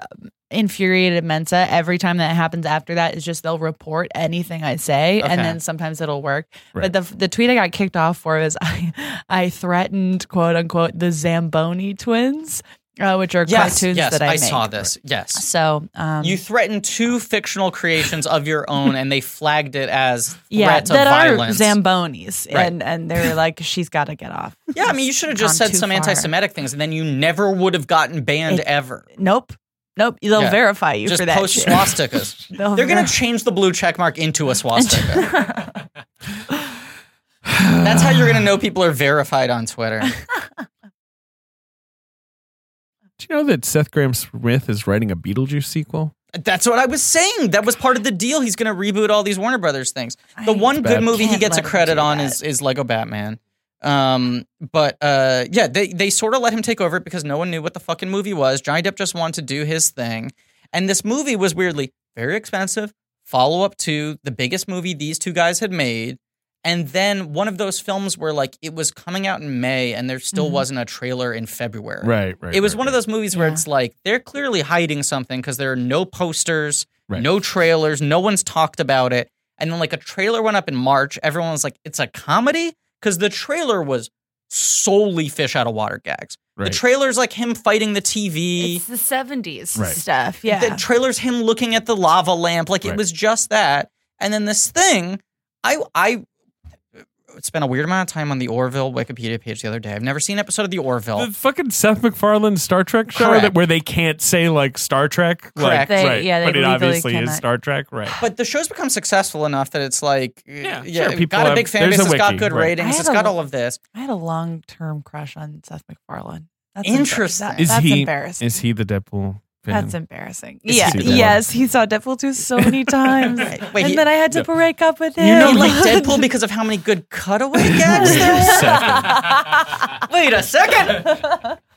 S4: infuriated Mensa, every time that happens after that is just they'll report anything I say,
S2: Okay.
S4: and then sometimes it'll work.
S3: Right.
S4: But the the tweet I got kicked off for was I I threatened quote unquote the Zamboni twins, uh, which are
S2: Yes,
S4: cartoons
S2: yes,
S4: that I,
S2: I
S4: make.
S2: saw this. Yes,
S4: So um,
S2: You threatened two fictional creations of your own, and they flagged it as
S4: yeah,
S2: threats
S4: that
S2: of
S4: are
S2: violence.
S4: Zambonis,
S2: Right.
S4: and and they're like she's got to get off.
S2: yeah, I mean, you should have just
S4: Gone
S2: said
S4: too
S2: some
S4: far.
S2: anti-Semitic things, and then you never would have gotten banned
S4: It-
S2: ever.
S4: Nope, nope. They'll
S2: Yeah.
S4: verify you
S2: Just
S4: for that.
S2: post
S4: shit.
S2: swastikas.
S4: They'll
S2: They're gonna
S4: verify-
S2: change the blue check mark into a swastika. That's how you're gonna know people are verified on Twitter.
S3: Do you know that Seth Graham Smith is writing a Beetlejuice sequel?
S2: That's what I was saying. That was part of the deal. He's gonna reboot all these Warner Brothers things. The
S4: I
S2: one good
S3: bad.
S2: movie he
S4: Can't
S2: gets a
S4: let him
S2: credit
S4: do
S2: on
S4: that.
S2: is is Lego Batman. Um, but uh, yeah, they they sort of let him take over because no one knew what the fucking movie was. Johnny Depp just wanted to do his thing, and this movie was weirdly very expensive. Follow up to the biggest movie these two guys had made, And then one of those films where like it was coming out in May and there still
S4: Mhm.
S2: wasn't a trailer in February.
S3: Right, right.
S2: It was
S3: right,
S2: one of those movies where
S4: Yeah.
S2: it's like they're clearly hiding something because there are no posters,
S3: Right.
S2: no trailers, no one's talked about it. And then like a trailer went up in March, everyone was like, "It's a comedy," because the trailer was solely fish out of water gags. The
S3: Right.
S2: trailer's like him fighting the TV.
S4: It's the 70s
S3: Right.
S4: stuff. Yeah.
S2: The trailer's him looking at the lava lamp. Like it
S3: Right.
S2: was just that. And then this thing, I I spent a weird amount of time on the Orville Wikipedia page the other day. I've never seen an episode of the Orville.
S3: The fucking Seth MacFarlane Star Trek show
S2: Correct.
S3: that, where they can't say like Star Trek,
S2: Correct.
S3: Like,
S4: They-
S3: right?
S4: yeah, they
S3: but it
S4: legally
S3: obviously
S4: cannot.
S3: is Star Trek, right?
S2: but the show's become successful enough that it's like uh, yeah,
S3: sure,
S2: it
S3: people
S2: got a
S3: have-
S2: big fan
S3: there's
S2: base,
S3: a
S2: it's got
S3: wiki,
S2: good
S3: right.
S4: I
S2: ratings,
S4: had
S2: it's
S4: a
S2: got
S4: lo-
S2: all of this.
S4: I had a long term crush on Seth McFarlane. That's
S2: Interesting.
S4: embar- that-
S3: Is
S4: that's
S3: he-
S4: embarrassing.
S3: Is he the Deadpool? Fan?
S4: that's embarrassing.
S3: Is
S4: yeah.
S3: he the one?
S4: Yes, he saw Deadpool 2 so many times.
S2: Right. Wait,
S4: and
S2: he-
S4: then I had to break up with him.
S3: You know
S2: He liked Deadpool because of how many good cutaway gags there were.
S4: Deadpool.
S2: Wait a second.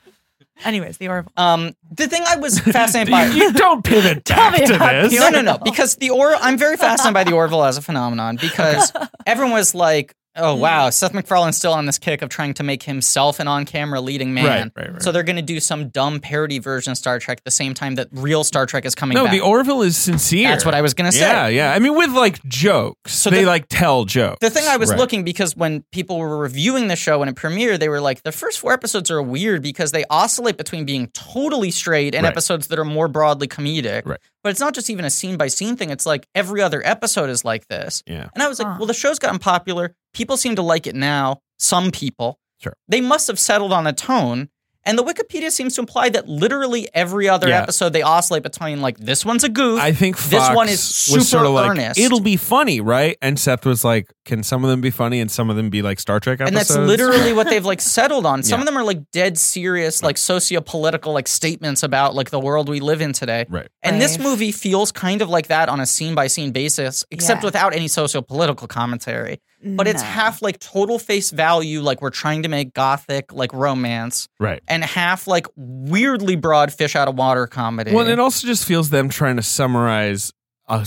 S4: Anyways, the Orville.
S2: Um, the thing I was fascinated by.
S3: you don't pivot
S4: Tell
S3: back
S4: me
S3: to
S4: how
S3: this.
S4: cute.
S2: No, no, no. Because the or I'm very fascinated by the Orville as a phenomenon because everyone was like, "Oh wow, Seth MacFarlane's still on this kick of trying to make himself an on-camera leading man."
S3: Right, right, right.
S2: So they're going to do some dumb parody version of Star Trek the same time that real Star Trek is coming
S3: No,
S2: back.
S3: the Orville is sincere.
S2: That's what I was going to say.
S3: Yeah, yeah. I mean, with like jokes, so they
S2: the-
S3: like tell jokes.
S2: The thing I was
S3: Right.
S2: looking because when people were reviewing the show when it premiered, they were like, the first four episodes are weird because they oscillate between being totally straight and
S3: Right.
S2: episodes that are more broadly comedic.
S3: Right.
S2: But it's not just even a scene by scene thing. It's like every other episode is like this.
S3: Yeah.
S2: And I was like,
S4: Huh.
S2: well, the show's gotten popular. People seem to like it now. Some people.
S3: Sure.
S2: They must have settled on a tone. And the Wikipedia seems to imply that literally every other
S3: Yeah.
S2: episode they oscillate between like this one's a goof.
S3: I think
S2: This
S3: Fox
S2: one is
S3: was
S2: super
S3: sort of like
S2: earnest.
S3: it'll be funny, right? And Seth was like, "Can some of them be funny and some of them be like Star Trek
S2: and
S3: episodes?"
S2: that's literally what they've like settled on. Some
S3: Yeah.
S2: of them are like dead serious, like socio-political, like statements about like the world we live in today.
S3: right.
S2: And this
S4: Right.
S2: movie feels kind of like that on a scene by scene basis, except
S4: Yeah.
S2: without any socio-political commentary. But it's
S4: No.
S2: half like total face value, like we're trying to make gothic like romance,
S3: Right.
S2: and half like weirdly broad fish out of water comedy.
S3: Well, and it also just feels them trying to summarize a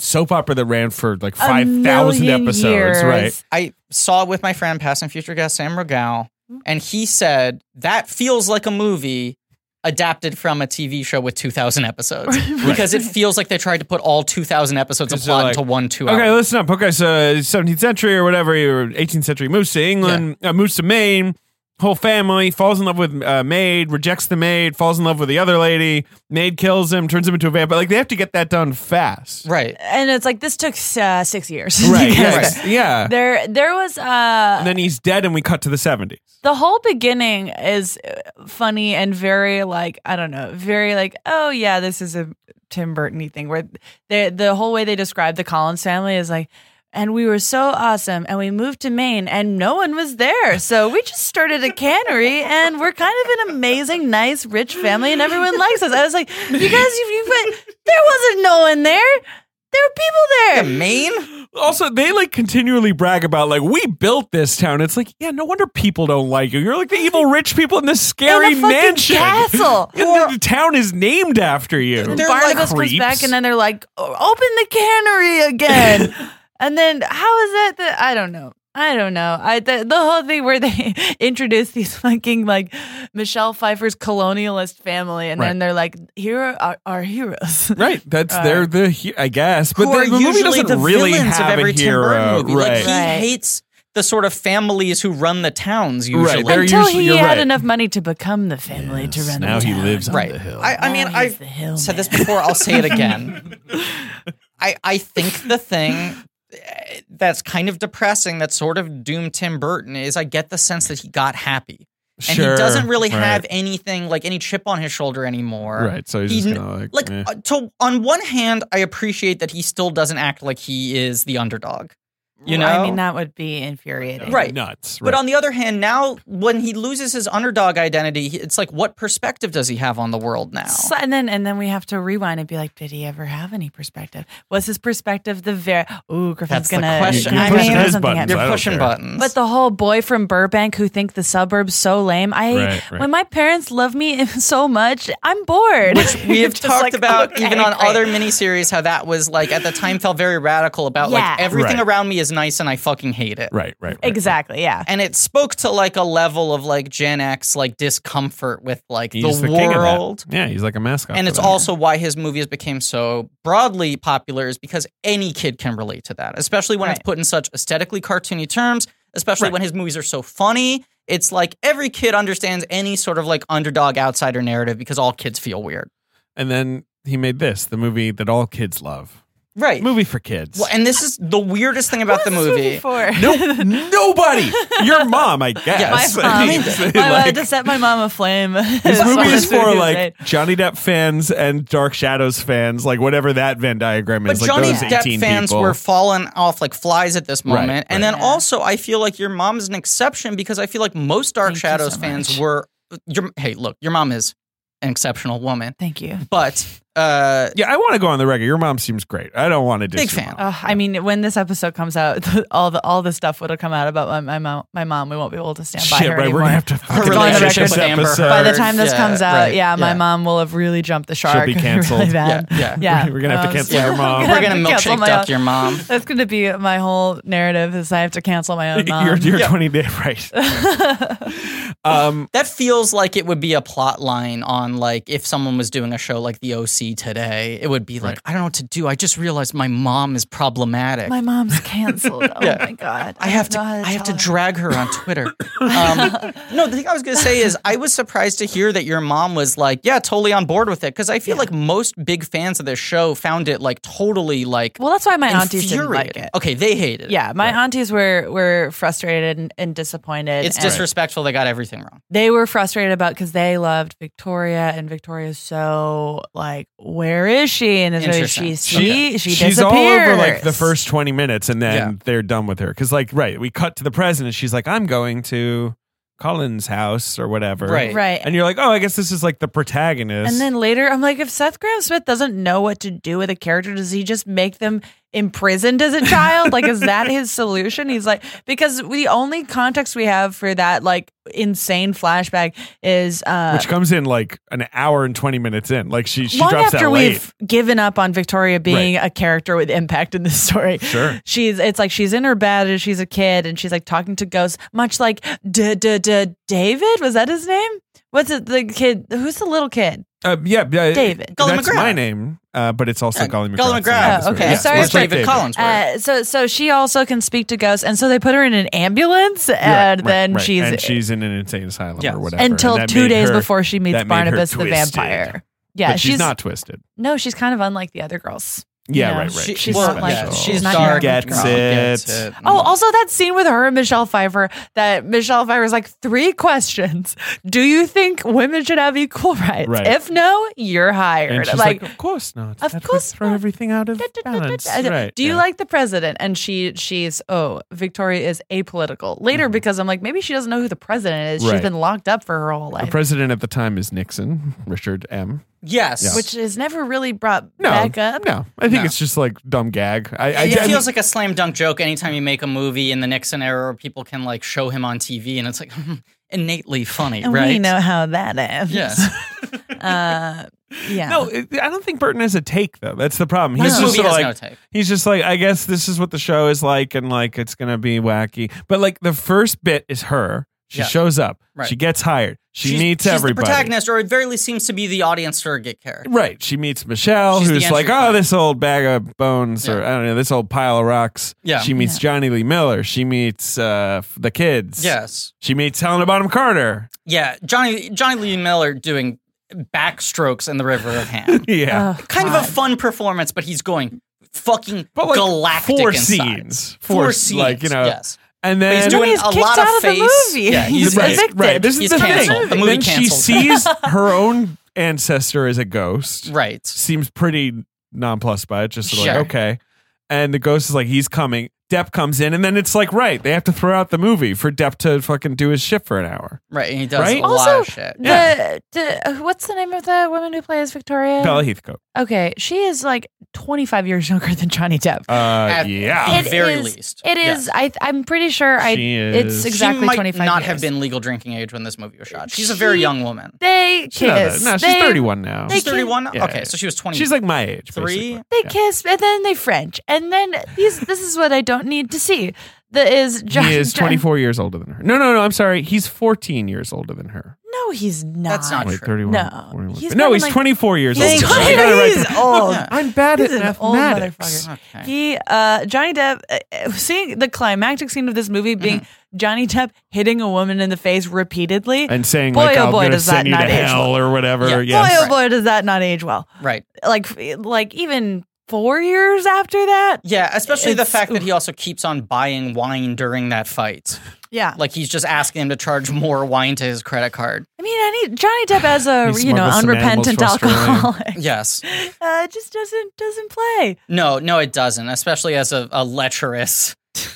S3: soap opera that ran for like
S4: A
S3: five thousand
S4: million
S3: episodes,
S4: years.
S3: right?
S2: I saw it with my friend, past and future guest Sam Rogal,
S3: Mm-hmm.
S2: and he said that feels like a movie adapted from a TV show with 2,000 episodes because it feels like they tried to put all 2,000 episodes of
S3: Because they're
S2: plot
S3: like,
S2: into one two
S3: Okay,
S2: hour.
S3: listen up. Okay, so seventeenth century or whatever, or eighteenth century moves to England, uh, moves to Maine. Whole family falls in love with uh, maid, rejects the maid, falls in love with the other lady. Maid kills him, turns him into a vampire. Like they have to get that done fast.
S2: Right.
S4: And it's like this took uh, six years.
S3: Right.
S4: Because
S3: yes, Yeah.
S4: There, there was
S3: And
S4: uh,
S3: then he's dead, and we cut to the seventies.
S4: the whole beginning is uh, funny and very like I don't know, very like oh yeah, this is a Tim Burton thing where the the whole way they describe the Collins family is like. And we were so awesome, and we moved to Maine, and no one was there. So we just started a cannery, and we're kind of an amazing, nice, rich family, and everyone likes us. I was like, you guys, you, you but there wasn't no one there. There were people there.
S2: Yeah, Maine?
S3: Also, they like continually brag about like we built this town. It's like, yeah, no wonder people don't like you. You're like the evil rich people in this scary
S4: in a fucking
S3: mansion.
S4: castle.
S3: And the, the town is named after you.
S4: And
S2: They're
S4: Barnabas
S3: like
S4: comes back,
S3: creeps.
S4: and then they're like, "Oh, "Open the cannery again." and then how is that? The, I don't know. I don't know. I the, the whole thing where they introduce these fucking like Michelle Pfeiffer's colonialist family, and then
S3: Right.
S4: they're like, "Here are our heroes."
S3: Right, that's
S4: Uh,
S3: they're the he- I guess, but
S2: who are
S3: the, the movie
S2: usually
S3: doesn't
S2: the
S3: really
S2: villains
S3: have
S2: of every
S3: a hero,
S2: Tim Burton movie. Like,
S3: right?
S2: he
S4: Right.
S2: hates the sort of families who run the towns usually.
S3: they're
S4: Until
S3: usually-
S4: he
S3: you're
S4: had
S3: right.
S4: enough money to become the family to run.
S3: now
S4: the
S3: he
S4: town.
S3: lives on
S2: Right.
S3: the hill.
S2: I, I mean,
S4: Now he's
S2: I've
S4: the hill
S2: said this
S4: Oh, man.
S2: before. I'll say it again. I I think the thing eh, that's kind of depressing that sort of doomed Tim Burton is I get the sense that he got happy and he doesn't really
S3: right.
S2: have anything like any chip on his shoulder anymore.
S3: right. So he's
S2: He
S3: just
S2: kn-
S3: gonna like,
S2: Like
S3: eh.
S2: uh, to on one hand, I appreciate that he still doesn't act like he is the underdog, you know.
S4: I mean, that would be infuriating.
S2: uh, Right.
S3: nuts.
S2: But
S3: right.
S2: on the other hand, now when he loses his underdog identity, he- it's like what perspective does he have on the world now?
S4: So- and then and then we have to rewind and be like, did he ever have any perspective? Was his perspective the very? Ooh,
S2: That's
S4: Griffin's
S2: the
S4: gonna.
S2: question.
S4: You're
S2: I
S4: gonna
S2: mean-
S4: throw
S2: His
S4: something at
S3: buttons,
S4: me.
S2: You're
S3: I don't
S2: pushing
S3: care.
S2: buttons.
S4: But the whole boy from Burbank who think the suburbs so lame. I
S3: Right, right.
S4: when my parents love me so much, I'm bored.
S2: which we have
S4: Just
S2: talked
S4: like,
S2: about
S4: okay,
S2: even on
S4: great.
S2: other miniseries how that was like at the time felt very radical about
S4: Yeah.
S2: like everything
S3: Right.
S2: around me is is nice and I fucking hate it.
S3: Right, right, right.
S4: Exactly. Yeah.
S2: And it spoke to like a level of like Gen X like discomfort with like
S3: He's
S2: the,
S3: the, king of that.
S2: world.
S3: Yeah, he's like a mascot.
S2: And
S3: for
S2: it's
S3: that.
S2: also why his movies became so broadly popular is because any kid can relate to that, especially when it's
S4: Right.
S2: put in such aesthetically cartoony terms, especially
S3: Right.
S2: when his movies are so funny. It's like every kid understands any sort of like underdog outsider narrative because all kids feel weird.
S3: And then he made this, the movie that all kids love.
S2: Right.
S3: Movie for kids.
S2: Well, and this is the weirdest thing about the movie.
S4: for?
S3: no, nobody. Your mom, I guess.
S4: My mom.
S3: I mean,
S4: My
S3: like,
S4: mom to set my mom aflame.
S3: this movie is for like
S4: Right.
S3: Johnny Depp fans and Dark Shadows fans, like whatever that Venn diagram
S2: But
S3: is. like
S2: Johnny
S3: those
S2: Depp
S3: 18
S2: fans
S3: people.
S2: were falling off like flies at this
S3: Right,
S2: moment. And
S4: right.
S2: then
S4: Yeah.
S2: also, I feel like your mom's an exception because I feel like most Dark
S4: Thank you
S2: Shadows
S4: so
S2: fans
S4: much.
S2: were. Your, hey, look, your mom is an exceptional woman,
S4: Thank you.
S2: but uh,
S3: Yeah, I want to go on the record. Your mom seems great. I don't want to diss
S2: Big
S3: your
S2: fan. Oh,
S3: mom.
S4: Ugh, Uh, I mean, when this episode comes out, all the all the stuff that'll come out about my, my mom, my mom, we won't be able to stand by
S3: Shit,
S4: her
S3: right? We're
S4: anymore.
S3: gonna have to
S2: her
S3: fucking
S4: Go on the
S3: finish
S2: relationship
S4: record.
S3: this
S2: with Amber
S3: episode.
S4: by the time this
S2: Yeah,
S4: comes out,
S2: right,
S4: yeah, my
S2: yeah.
S4: mom will have really jumped the shark.
S3: be
S4: really
S3: canceled.
S4: bad.
S2: Yeah,
S4: yeah.
S3: We're gonna have to
S4: Um,
S3: cancel your mom.
S4: I'm
S2: we're gonna
S4: have to cancel
S2: milkshake
S4: my
S2: duck
S4: own-
S2: your mom.
S4: That's going to be my whole narrative. Is I have to cancel my own mom.
S3: You're, you're
S2: Yeah.
S3: 20 day right. um,
S2: That feels like it would be a plot line on like if someone was doing a show like The OC today, it would be like I don't know what to do. I just realized my mom is problematic.
S4: my mom's canceled. Oh
S2: Yeah.
S4: my god!
S2: I have
S4: don't
S2: to,
S4: know how
S2: I have to
S4: tell her.
S2: drag her on Twitter. um, no, the thing I was gonna say is I was surprised to hear that your mom was like, yeah, totally on board with it because I feel like most big fans of this show found it like totally like
S4: Well, that's why my aunties didn't like
S2: infuriating.
S4: it.
S2: Okay, they hated it.
S4: Yeah, my aunties were were frustrated and, and disappointed.
S2: it's
S4: and
S2: disrespectful. They got everything wrong.
S4: They were frustrated about because they loved Victoria, and Victoria's so like, where is she? And then
S2: Interesting.
S4: she she she
S3: she's
S4: disappears.
S3: all over like the first 20 minutes and then
S2: Yeah.
S3: they're done with her because like right we cut to the president she's like i'm going to colin's house or whatever
S2: Right.
S4: right.
S3: and you're like oh i guess this is like the protagonist
S4: And then later, I'm like, if Seth Graham Smith doesn't know what to do with a character, does he just make them imprisoned as a child? like, is that his solution? He's like, because the only context we have for that like insane flashback is uh,
S3: which comes in like an hour and 20 minutes in like she she
S4: long
S3: drops
S4: after
S3: that late
S4: we've given up on Victoria being a character with impact in this story.
S3: Sure.
S4: She's it's like she's in her bed and she's a kid and she's like talking to ghosts, much like D D D David. Was that his name? What's it the kid who's the little kid?
S3: uh, yeah, yeah
S4: David.
S2: Gully
S3: that's
S2: McGrath.
S3: my name uh, but it's also
S2: Yeah,
S3: Gully McGrath
S2: Gully McGrath.
S4: Oh, okay. Sorry
S2: It's
S4: for-
S2: David Collins.
S4: Uh, so so she also can speak to ghosts and so they put her in an ambulance and then she's
S3: and she's in an insane asylum
S2: Yes.
S3: or whatever and
S4: until
S3: that
S4: two
S3: made
S4: days
S3: her-
S4: before she meets
S3: that made her
S4: Barnabas the
S3: twisted.
S4: vampire. Yeah,
S3: but she's, not twisted
S4: No, she's kind of unlike the other girls.
S3: yeah,
S4: No,
S3: right right
S2: She-
S4: she's
S2: well,
S4: not like-
S2: yeah,
S3: special.
S2: she's
S4: She's not
S2: dark.
S4: your
S3: gets
S2: girl.
S3: it.
S4: Oh,
S3: Mm-hmm.
S4: also that scene with her and Michelle Pfeiffer that Michelle Pfeiffer's like three questions. Do you think women should have equal rights?
S3: Right.
S4: If no, you're hired.
S3: And she's like,
S4: like,
S3: of course not.
S4: "Of
S3: that
S4: course
S3: would throw
S4: not."
S3: everything out of
S4: "Da, da, da, da,
S3: balance.
S4: da."
S3: Right.
S4: Do you
S3: yeah.
S4: like the president? And she she's oh, Victoria is apolitical. Later because I'm like maybe she doesn't know who the president is.
S3: Mm-hmm. Right.
S4: She's been locked up for her whole
S3: the
S4: life.
S3: president at the time is Nixon, Richard M.
S2: yes.
S4: which is never really brought
S3: No,
S4: back up.
S3: no. I think
S2: No.
S3: it's just like dumb gag. I, I,
S2: it
S3: I
S2: feels like a slam dunk joke anytime you make a movie in the Nixon era where people can like show him on TV and it's like innately funny,
S4: And
S2: right?
S4: we know how that ends.
S2: Yes.
S4: Uh, yeah.
S3: no. it- I don't think Burton has a take though. That's the problem. He's
S2: This
S3: just
S2: movie
S3: sort of
S2: has
S3: like
S2: no take.
S3: he's just like I guess this is what the show is like, and like it's gonna be wacky. But like the first bit is her. She
S2: Yeah.
S3: shows up.
S2: Right.
S3: She gets hired. She
S2: She's-
S3: meets
S2: she's
S3: everybody.
S2: The protagonist, or at very least, seems to be the audience surrogate character.
S3: Right. She meets Michelle,
S2: She's the
S3: who's
S2: entry
S3: like, oh,
S2: point.
S3: this old bag of bones, or
S2: Yeah.
S3: I don't know, this old pile of rocks.
S2: Yeah.
S3: She meets Johnny Lee Miller. She meets uh, f- the kids.
S2: Yes.
S3: She meets Helena Bonham Carter.
S2: Yeah. Johnny Johnny Lee Miller doing backstrokes in the River of Ham.
S3: Yeah.
S4: Oh,
S2: kind
S4: God.
S2: of a fun performance, but he's going fucking
S3: but like
S2: galactic
S3: four
S2: inside.
S3: scenes.
S2: Four,
S3: scenes.
S2: scenes.
S3: Like, you know.
S2: Yes.
S3: And
S2: But
S3: then.
S2: he's
S4: then
S2: doing
S4: he's
S2: a
S4: kicked
S2: lot of
S4: out of the
S2: face.
S4: movie.
S2: Yeah, he's,
S4: He's
S3: right,
S4: evicted.
S3: right. This is
S2: He's
S3: the thing.
S2: canceled. The movie
S3: then she
S2: canceled.
S3: sees her own ancestor as a ghost.
S2: right.
S3: seems pretty nonplussed by it. Just like
S2: Sure.
S3: okay, and the ghost is like he's coming. Depp comes in, and then it's like right, they have to throw out the movie for Depp to fucking do his shit for an hour.
S2: Right. And he does
S3: Right?
S2: a
S4: also,
S2: lot of shit.
S4: The,
S3: Yeah.
S4: the- what's the name of the woman who plays Victoria?
S3: Bella Heathcote.
S4: Okay, she is like 25 years younger than Johnny Depp.
S3: Uh,
S2: At-
S3: yeah,
S2: At the
S4: It
S2: very
S4: is-
S2: least.
S4: It
S2: Yeah.
S4: is. I, I'm pretty sure. I.
S3: She is-
S4: It's exactly
S2: she might
S4: 25.
S2: not
S4: years.
S2: have been legal drinking age when this movie was shot. She's a very
S4: She-
S2: young woman.
S4: They kiss.
S3: She knows that. No, she's
S4: they,
S3: thirty-one now.
S4: they
S2: She's
S4: can-
S2: 31?
S3: Yeah.
S2: Okay, so she was 20.
S3: She's like my age.
S2: Three?
S3: basically.
S4: They
S3: Yeah.
S4: kiss and then they French and then these. This is what I don't don't need to see. That is Josh.
S3: he is
S4: John-
S3: 24 years older than her. No, no, no. I'm sorry. He's 14 years older than her.
S4: No, he's not.
S2: That's not
S3: Wait,
S2: true.
S3: 31.
S4: No.
S3: 41.
S4: He's
S3: no,
S4: been
S3: he's
S4: like-
S3: 24 years
S4: He's,
S3: old. I got it right there.
S4: he's old.
S2: Yeah.
S3: I'm bad
S4: He's
S3: at
S4: an old
S3: mathematics.
S4: motherfucker.
S2: Okay.
S4: He, uh, Johnny Depp, uh, uh, seeing the climactic scene of this movie being
S3: Mm-hmm.
S4: Johnny Depp hitting a woman in the face repeatedly.
S3: And saying
S4: Boy,
S3: like,
S4: oh
S3: I'm
S4: boy,
S3: going to
S4: does that
S3: send you to
S4: not age
S3: hell or whatever.
S2: Yeah.
S4: boy,
S3: Yes.
S4: oh boy, does that not age well.
S2: Right.
S4: Like, like even four years after that.
S2: Yeah, especially the
S4: It's-
S2: fact that he also keeps on buying wine during that fight.
S4: Yeah.
S2: Like he's just asking him to charge more wine to his credit card.
S4: I mean, I need Johnny Depp as a,
S3: He
S4: you know,
S3: smuggles some animals
S4: unrepentant
S3: to Australia.
S4: alcoholic.
S2: Yes.
S4: Uh, it just doesn't, doesn't play.
S2: No, no, it doesn't. Especially as a, a lecherous,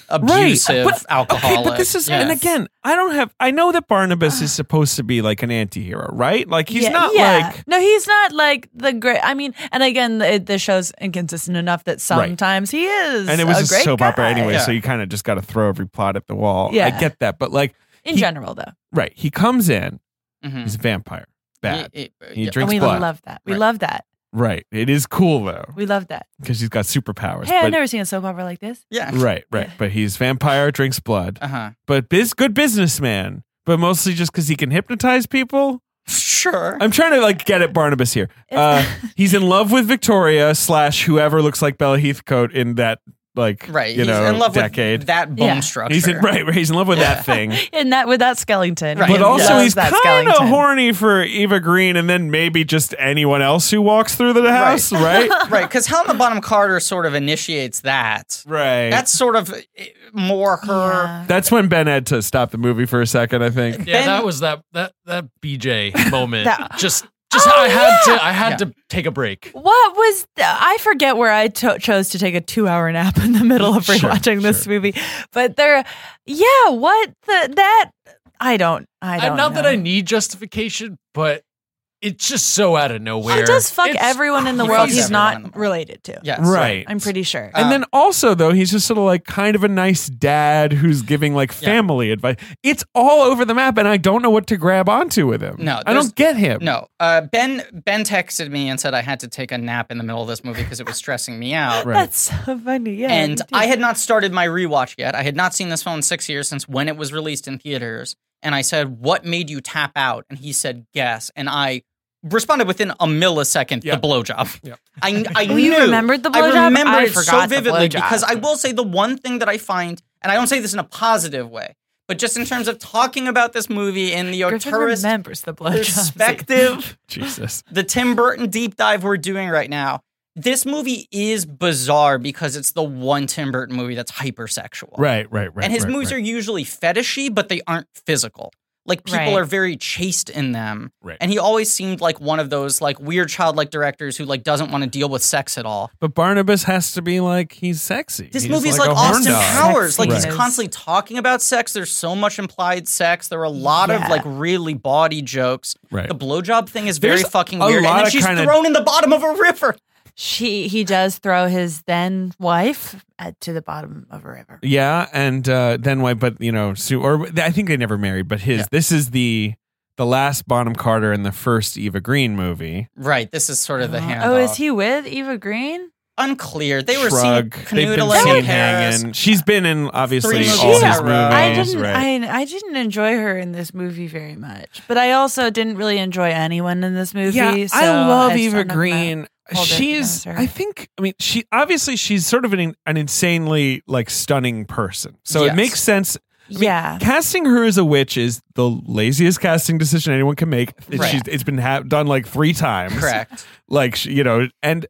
S2: abusive
S3: But-
S2: alcoholic.
S3: Okay, but this is
S2: Yeah.
S3: and again, I don't have I know that Barnabas is supposed to be like an anti-hero, right? Like he's
S4: Ah. Yeah,
S3: not
S4: yeah.
S3: like
S4: no, he's not like the great. I mean, and again, it, the show's inconsistent enough that sometimes he is.
S3: and it was a,
S4: great
S3: soap opera
S4: guy.
S3: anyway,
S2: Yeah.
S3: so you kind of just got to throw every plot at the wall. I
S4: Yeah.
S3: get that, but like
S4: In
S3: He-
S4: general, though,
S3: right, he comes in,
S2: Mhm.
S3: he's a vampire. Bad.
S2: He- he-
S3: He
S2: yeah.
S4: and
S3: drinks
S4: we
S3: blood.
S4: love that. We
S2: Right.
S4: love that.
S3: right. It is cool though
S4: We love that.
S3: because he's got superpowers.
S4: Hey, I've
S3: but-
S4: never seen a soap opera like this.
S2: yeah.
S3: Right, right. But he's vampire, drinks blood,
S2: Uh huh.
S3: but biz good businessman, but mostly just cuz he can hypnotize people.
S2: Sure.
S3: I'm trying to like get at Barnabas here. Uh, he's in love with Victoria slash whoever looks like Bella Heathcote in that like
S2: right.
S3: you
S2: he's
S3: know
S2: in love
S3: decade.
S2: with that bone
S4: Yeah.
S2: structure.
S3: he's in, right, right, he's in love with
S2: Yeah.
S3: that thing.
S4: And that with that skeleton,
S2: Right.
S3: But
S2: Yeah.
S3: also,
S2: Loves
S3: he's
S4: that
S3: kind of
S4: skeleton.
S3: horny for Eva Green, and then maybe just anyone else who walks through the house, right? Right.
S2: Right. Because Helena Bonham Carter sort of initiates that. That's sort of eh, more her.
S4: Yeah.
S3: That's when Ben had to stop the movie for a second. I think.
S5: Yeah,
S2: Ben-
S5: that was that that that BJ moment.
S4: That-
S5: just just
S4: Oh,
S5: I had
S4: yeah.
S5: to I had
S2: Yeah.
S5: to take a break.
S4: What was the, I forget where I to- chose to take a two-hour nap in the middle of
S3: Sure,
S4: rewatching this
S3: sure.
S4: movie, but there, yeah, what the that I don't, I
S5: I
S4: don't.
S5: not
S4: know.
S5: that I need justification, but it's just so out of nowhere.
S4: He does fuck
S5: It's
S4: everyone in the
S2: He
S4: world
S2: fucks
S4: he's
S2: everyone
S4: not
S2: in the world.
S4: related to.
S2: Yes.
S3: Right.
S4: I'm pretty sure.
S2: Uh,
S3: and then also though he's just sort of like kind of a nice dad who's giving like
S2: Yeah.
S3: family advice. It's all over the map, and I don't know what to grab onto with him.
S2: No,
S3: I
S2: there's-
S3: don't get him.
S2: No, uh, Ben. Ben texted me and said I had to take a nap in the middle of this movie because it was stressing me out.
S3: Right.
S4: That's so funny. Yeah.
S2: And
S4: you do.
S2: I had not started my rewatch yet. I had not seen this film in six years since when it was released in theaters. And I said, "What made you tap out?" And he said, "Guess." And I responded within a millisecond,
S3: Yeah.
S2: "The blowjob."
S3: Yeah.
S2: I, I
S4: Oh, you
S2: knew.
S4: remembered the
S2: I
S4: blowjob?
S2: remember
S4: I
S2: it so
S4: forgot the
S2: vividly
S4: blowjob.
S2: because I will say the one thing that I find, and I don't say this in a positive way, but just in terms of talking about this movie in the
S4: Griffin
S2: tourist
S4: remembers the blowjob.
S2: perspective
S3: Jesus.
S2: the Tim Burton deep dive we're doing right now. This movie is bizarre because it's the one Tim Burton movie that's hypersexual.
S3: Right, right, right.
S2: and his movies are usually fetishy, but they aren't physical. Like people
S4: Right.
S2: are very chaste in them.
S3: Right.
S2: And he always seemed like one of those like weird childlike directors who like doesn't want to deal with sex at all.
S3: But Barnabas has to be like he's sexy.
S2: This
S3: He's
S2: movie's like,
S3: a horn
S2: Austin
S3: dog.
S2: Powers. Like he's
S4: Right.
S2: constantly talking about sex. There's so much implied sex. There are a lot
S4: Yeah.
S2: of like really bawdy jokes.
S3: Right.
S2: The blowjob thing is very
S3: There's
S2: fucking
S3: a
S2: weird.
S3: lot
S2: And then
S3: of
S2: she's
S3: kinda-
S2: thrown in the bottom of a river.
S4: She he does throw his then wife at, to the bottom of a river.
S3: Yeah, and uh, then why? But you know, Sue, or I think they never married. But his
S2: Yeah.
S3: this is the the last Bonham Carter and the first Eva Green movie.
S2: Right. This is sort of the handoff.
S4: oh, is he with Eva Green?
S2: uncling? They were
S3: Shrug.
S2: seen
S3: They've been
S2: canoodling in
S3: seen
S2: Paris.
S3: hanging. She's been in obviously
S2: Three
S3: all
S2: movies
S3: his
S2: in a
S3: movies.
S2: row. I
S4: I didn't.
S3: right.
S4: I, I didn't enjoy her in this movie very much, but I also didn't really enjoy anyone in this movie.
S3: Yeah,
S4: so
S3: I love
S4: just
S3: Eva
S4: don't know.
S3: Green.
S4: hold it
S3: She's,
S4: against her.
S3: I think, I mean, she obviously she's sort of an, an insanely like stunning person. So
S2: Yes.
S3: it makes sense.
S4: Yeah,
S3: Casting her as a witch is the laziest casting decision anyone can make. It-
S2: Right.
S3: she's- it's been ha- done like three times.
S2: Correct.
S3: Like, she- you know, and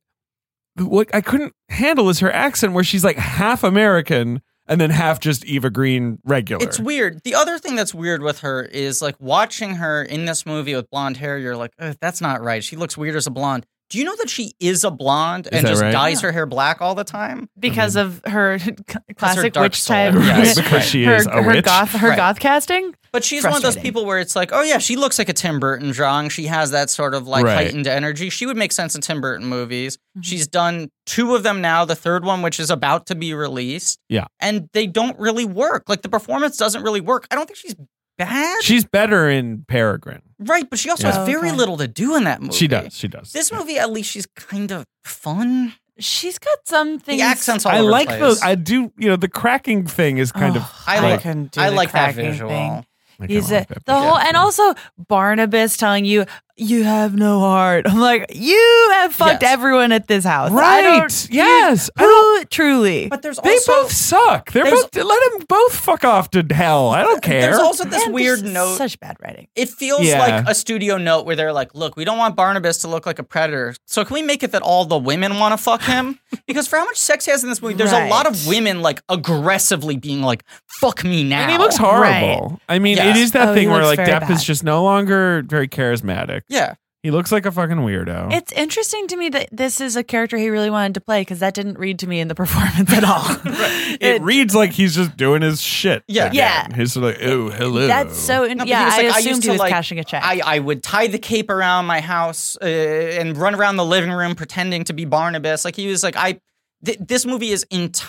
S3: what I couldn't handle is her accent where she's like half American and then half just Eva Green regular.
S2: It's weird. The other thing that's weird with her is like watching her in this movie with blonde hair, you're like, "Ugh, that's not right. She looks weird as a blonde. Do you know that she is a blonde and
S3: that
S2: just
S3: right?
S2: dyes her hair black all the time?
S4: because of her classic
S2: dark
S4: witch
S2: soul.
S4: type.
S2: Right,
S3: because she
S4: her,
S3: is a
S4: her
S3: witch.
S4: Goth, her
S2: Right.
S4: goth casting.
S2: But she's one of those
S4: Frustrating.
S2: people where it's like, oh yeah, she looks like a Tim Burton drawing. She has that sort of like
S3: Right.
S2: heightened energy. She would make sense in Tim Burton movies.
S4: Mm-hmm.
S2: She's done two of them now, the third one, which is about to be released.
S3: Yeah.
S2: And they don't really work. Like the performance doesn't really work. I don't think she's bad.
S3: She's better in Peregrine.
S2: right, but she also
S4: Yeah.
S2: has very
S4: Okay.
S2: little to do in that movie.
S3: She does. She does.
S2: This
S3: Yeah.
S2: movie, at least she's kind of fun.
S4: She's got some things.
S2: The accents all
S3: I
S2: over
S3: like
S2: the
S3: those.
S2: place.
S3: I do. You know, the cracking thing is kind
S4: Oh,
S3: of.
S2: I like-
S4: couldn't do
S2: I
S4: the
S2: like that
S4: cracking
S2: visual.
S4: thing.
S3: I kinda
S4: He's
S3: like
S4: a,
S3: that.
S4: the whole, and also Barnabas telling you, you have no heart. I'm like, you have fucked
S2: Yes.
S4: everyone at this house. I
S3: right?
S4: don't, you-
S3: Yes. I don't-
S4: who truly?
S2: But there's
S3: they
S2: also
S3: both suck. They're
S2: there's-
S3: both. Let them both fuck off to hell. I don't care.
S2: there's also this
S4: Man,
S2: weird
S4: is
S2: note.
S4: Such bad writing.
S2: it feels
S3: Yeah.
S2: like a studio note where they're like, "Look, we don't want Barnabas to look like a predator, so can we make it that all the women want to fuck him?" Because for how much sex he has in this movie, there's a lot of
S4: Right.
S2: women like aggressively being like, "Fuck me now."
S3: And he looks horrible. I mean,
S2: Yeah.
S3: it is that
S4: Oh, he
S3: thing where
S4: looks
S3: like
S4: very
S3: Depp
S4: bad.
S3: is just no longer very charismatic.
S2: Yeah,
S3: He looks like a fucking weirdo.
S2: Oh.
S4: It's interesting to me that this is a character he really wanted to play because that didn't read to me in the performance at all.
S3: it reads like he's just doing his shit.
S2: Yeah.
S3: again. He's like, oh, hello.
S4: That's so. In-
S2: No, but
S4: yeah,
S2: he was
S4: I
S2: like, I
S4: assumed
S2: used
S4: he
S2: to,
S4: was
S2: like-
S4: cashing a check.
S2: I, I would tie the cape around my house uh, and run around the living room pretending to be Barnabas. Like he was like, "I." Th- this movie is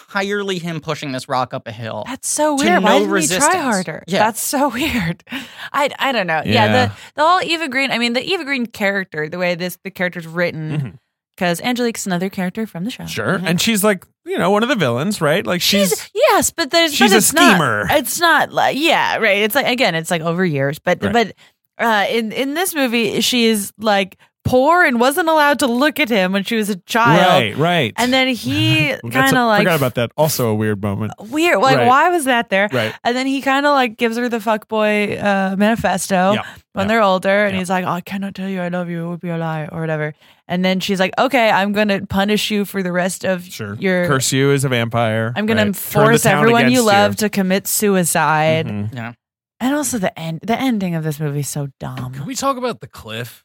S2: entirely him pushing this rock up a hill.
S4: That's so
S2: to
S4: weird. Why
S2: no
S4: didn't he
S2: resistance.
S4: try harder?
S2: Yeah.
S4: That's so weird. I, I don't know. Yeah.
S3: Yeah.
S4: the the whole Eva Green. I mean, the Eva Green character, the way this the character's
S2: Mm-hmm.
S4: written, because Angelique's another character from the show.
S3: Sure.
S5: Mm-hmm.
S3: And she's like, you know, one of the villains, right? Like she's,
S4: She's, yes, but there's
S3: she's
S4: but
S3: a
S4: it's not-
S3: schemer.
S4: it's not like yeah, right. It's like again, it's like over years, but
S3: Right.
S4: but uh, in in this movie, she is like poor and wasn't allowed to look at him when she was a child,
S3: right, right.
S4: and then he
S3: That's
S4: kind
S3: a-
S4: of like
S3: forgot about that. Also a weird moment.
S4: weird. Like,
S3: Right.
S4: why was that there?
S3: Right.
S4: And then he kind of like gives her the fuckboy uh, manifesto
S3: Yeah.
S4: when
S3: Yeah.
S4: they're older, and
S3: Yeah.
S4: he's like, "I cannot tell you I love you; it would be a lie or whatever." And then she's like, "Okay, I'm gonna punish you for the rest of
S3: Sure.
S4: your.
S3: Curse you as a vampire.
S4: I'm
S3: right?
S4: gonna
S3: Turn the
S4: force
S3: town
S4: everyone you
S3: against
S4: love to commit suicide."
S3: Mhm.
S2: yeah.
S4: And also the end. The ending of this movie is so dumb.
S5: Can we talk about the cliff?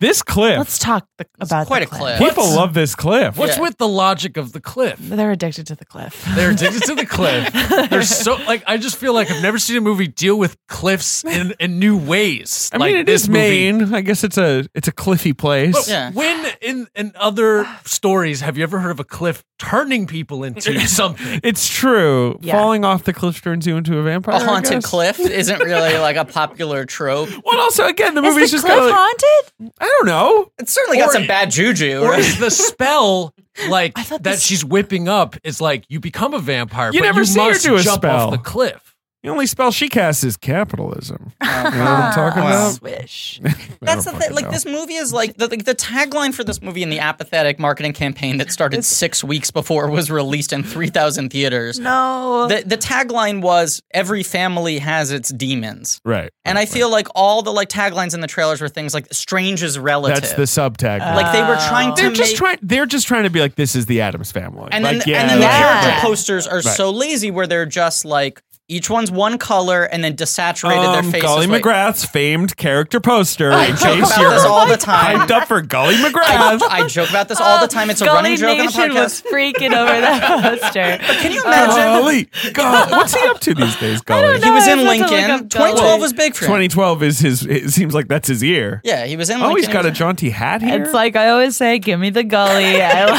S3: This cliff.
S4: Let's talk the, about
S2: quite
S4: the
S2: a cliff.
S3: people
S5: What's-
S3: love this cliff.
S5: What's
S2: Yeah.
S5: with the logic of the cliff?
S4: They're addicted to the cliff.
S5: They're addicted to the cliff. They're so like I just feel like I've never seen a movie deal with cliffs in, in new ways.
S3: I
S5: like
S3: mean, it
S5: this
S3: is
S5: movie.
S3: Maine. I guess it's a it's a cliffy place.
S5: But
S2: Yeah.
S5: when in, in other stories have you ever heard of a cliff turning people into something?
S3: It's true.
S4: Yeah.
S3: Falling off the cliff turns you into a vampire.
S2: A
S3: I
S2: haunted
S3: guess.
S2: cliff isn't really like a popular trope.
S3: Well, also again, the
S4: Is the
S3: movie's
S4: cliff
S3: just kind of like,
S4: haunted?
S3: I don't know.
S2: It's certainly got
S5: Or-
S2: some bad juju.
S5: Or
S2: right?
S5: is the spell like
S4: I
S5: that
S4: thought this-
S5: she's whipping up is like you become a vampire,
S3: You
S5: but
S3: never
S5: you
S3: see her
S5: must
S3: do a
S5: jump
S3: spell.
S5: off the cliff.
S3: The only spell she casts is capitalism. You know what
S2: Ah.
S3: I'm talking
S2: Well,
S3: about?
S4: Swish.
S3: I
S2: That's the
S3: don't
S2: thing.
S3: fucking
S2: Like
S3: know.
S2: this movie is like the, like the tagline for this movie and the apathetic marketing campaign that started six weeks before it was released in three thousand theaters.
S4: No.
S2: The the tagline was every family has its demons.
S3: Right.
S2: And I feel like all the like taglines in the trailers were things like "strange is relative."
S3: That's the subtag.
S4: Uh,
S2: like they were trying to
S3: they're
S2: make,
S3: just trying. They're just trying to be like this is the Adams family.
S2: and then
S3: like, yeah,
S2: and then the
S3: like-
S4: Yeah.
S2: character posters are so lazy where they're just like each one's one color and then desaturated
S3: Um,
S2: their faces.
S3: Gully
S2: with-
S3: McGrath's famed character poster. I
S2: joke about this all the time.
S3: Hyped up for Gully
S2: I,
S3: McGrath.
S2: I joke about this all the time. It's a
S4: Um, Gully
S2: running joke on the
S4: Nation
S2: podcast.
S4: was freaking over that poster.
S2: Can you imagine?
S3: Golly, God, what's he up to these days, Gully?
S2: he
S4: No,
S2: was
S4: I
S2: in
S4: was about to look
S2: Lincoln.
S4: up Gully.
S2: 2012 was big for him.
S3: 2012 is his. It seems like that's his year.
S2: yeah, he was in Lincoln.
S3: Oh, he's got
S2: He
S3: a
S2: was-
S3: jaunty hat here.
S4: Oh, It's like I always say, give me the gully. I, lo-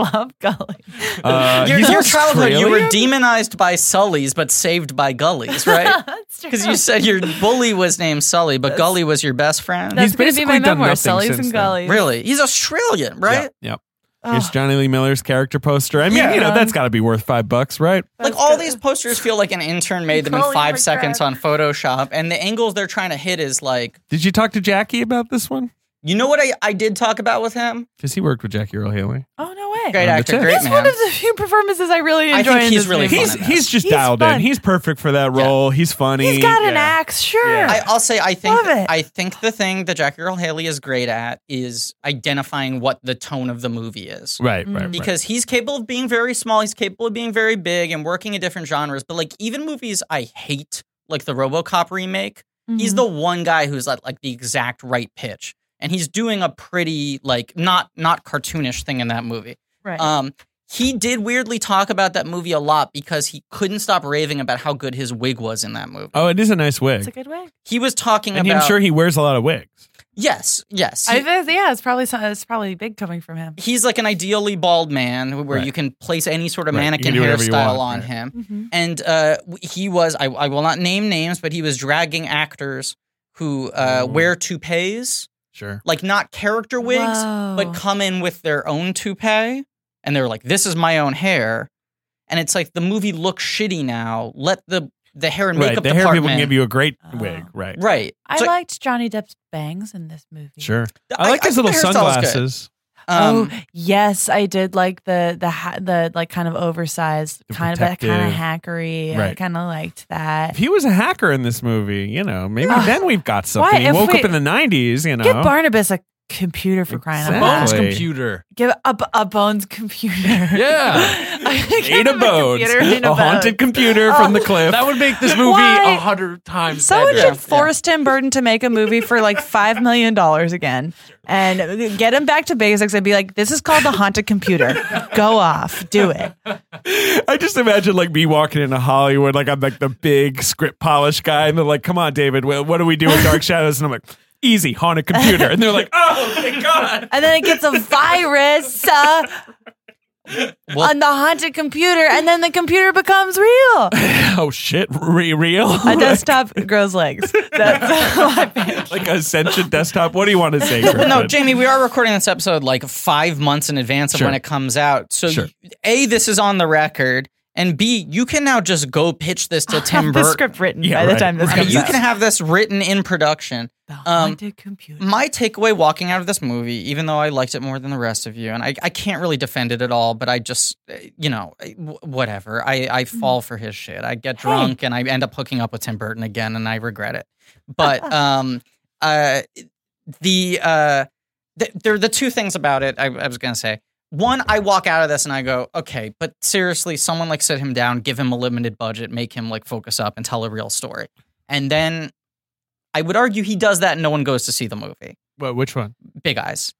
S4: I love gully.
S3: uh,
S2: Your,
S3: he's
S2: your childhood, you were
S3: Australian?
S2: demonized by Sully's, but saved by Gully's, right? Because you said your bully was named Sully, but Gully was your best friend.
S4: That's
S3: He's
S4: going to be
S3: basically
S4: my
S3: done
S4: memoir,
S3: nothing
S4: Sully's
S3: since
S4: and
S3: then.
S4: Gullies.
S2: really? He's Australian, right?
S3: Yep. yep. Here's Johnny Lee Miller's character poster. I mean,
S2: Yeah.
S3: you know, that's got to be worth five bucks, right?
S2: Like all these posters feel like an intern made them in
S4: Gully
S2: five
S4: McGrath.
S2: seconds on Photoshop, and the angles they're trying to hit is like,
S3: Did you talk to Jackie about this one?
S2: you know what I, I did talk about with him?
S3: Because he worked with Jackie Earl Haley.
S4: Oh, no way.
S2: Great
S3: Number
S2: actor,
S3: two.
S2: great
S4: That's one
S2: man.
S4: of the few performances I really
S2: I
S4: enjoy.
S2: think
S4: in
S2: he's
S4: this
S2: really
S4: movie.
S2: fun
S3: He's
S2: in this.
S3: he's just
S4: He's
S3: dialed
S4: fun.
S3: in. He's perfect for that role. He's funny.
S4: He's got an
S3: Yeah.
S4: axe, sure.
S3: Yeah.
S2: I, I'll say I think
S4: Love it.
S2: I think the thing that Jackie Earl Haley is great at is identifying what the tone of the movie is.
S3: Right, right,
S5: Mm-hmm.
S3: right.
S2: Because he's capable of being very small, he's capable of being very big and working in different genres. But like even movies I hate, like the RoboCop remake,
S3: Mm-hmm.
S2: he's
S4: Mm-hmm.
S2: the one guy who's at like the exact right pitch, and he's doing a pretty like not not cartoonish thing in that movie.
S4: right.
S2: Um, he did weirdly talk about that movie a lot because he couldn't stop raving about how good his wig was in that movie.
S3: oh, it is a nice wig.
S4: it's a good wig.
S2: He was talking
S3: and
S2: about
S3: I'm sure he wears a lot of wigs.
S2: yes, yes.
S4: I
S2: He-
S4: think, yeah, it's probably some, it's probably big coming from him.
S2: he's like an ideally bald man who- where
S3: Right.
S2: you can place any sort of
S3: Right. You
S2: mannequin
S3: can do whatever you
S2: hairstyle
S3: want,
S2: on
S3: right.
S2: him.
S4: Mm-hmm.
S2: And uh, w- he was, I, I will not name names, but he was dragging actors who uh,
S3: Oh.
S2: wear toupees
S5: Sure.
S2: like not character wigs,
S4: Whoa.
S2: but come in with their own toupee. And they were like, this is my own hair. And it's like the movie looks shitty now. Let the the hair and
S3: Right.
S2: makeup
S3: The hair
S2: department
S3: people can give you a great
S4: Oh.
S3: wig. Right.
S2: right.
S4: I
S2: So,
S4: liked Johnny Depp's bangs in this movie.
S5: Sure.
S3: I like his
S2: think
S3: little
S2: the hairstyle is good.
S3: sunglasses.
S2: Um,
S4: oh yes, I did like the the ha- the like kind of oversized,
S3: The
S4: kind of that kind of
S3: protective-
S4: hackery. I
S3: Right.
S4: kind of liked that.
S3: If he was a hacker in this movie, you know, maybe
S4: Ugh.
S3: then we've got something. He
S4: if
S3: woke
S4: we-
S3: up in the 90s, you know.
S4: Give Barnabas a computer for crying out
S5: Bones
S4: loud.
S3: Exactly.
S5: computer.
S4: Give a, b- a bones computer.
S5: Yeah.
S4: Give
S3: Ada
S4: him
S3: Bones,
S4: computer Oh. and
S3: a haunted
S4: bone.
S3: computer from the cliff.
S5: That would make this movie
S4: Why?
S5: a hundred times
S4: Someone
S5: better.
S4: should force Tim Burton to make a movie for like five million dollars again, and get him back to basics and be like, "This is called the haunted computer. Go off, do it."
S3: I just imagine like me walking into Hollywood, like I'm like the big script polish guy, and they're like, "Come on, David, wh- what do we do with Dark Shadows?" And I'm like, "Easy, haunted computer," and they're like, "Oh my god!"
S4: and then it gets a virus uh, on the haunted computer, and then the computer becomes real.
S3: Oh shit, re real
S4: A desktop grows legs. That's my pitch.
S3: like Ascension desktop. What do you want to say? Griffin?
S2: no, Jamie, we are recording this episode like five months in advance of
S3: Sure.
S2: when it comes out. So,
S3: Sure.
S2: you- A, this is on the record. And B, you can now just go pitch this to Tim
S4: the
S2: Burton.
S4: script written
S3: Yeah,
S4: by the
S3: right.
S4: time this
S2: I mean,
S4: comes
S2: you
S4: out.
S2: can have this written in production.
S4: the
S2: um,
S4: haunted computer.
S2: My takeaway walking out of this movie, even though I liked it more than the rest of you, and I, I can't really defend it at all, but I just, uh, you know, I- w- whatever. I, I
S4: Mm.
S2: fall for his shit. I get drunk and I end up hooking up with Tim Burton again and I regret it. But um, uh, the, uh, th- there are the two things about it I, I was going to say. One, I walk out of this and I go, okay, but seriously, someone like sit him down, give him a limited budget, make him like focus up and tell a real story. And then I would argue he does that and no one goes to see the movie.
S5: What, which one?
S2: Big Eyes.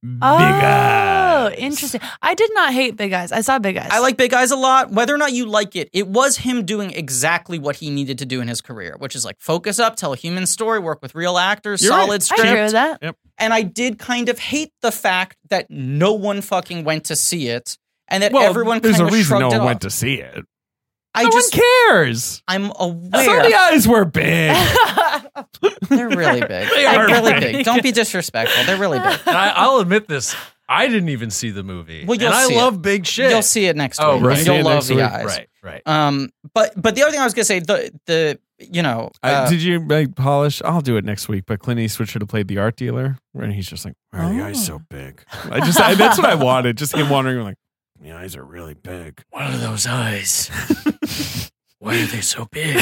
S3: Big
S4: Oh,
S3: eyes.
S4: interesting. I did not hate Big Eyes. I saw Big Eyes.
S2: I like Big Eyes a lot. Whether or not you like it, it was him doing exactly what he needed to do in his career, which is like focus up, tell a human story, work with real actors,
S3: You're right.
S2: solid
S4: I agree
S2: script.
S4: with that.
S2: And I did kind of hate the fact that no one fucking went to see it and that
S3: Well,
S2: everyone
S3: there's
S2: kind
S3: a
S2: of
S3: reason
S2: shrugged
S3: no
S2: it
S3: one
S2: off.
S3: went to see it.
S2: I
S3: no
S2: just
S3: one cares.
S2: I'm
S3: Some of
S2: aware
S3: the eyes were big.
S2: they're really big.
S3: They
S2: are
S3: are
S2: really
S3: big.
S2: big. Don't be disrespectful. They're really big.
S5: And I, I'll admit this. I didn't even see the movie.
S2: Well, you'll
S5: and I
S2: see
S5: love big shit.
S2: You'll see it next
S5: Oh,
S2: week.
S5: right.
S2: and
S5: See
S2: You'll
S3: it
S2: love
S3: next
S2: the
S3: week.
S2: eyes.
S5: Right, right.
S2: Um, but but the other thing I was gonna say the the you know
S3: I,
S2: uh,
S3: did you like polish? I'll do it next week. But Clint Eastwood should have played the art dealer, where he's just like, "Why are the eyes so
S4: Oh.
S3: big?" I just I, that's what I wanted. Just him wandering like, "The eyes are really big."
S5: What are those eyes? Why are they so big?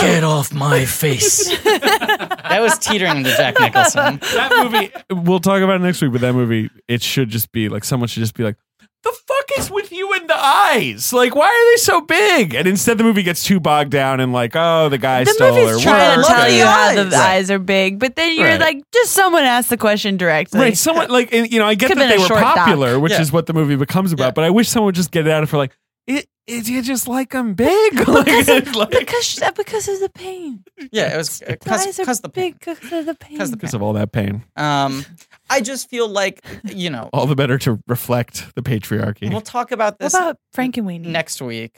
S5: Get off my face.
S2: that was teetering to Jack Nicholson.
S3: That movie we'll talk about it next week. But that movie, it should just be like someone should just be like, "The fuck is with you and the eyes? Like, why are they so big?" And instead, the movie gets too bogged down and like, "Oh, the guy
S4: the
S3: stole
S4: movie's
S3: or
S4: trying to
S2: whatever.
S4: tell
S2: Look at
S4: you
S2: the
S4: how the
S2: eyes.
S4: eyes are big, but then you're
S3: Right.
S4: like, just someone asked the question directly.
S3: Right, someone like and, you know, I get
S4: Could've
S3: that
S4: been
S3: they
S4: a
S3: were
S4: short doc.
S3: popular, which
S2: Yeah.
S3: is what the movie becomes about.
S2: Yeah.
S3: But I wish someone would just get it out of her like it. It you just like them big, like, it's like
S4: because sh- because of the pain.
S2: Yeah, it was
S4: The eyes are
S2: because the
S4: big because of the pain.
S2: 'Cause the
S3: because of all that pain.
S2: Um, I just feel like you know
S3: All the better to reflect the patriarchy.
S2: we'll talk about
S4: What
S2: this
S4: about Frank and Weenie?
S2: next week.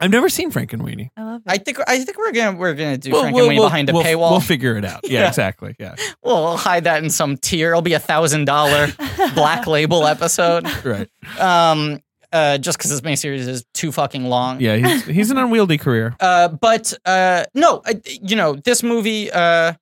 S3: I've never seen Frank and Weenie.
S4: I love it.
S2: I think I think we're gonna we're gonna do Frank and Wayne behind a
S3: we'll-
S2: paywall.
S3: We'll
S2: We'll,
S3: figure it out. Yeah,
S2: Yeah.
S3: exactly. Yeah,
S2: hide that in some tier. It'll be a thousand dollar black label episode.
S3: right.
S2: Um, uh, just because this mini series is too fucking long.
S3: Yeah, he's, he's an unwieldy career.
S2: Uh, but uh, no, I, you know, this movie uh,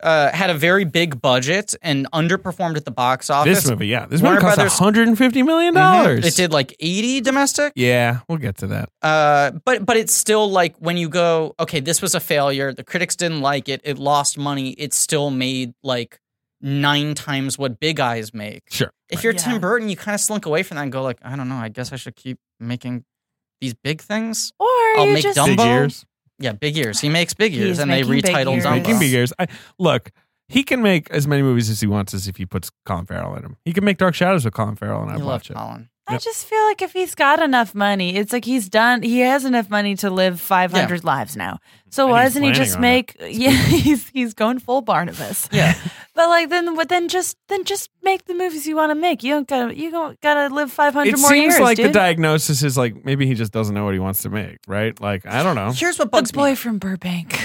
S2: uh, had a very big budget and underperformed at the box office.
S3: This movie, yeah, this
S2: Warner
S3: movie cost
S2: Brothers-
S3: 150 million
S2: Mhm.
S3: dollars.
S2: It did like 80 domestic.
S3: Yeah, we'll get to that.
S2: Uh, but but it's still like when you go, okay, this was a failure. The critics didn't like it. It lost money. It still made like nine times what Big Eyes make.
S3: Sure.
S2: If you're
S4: Yeah.
S2: Tim Burton, you kind of slink away from that and go like, I don't know. I guess I should keep making these big things.
S4: Or
S2: I'll
S4: you
S2: make
S4: just
S2: dumb-
S3: Big
S2: Dumbo?
S3: ears.
S2: Yeah, big ears. He makes big
S4: He
S2: ears,
S4: is
S2: and they
S4: making Big
S2: retitled
S4: Ears.
S2: Dumbo.
S3: Making
S4: Dumbo.
S3: big ears. I, look, he can make as many movies as he wants as if he puts Colin Farrell in him. He can make Dark Shadows with Colin Farrell, and I
S2: You love
S3: watch it.
S2: Colin.
S4: I just feel like if he's got enough money, it's like he's done. He has enough money to live 500 lives now. So
S3: And
S4: why
S3: he's
S4: doesn't he
S3: planning
S4: just
S3: on it.
S4: make? Yeah, he's he's going full Barnabas.
S2: Yeah.
S4: But like then, but then just then just make the movies you want to make. You don't gotta you don't gotta live 500
S3: It
S4: more
S3: seems
S4: years,
S3: like
S4: dude.
S3: the diagnosis is like maybe he just doesn't know what he wants to make, right? Like I don't know.
S2: Here's what
S4: The
S2: bugs me.
S4: boy from Burbank.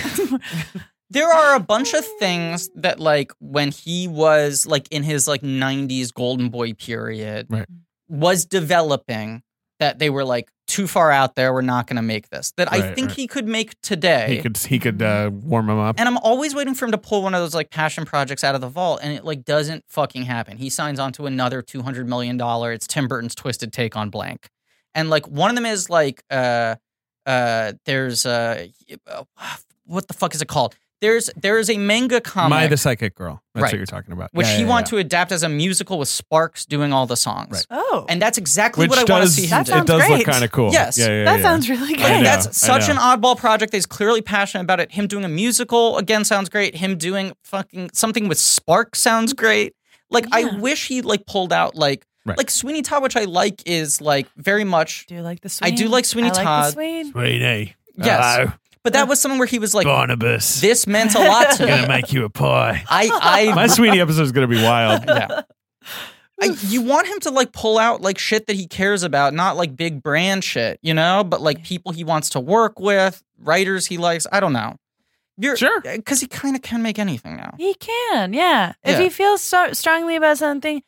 S2: there are a bunch of things that like when he was like in his like 90s golden boy period
S3: Right.
S2: was developing that they were like too far out there we're not going to make this that i
S3: Right,
S2: think
S3: right.
S2: he could make today
S3: He could he could uh, warm him up.
S2: and I'm always waiting for him to pull one of those like passion projects out of the vault, and it like doesn't fucking happen. He signs on to another two hundred million dollar. It's Tim Burton's twisted take on blank, and like one of them is like uh uh there's uh uh, what the fuck is it called? There's there is a manga comic
S3: My the psychic girl. That's
S2: Right.
S3: what you're talking about.
S2: which
S3: Yeah,
S2: he
S3: yeah,
S2: wanted
S3: yeah.
S2: to adapt as a musical with Sparks doing all the songs,
S3: Right.
S4: Oh,
S2: and that's exactly
S3: Which
S2: what I want to
S3: does
S2: see him
S4: That
S2: do.
S3: it
S4: sounds
S3: does
S4: great.
S3: look kind of cool.
S2: Yes.
S3: Yeah, yeah,
S4: that
S3: yeah.
S4: sounds really good.
S3: I know,
S2: that's such
S3: I
S2: an
S3: know.
S2: oddball project that he's clearly passionate about it. Him doing a musical again sounds great. Him doing fucking something with Spark sounds great. Like I
S4: Yeah.
S2: wish he like pulled out like
S3: Right.
S2: like Sweeney Todd, which I like is like very much
S4: do you like the
S2: I
S4: Sweeney?
S2: do like Sweeney
S4: I like
S2: Todd.
S4: The Sweeney.
S3: Sweeney.
S2: Yes.
S3: Hello,
S2: but that was something where he was like
S3: Barnabas.
S2: this meant a lot to me.
S3: make you a pie.
S2: I
S3: My
S2: I
S3: Sweeney episode is gonna be wild.
S2: yeah. I, you want him to like pull out like shit that he cares about, not like big brand shit, you know, but like people he wants to work with, writers he likes. I don't know. You're,
S3: Sure.
S2: because he kind of can make anything now.
S4: He can, yeah. If
S2: Yeah.
S4: he feels so strongly about something,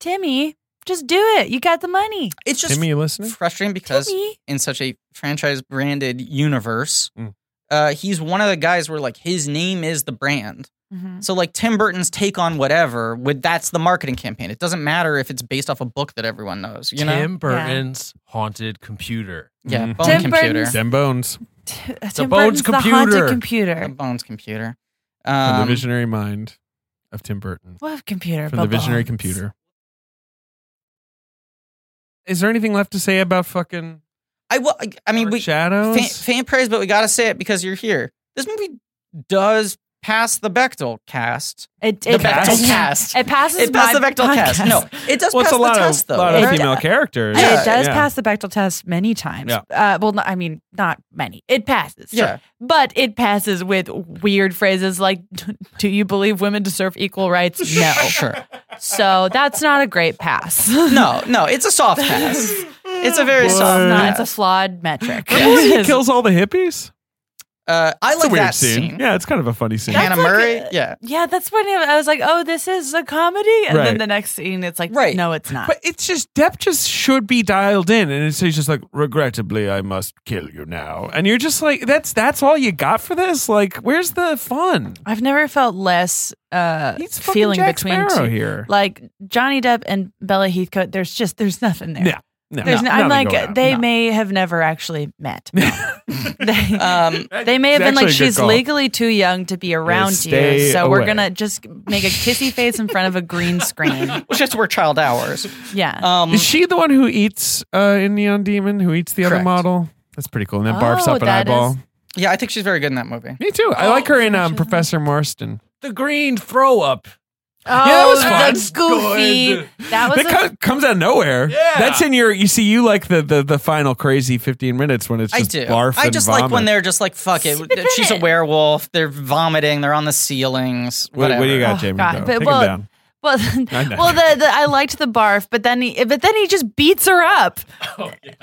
S4: Timmy, just do it. You got the money,
S2: It's just
S3: Timmy, you listening?
S2: frustrating because
S4: Timmy.
S2: in such a franchise branded universe,
S3: Mm.
S2: uh, he's one of the guys where like his name is the brand.
S4: Mhm.
S2: So like Tim Burton's take on whatever, with that's the marketing campaign. It doesn't matter if it's based off a book that everyone knows, you know?
S5: Tim Burton's haunted computer.
S2: yeah,
S3: Mhm.
S2: Bone
S4: Tim
S2: Computer.
S4: Burton's-
S3: Dem bones.
S4: T-
S5: a
S4: Tim Burton's
S5: Bones
S4: the haunted
S5: computer.
S2: The
S4: computer.
S2: Bones Computer.
S3: From the
S2: Um,
S3: visionary mind of Tim Burton.
S4: What computer?
S3: From the
S4: But
S3: visionary
S4: Bones.
S3: computer. Is there anything left to say about fucking
S2: I, wa- I- I mean, we,
S3: shadows?
S2: fan, fan praise, but we got to say it because you're here. This movie does pass the Bechtel cast.
S4: It,
S2: The
S4: it,
S2: Bechtel
S4: it-
S2: cast.
S4: It passes.
S2: It passed the
S4: my
S2: Bechtel cast.
S4: podcast.
S2: No, it does
S3: well, it's
S2: pass
S3: a lot
S2: the
S3: of,
S2: test though.
S3: lot of
S4: It-
S3: female characters.
S4: Yeah,
S2: Yeah,
S4: it does
S3: yeah.
S4: pass the Bechtel test many times.
S3: Yeah.
S4: Uh, well, no, I mean, not many. It passes. sure.
S2: Yeah.
S4: But it passes with weird phrases like, do you believe women deserve equal rights? No.
S2: Sure.
S4: So that's not a great pass.
S2: No, no, it's a soft pass. It's a very
S3: Boy.
S2: soft
S4: It's not.
S2: pass.
S4: It's a flawed metric.
S3: Remember when Oh, he kills all the hippies?
S2: uh, I
S3: It's a
S2: like
S3: weird
S2: that scene.
S3: Yeah, it's kind of a funny scene.
S2: Hannah
S4: That's like
S2: Murray.
S4: a-
S2: yeah.
S4: Yeah, that's when I was like, oh, this is a comedy. And
S3: Right.
S4: then the next scene, it's like,
S2: Right.
S4: no, it's not.
S3: But it's just Depp just should be dialed in, and it's, he's just like, regrettably, I must kill you now, and you're just like, that's that's all you got for this. Like, where's the fun?
S4: I've never felt less uh,
S3: He's fucking
S4: feeling
S3: Jack
S4: between
S3: Sparrow
S4: two.
S3: here.
S4: Like Johnny Depp and Bella Heathcote, there's just, there's nothing there.
S3: Yeah. No,
S4: There's no,
S3: no,
S4: I'm
S3: nothing going
S4: like,
S3: on.
S4: they
S3: No.
S4: may have never actually met. they,
S2: Um,
S4: they may have
S3: It's
S4: been
S3: actually
S4: like,
S3: a good
S4: she's
S3: call.
S4: legally too young to be around
S3: stay
S4: you. So we're
S3: away.
S4: going to just make a kissy face in front of a green screen.
S2: which just were child hours.
S4: Yeah.
S2: Um,
S3: Is she the one who eats uh, in Neon Demon? Who eats the other
S2: Correct.
S3: model? That's pretty cool. And then barfs
S4: Oh,
S3: up an
S4: that
S3: eyeball.
S4: is-
S2: yeah, I think she's very good in that movie.
S3: Me too. I
S5: Oh,
S3: like her in
S4: so
S3: um,
S4: she's-
S3: Professor Marston.
S5: The green throw up.
S4: oh,
S3: that was
S4: that's
S5: fun.
S4: goofy.
S5: Good.
S4: That was
S3: That
S4: a-
S3: co- comes out of nowhere.
S5: Yeah.
S3: that's in your. You see, you like the the, the final crazy fifteen minutes when it's
S2: I
S3: just
S2: do.
S3: barf.
S2: I
S3: and
S2: just
S3: vomit.
S2: like when they're just like, fuck it.
S4: Spit in
S2: She's a
S4: it.
S2: werewolf. They're vomiting. They're on the ceilings.
S3: What,
S2: Whatever.
S3: what do you got,
S4: Oh,
S3: Jamie?
S4: God.
S3: Go.
S4: But-
S3: Take 'em
S4: well,
S3: down.
S4: Well,
S3: know.
S4: well, the, the I liked the barf, but then he, but then he just beats her up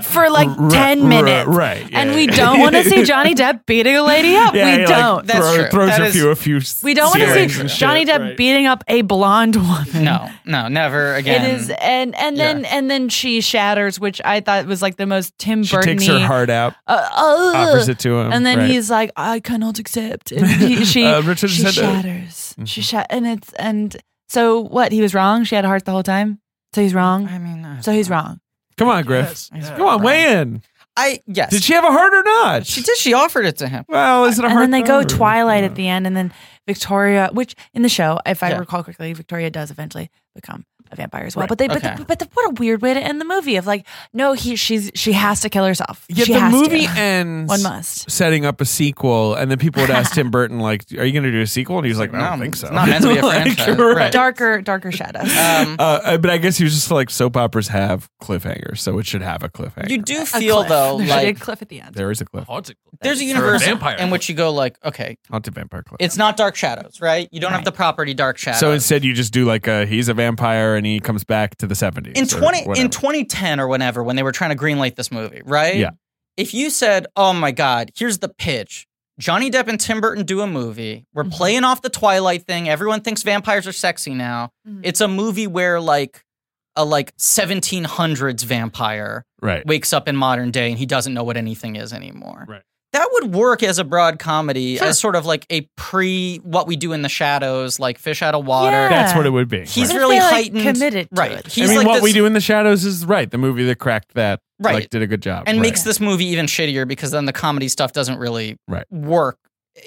S4: for like
S3: R-
S4: ten
S3: r-
S4: minutes,
S3: right, yeah,
S4: and
S3: yeah,
S4: we
S3: yeah.
S4: don't want to see Johnny Depp beating a lady up.
S3: Yeah,
S4: we
S3: he, like,
S4: don't.
S2: That's
S3: throw-
S2: true.
S3: Throws
S2: That
S3: a
S2: is-
S3: few, a few.
S4: we don't want to
S3: ceilings
S4: see
S3: and
S4: Johnny
S3: shit,
S4: Depp
S3: right.
S4: beating up a blonde woman.
S2: No, no, never
S4: It
S2: again.
S4: is, and and then and then she shatters, which I thought was like the most Tim
S3: She
S4: Burton.
S3: takes her heart out,
S4: Uh, ugh.
S3: offers it to him,
S4: and then
S3: right.
S4: he's like, "I cannot accept." And he, she
S3: Uh, Richard
S4: she
S3: said that- Mm-hmm.
S4: shatters. She shat, and it's and so what? He was wrong. She had a heart the whole time, so he's wrong.
S2: I mean, uh, I-
S4: So he's wrong.
S3: "Come on, Griff, come on, weigh in."
S2: I yes.
S3: Did she have a heart or not?
S2: She did. She offered it to him.
S3: Well, is it a
S4: And
S3: heart?
S4: then they go
S3: though, or-
S4: Twilight
S3: Yeah.
S4: at the end, and then Victoria, which in the show, if I
S2: Yeah.
S4: recall correctly, Victoria does eventually become a vampire as well.
S3: Right.
S4: But they,
S2: Okay.
S4: but, the, but the, what a weird way to end the movie of like, no, he, she's, she has to kill herself.
S3: Yet
S4: she
S3: the
S4: has
S3: movie
S4: to.
S3: ends
S4: One must.
S3: setting up a sequel, and then people would ask Tim Burton, like, "Are you going to do a sequel?" And he's like, "I don't
S2: No,
S3: think so."
S2: it's not meant to be a franchise. Right.
S4: Darker, darker shadows.
S2: Um,
S3: Uh, I- but I guess he was just like soap operas have cliffhangers, so it should have a cliffhanger.
S2: you do
S4: A
S2: feel
S4: cliff.
S2: though
S4: There should be a
S2: like
S4: cliff at the end.
S3: there is a cliff,
S5: Haunted.
S2: there's a
S5: For
S2: universe
S5: vampire.
S2: in which you go like, okay,
S3: haunted vampire cliff.
S2: it's not Dark Shadows, right? You don't have
S4: Right.
S2: the property Dark Shadows.
S3: so instead, you just do like a he's a vampire and he comes back to the seventies
S2: in 20 in 2010 or whenever when they were trying to greenlight this movie, right?
S3: Yeah.
S2: If you said, "Oh my god, here's the pitch. Johnny Depp and Tim Burton do a movie. We're playing off the Twilight thing. Everyone thinks vampires are sexy now.
S4: Mhm.
S2: It's a movie where like a like 1700s vampire
S3: Right.
S2: wakes up in modern day and he doesn't know what anything is anymore.
S3: Right.
S2: That would work as a broad comedy,
S5: Sure.
S2: as sort of like a pre what we do in the shadows, like fish out of water.
S4: Yeah.
S3: That's what it would be.
S2: He's
S3: right.
S4: But if
S2: really
S4: they, like,
S2: heightened,
S4: committed to
S2: right?
S4: it.
S2: He's
S3: I mean,
S2: like
S3: what
S2: this,
S3: we do in the shadows is right. The movie that cracked that
S2: Right.
S3: like did a good job
S2: and
S3: right.
S2: makes this movie even shittier because then the comedy stuff doesn't really
S3: Right.
S2: work,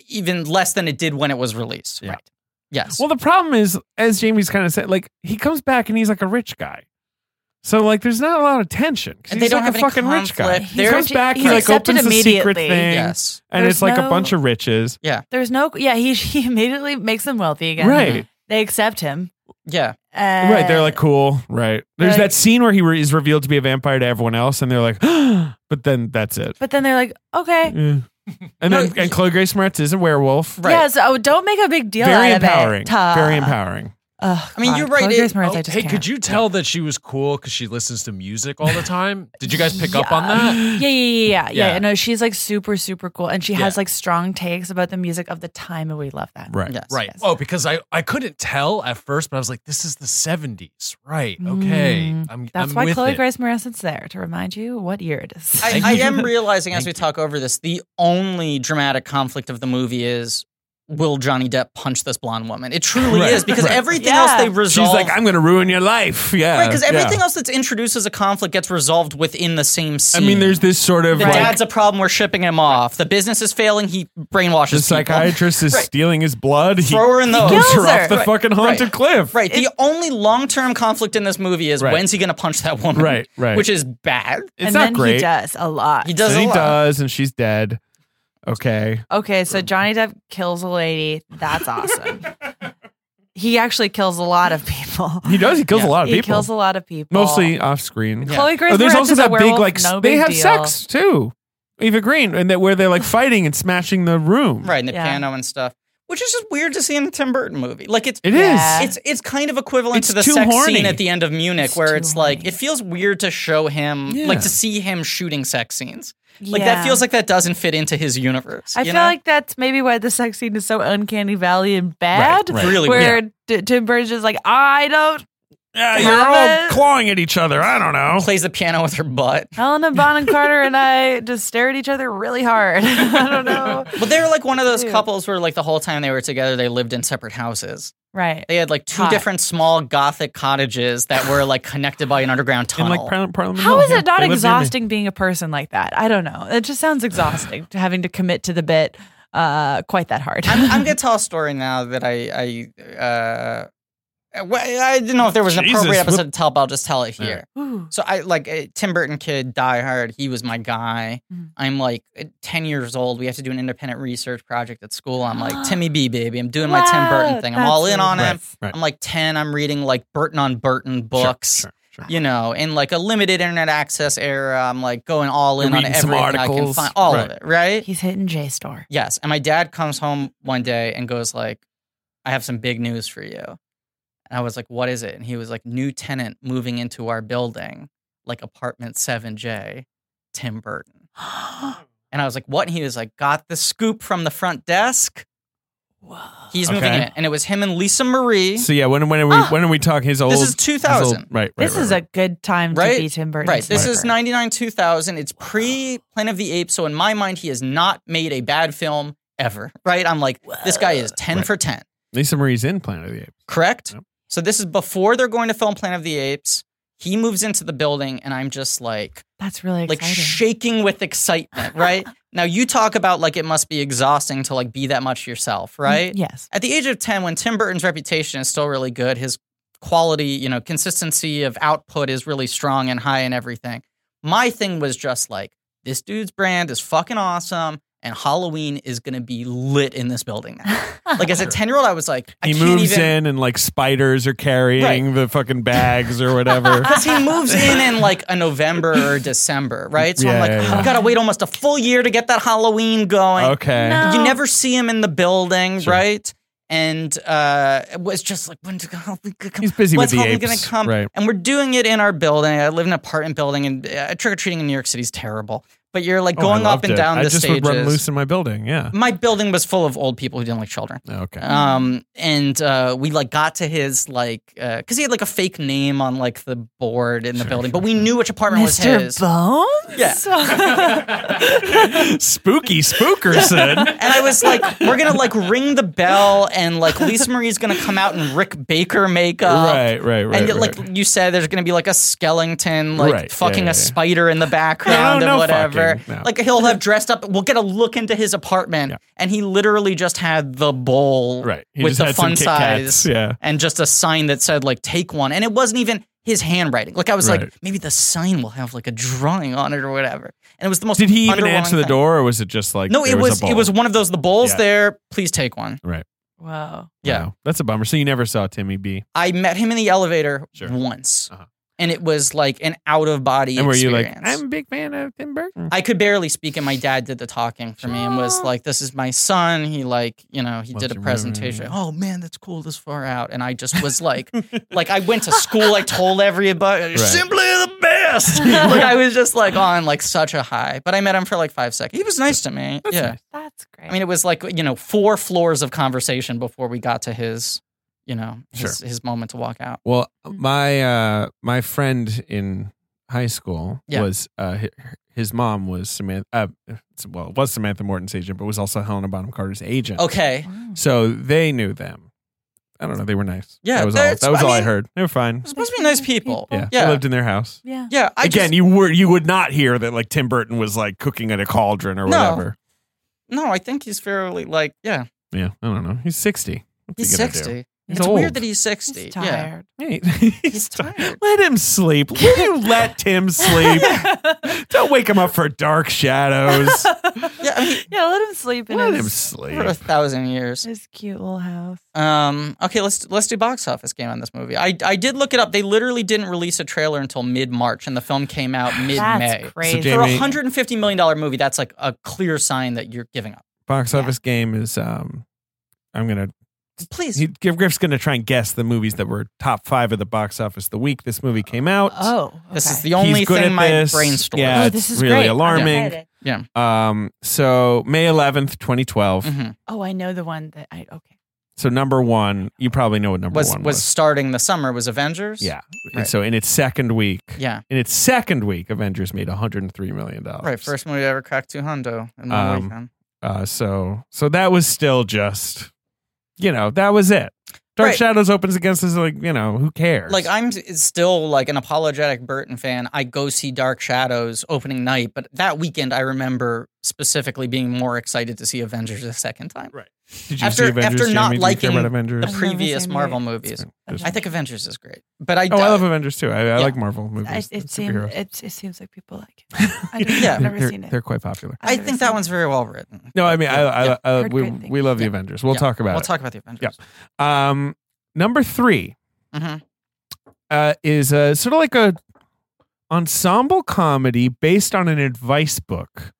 S2: even less than it did when it was released.
S3: Yeah.
S2: Right? Yes.
S3: Well, the problem is, as Jamie's kind of said, like he comes back and he's like a rich guy. So like, there's not a lot of tension 'cause
S2: And they
S3: he's
S2: don't
S3: like
S2: have
S3: a
S2: any
S3: fucking rich guy.
S2: conflict.
S3: He
S2: They're-
S3: comes back, he
S4: He's
S3: like
S4: accepted
S3: opens the secret
S4: immediately.
S3: thing,
S2: yes.
S3: and it's
S4: There's
S3: like a
S4: no-
S3: bunch of riches.
S4: There's no, yeah, he, he immediately makes them wealthy again.
S3: Right,
S4: They accept him.
S2: Yeah.
S4: And
S3: right. They're like
S2: Uh,
S3: cool. Right. There's
S4: like-
S3: that scene where he re- is revealed to be a vampire to everyone else, and they're like, but then that's it.
S4: but then they're like, okay.
S3: Yeah. And
S2: No,
S3: then
S2: y-
S3: and Chloe Grace Moretz is a werewolf.
S2: Right.
S4: Yeah, so oh, don't make a big deal
S3: Very
S4: out of
S3: empowering.
S4: it. Ta-
S3: Very empowering.
S4: Ugh,
S2: I mean,
S4: God.
S2: you're right,
S4: Chloe
S2: it-
S4: Grace Moretz, I
S5: Oh,
S4: just
S5: hey,
S4: can't.
S5: could you tell that she was cool because she listens to music all the time? Did you guys pick up on that?
S4: Yeah, yeah, yeah, yeah, yeah.
S5: Yeah.
S4: No, she's like super, super cool, and she has
S5: Yeah.
S4: like strong takes about the music of the time, and we love that.
S3: Right.
S2: Yes.
S5: Right.
S4: Yes.
S5: Oh, because I, I couldn't tell at first, but I was like, this is the 70s. Right. Okay.
S4: Mm.
S5: I'm,
S4: That's
S5: I'm
S4: why
S5: with
S4: Chloe
S5: it.
S4: Grace Moretz is there to remind you what year it is.
S2: I,
S5: Thank
S2: I
S5: you.
S2: am realizing as we
S5: Thank you.
S2: talk over this, the only dramatic conflict of the movie is will Johnny Depp punch this blonde woman? It truly
S3: Right,
S2: is because
S3: right.
S2: everything
S4: Yeah.
S2: else they
S4: She's
S2: resolve.
S3: She's like, I'm going to ruin your life. Yeah.
S2: right because everything
S3: Yeah.
S2: else that's introduced as a conflict gets resolved within the same
S3: I
S2: scene.
S3: mean, there's this sort of
S2: the
S3: like
S2: dad's a problem. We're shipping him off. The business is failing. He brainwashes
S3: the
S2: people.
S3: psychiatrist is
S2: Right.
S3: stealing his blood. He
S2: Throw her in the
S3: throws
S4: Kills
S3: her off
S4: her.
S3: the
S4: Right.
S3: fucking haunted cliff.
S2: Right. The only long term conflict in this movie is
S3: Right.
S2: when's he going to punch that woman?
S3: Right, right.
S2: Which is bad.
S3: It's
S4: and
S3: not
S4: then
S3: great.
S4: he does a lot.
S2: He does
S3: and
S2: a
S3: he
S2: lot.
S3: does, and she's dead. Okay.
S4: Okay, so Johnny Depp kills a lady. That's awesome. he actually kills a lot of people.
S3: He does. He kills
S2: Yeah.
S3: a lot of
S4: He
S3: people.
S4: kills a lot of people.
S3: Mostly off screen.
S2: Yeah.
S4: Chloe Grace
S3: Oh, there's
S4: Moretz
S3: also
S4: is a
S3: that big
S4: werewolf,
S3: like
S4: no
S3: they
S4: big
S3: have
S4: deal.
S3: sex too. Eva Green and that where they're like fighting and smashing the room.
S2: Right. And the
S4: Yeah.
S2: piano and stuff, which is just weird to see in a Tim Burton movie. Like it's
S3: It is.
S4: Yeah.
S2: It's it's kind of equivalent
S3: It's
S2: to the
S3: too
S2: sex
S3: horny.
S2: scene at the end of Munich,
S4: It's
S2: where
S4: too
S2: it's like
S4: horny.
S2: it feels weird to show him,
S3: Yeah.
S2: like to see him shooting sex scenes. Like
S4: Yeah.
S2: that feels like that doesn't fit into his universe.
S4: I
S2: you
S4: feel
S2: know?
S4: like that's maybe why the sex scene is so uncanny valley and bad.
S3: right.
S2: Really
S4: where D- Tim Burton's just like, I don't.
S3: Yeah,
S4: you're all Mama.
S3: clawing at each other. I don't know.
S2: plays the piano with her butt.
S4: Helena Bonham Carter and I just stare at each other really hard. I don't know.
S2: But they were like one of those
S4: Dude.
S2: couples where like the whole time they were together, they lived in separate houses.
S4: Right.
S2: They had like two
S4: Hot.
S2: different small gothic cottages that were like connected by an underground
S3: In
S2: tunnel.
S3: like Parliament Parliament
S4: How
S3: Hill,
S4: is
S3: yeah.
S4: it not
S3: They live near me.
S4: exhausting being a person like that? I don't know. It just sounds exhausting to having to commit to the bit uh, quite that hard.
S2: I'm, I'm gonna tell a story now that I I uh, well, I didn't know if there was an
S3: Jesus,
S2: appropriate episode
S3: what-
S2: to tell, but I'll just tell it here.
S4: Ooh.
S2: So I like a Tim Burton kid, Die Hard. He was my guy.
S4: Mhm.
S2: I'm like eh, ten years old. We have to do an independent research project at school. I'm like Timmy B, baby. I'm doing my Tim Burton
S4: Wow,
S2: thing. I'm all
S4: that's
S2: in on
S4: nice.
S2: him.
S3: Right.
S2: I'm like ten. I'm reading like Burton on Burton
S3: Sure,
S2: books.
S3: sure, sure.
S2: You know, in like a limited internet access era, I'm like going all in
S3: You're
S2: on
S3: reading some
S2: everything I can
S3: articles.
S2: find. All
S3: Right.
S2: of it, right?
S4: He's hitting JSTOR.
S2: Yes. And my dad comes home one day and goes like, I have some big news for you. And I was like, what is it? And he was like, new tenant moving into our building, like apartment 7J, Tim Burton. And I was like, what? And he was like, got the scoop from the front desk. He's moving
S3: Okay.
S2: in. And it was him and Lisa Marie.
S3: So yeah, when when are we
S4: Ah.
S3: when are we talking? His old
S2: this is
S3: his old-
S2: 2000.
S3: right, right.
S4: This
S3: right,
S4: is
S3: right.
S4: a good time to
S2: Right.
S4: be Tim Burton.
S2: Right. This is
S4: sniper.
S2: 99 2000. It's pre Planet of the Apes. So in my mind, he has not made a bad film ever. Right. I'm like, this guy is 10
S3: Right.
S2: for 10.
S3: Lisa Marie's in Planet of the Apes.
S2: correct?
S3: Yep.
S2: So this is before they're going to film Planet of the Apes. He moves into the building, and I'm just like,
S4: That's really
S2: like
S4: exciting.
S2: shaking with excitement, right? now you talk about like it must be exhausting to like be that much yourself, right?
S4: Yes.
S2: At the age of ten, when Tim Burton's reputation is still really good, his quality, you know, consistency of output is really strong and high and everything. My thing was just like, this dude's brand is fucking awesome, and Halloween is gonna be lit in this building now. like as a ten year old, I was like, I
S3: He
S2: can't
S3: moves
S2: even,
S3: in and like spiders are carrying the fucking bags or whatever.
S2: Because he moves in in like a November or December, right? So I'm
S3: Yeah,
S2: like,
S3: yeah, yeah.
S2: I've got to wait almost a full year to get that Halloween going.
S3: okay.
S4: No.
S2: You never see him in the building,
S3: Sure.
S2: right? And uh, it was just like, when's Halloween gonna come?
S3: He's busy
S2: When's
S3: with the
S2: Halloween
S3: apes.
S2: going to come?
S3: Right.
S2: And we're doing it in our building. I live in an apartment building, and uh, trick or treating in New York City is terrible. but you're like
S3: Oh, I
S2: going up
S3: loved
S2: and
S3: it.
S2: down
S3: I
S2: the
S3: just
S2: stages.
S3: would run loose in my building. Yeah.
S2: My building was full of old people who didn't like children.
S3: Okay.
S2: Um, and uh, we like got to his like because he had like a fake name on like the board in the building, but we knew which apartment was his.
S4: Mr. Bones?
S2: Uh.
S3: Spooky Spookerson.
S2: And I was like, we're gonna like ring the bell, and like Lisa Marie's gonna come out in Rick Baker makeup.
S3: right, right, right.
S2: Uh, and yet,
S3: right.
S2: like you said, there's going to be like a skeleton, like
S3: Right. Yeah,
S2: fucking
S3: yeah, yeah.
S2: a spider in the background
S3: No,
S2: and
S3: no
S2: whatever.
S3: fucking, no.
S2: Like he'll have dressed up. We'll get a look into his apartment, and he literally just had the bowl
S3: Right. He
S2: with
S3: just
S2: the
S3: had some
S2: fun
S3: Kit
S2: size,
S3: Kats, yeah.
S2: and just a sign that said like "Take one," and it wasn't even his handwriting. Like I was
S3: Right.
S2: like, maybe the sign will have like a drawing on it or whatever. And it was the most.
S3: Did he even
S2: underwhelming
S3: answer the
S2: thing.
S3: door, or was it just like
S2: No, it
S3: there
S2: was,
S3: a
S2: it
S3: ball?
S2: was one of those. The bowl's
S3: Yeah.
S2: there. Please take one.
S3: right.
S4: Wow.
S2: Yeah.
S3: Wow. that's a bummer. So you never saw Timmy B.
S2: I met him in the elevator
S3: Sure.
S2: once.
S3: Uh-huh.
S2: And it was like an out of body
S3: And were you like,
S2: experience.
S3: I'm a big fan of Tim Burton?
S2: I could barely speak, and my dad did the talking for me and was like, "This is my son." He like, you know, he
S3: Loves
S2: did a
S3: your
S2: presentation.
S3: movie.
S2: Oh man, that's cool. This far out, and I just was like, like I went to school. I told everybody, simply the best. like I was just like on like such a high. But I met him for like five seconds. He was nice to me. yeah,
S4: That's great.
S2: I mean, it was like you know four floors of conversation before we got to his, you know, his, his moment to walk out.
S3: Well, my uh, my friend in high school
S2: Yeah.
S3: was uh, hi- his mom was Samantha. Uh, well, was Samantha Morton's agent, but was also Helena Bonham Carter's agent.
S2: Okay,
S4: Wow.
S3: so they knew them. I don't know. They were nice.
S2: Yeah,
S3: that was all.
S2: that's-
S3: That was
S2: I
S3: all I
S2: mean-
S3: heard. They were fine.
S2: They're supposed to be nice people.
S3: Yeah, I
S2: yeah,
S3: lived in their house.
S4: yeah.
S2: yeah. I
S3: Again,
S2: just-
S3: you were you would not hear that like Tim Burton was like cooking at a cauldron or
S2: No.
S3: whatever.
S2: no, I think he's fairly like yeah.
S3: Yeah, I don't know. He's sixty. What's he
S2: He's
S3: gonna do?
S2: 60.
S3: He's
S2: it's
S3: old.
S2: weird that he's 60.
S4: He's
S2: yeah.
S4: tired.
S3: Hey, he's
S2: He's
S3: tired.
S2: tired.
S3: Let him sleep. Will you let Tim sleep? Don't wake him up for dark shadows.
S2: Yeah, I mean,
S4: Yeah, let him sleep in
S3: Let him
S4: his,
S2: for a
S3: sleep.
S2: thousand years.
S4: his cute little house.
S2: Um, okay, let's let's do box office game on this movie. I, I did look it up. They literally didn't release a trailer until mid March, and the film came out mid May.
S4: That's crazy.
S3: Jamie-
S2: For a
S3: Jamie-
S2: hundred and fifty million dollar movie, that's like a clear sign that you're giving up.
S3: Box office game is. um I'm gonna.
S2: Please,
S3: He, Griff's gonna try and guess the movies that were top five of the box office the week this movie came out.
S2: Uh,
S4: oh,
S2: this is
S4: okay.
S2: the only
S3: He's good
S2: thing
S3: at
S2: my
S3: this.
S2: brain stores.
S3: Yeah,
S4: Oh,
S3: it's
S4: this is
S3: really
S4: great. I'm
S3: alarming.
S4: excited.
S2: uh.
S3: Um. So May 11th, 2012.
S2: Mhm.
S4: Oh, I know the one that I okay.
S3: So number one, you probably know what number
S2: Was
S3: one was.
S2: was starting the summer was Avengers.
S3: Yeah. And
S2: Right.
S3: so in its second week,
S2: yeah,
S3: in its second week, Avengers made 103 million dollars.
S2: right. First movie I ever cracked two hundo in one
S3: Um,
S2: weekend.
S3: Uh, so so that was still just, you know, that was it. Dark
S2: Right.
S3: Shadows opens against us like you know who cares?
S2: Like I'm s- still like an apologetic Burton fan. I go see Dark Shadows opening night, but that weekend I remember specifically being more excited to see Avengers a second time.
S3: Did you
S2: after-
S3: see Avengers?
S2: after
S3: Jamie?
S2: not
S3: Did you care
S2: liking
S3: about
S2: The
S3: Avengers.
S4: never
S2: previous
S4: seen
S2: Marvel
S4: it.
S2: movies.
S3: Just-
S2: I think Avengers is great, but I
S3: oh, I
S2: doubt-
S3: love Avengers too. I, I like Marvel
S4: I,
S3: movies.
S4: it
S3: and
S4: seems
S3: superheroes.
S4: it, it seems like people like it. I don't,
S2: Yeah.
S4: I've never
S3: they're,
S4: seen it.
S3: They're quite popular.
S4: I've
S2: I
S4: never
S2: think
S4: seen
S2: that
S4: it.
S2: one's very well written.
S3: No, I mean, I, I,
S2: Yeah.
S3: I,
S4: Heard
S3: we,
S4: great things.
S3: we love the
S2: Yeah.
S3: Avengers. We'll
S2: Yeah.
S3: talk about
S2: we'll
S3: it.
S2: talk about the Avengers.
S3: Um, number three
S2: Mhm.
S3: uh, is uh sort of like a ensemble comedy based on an advice book.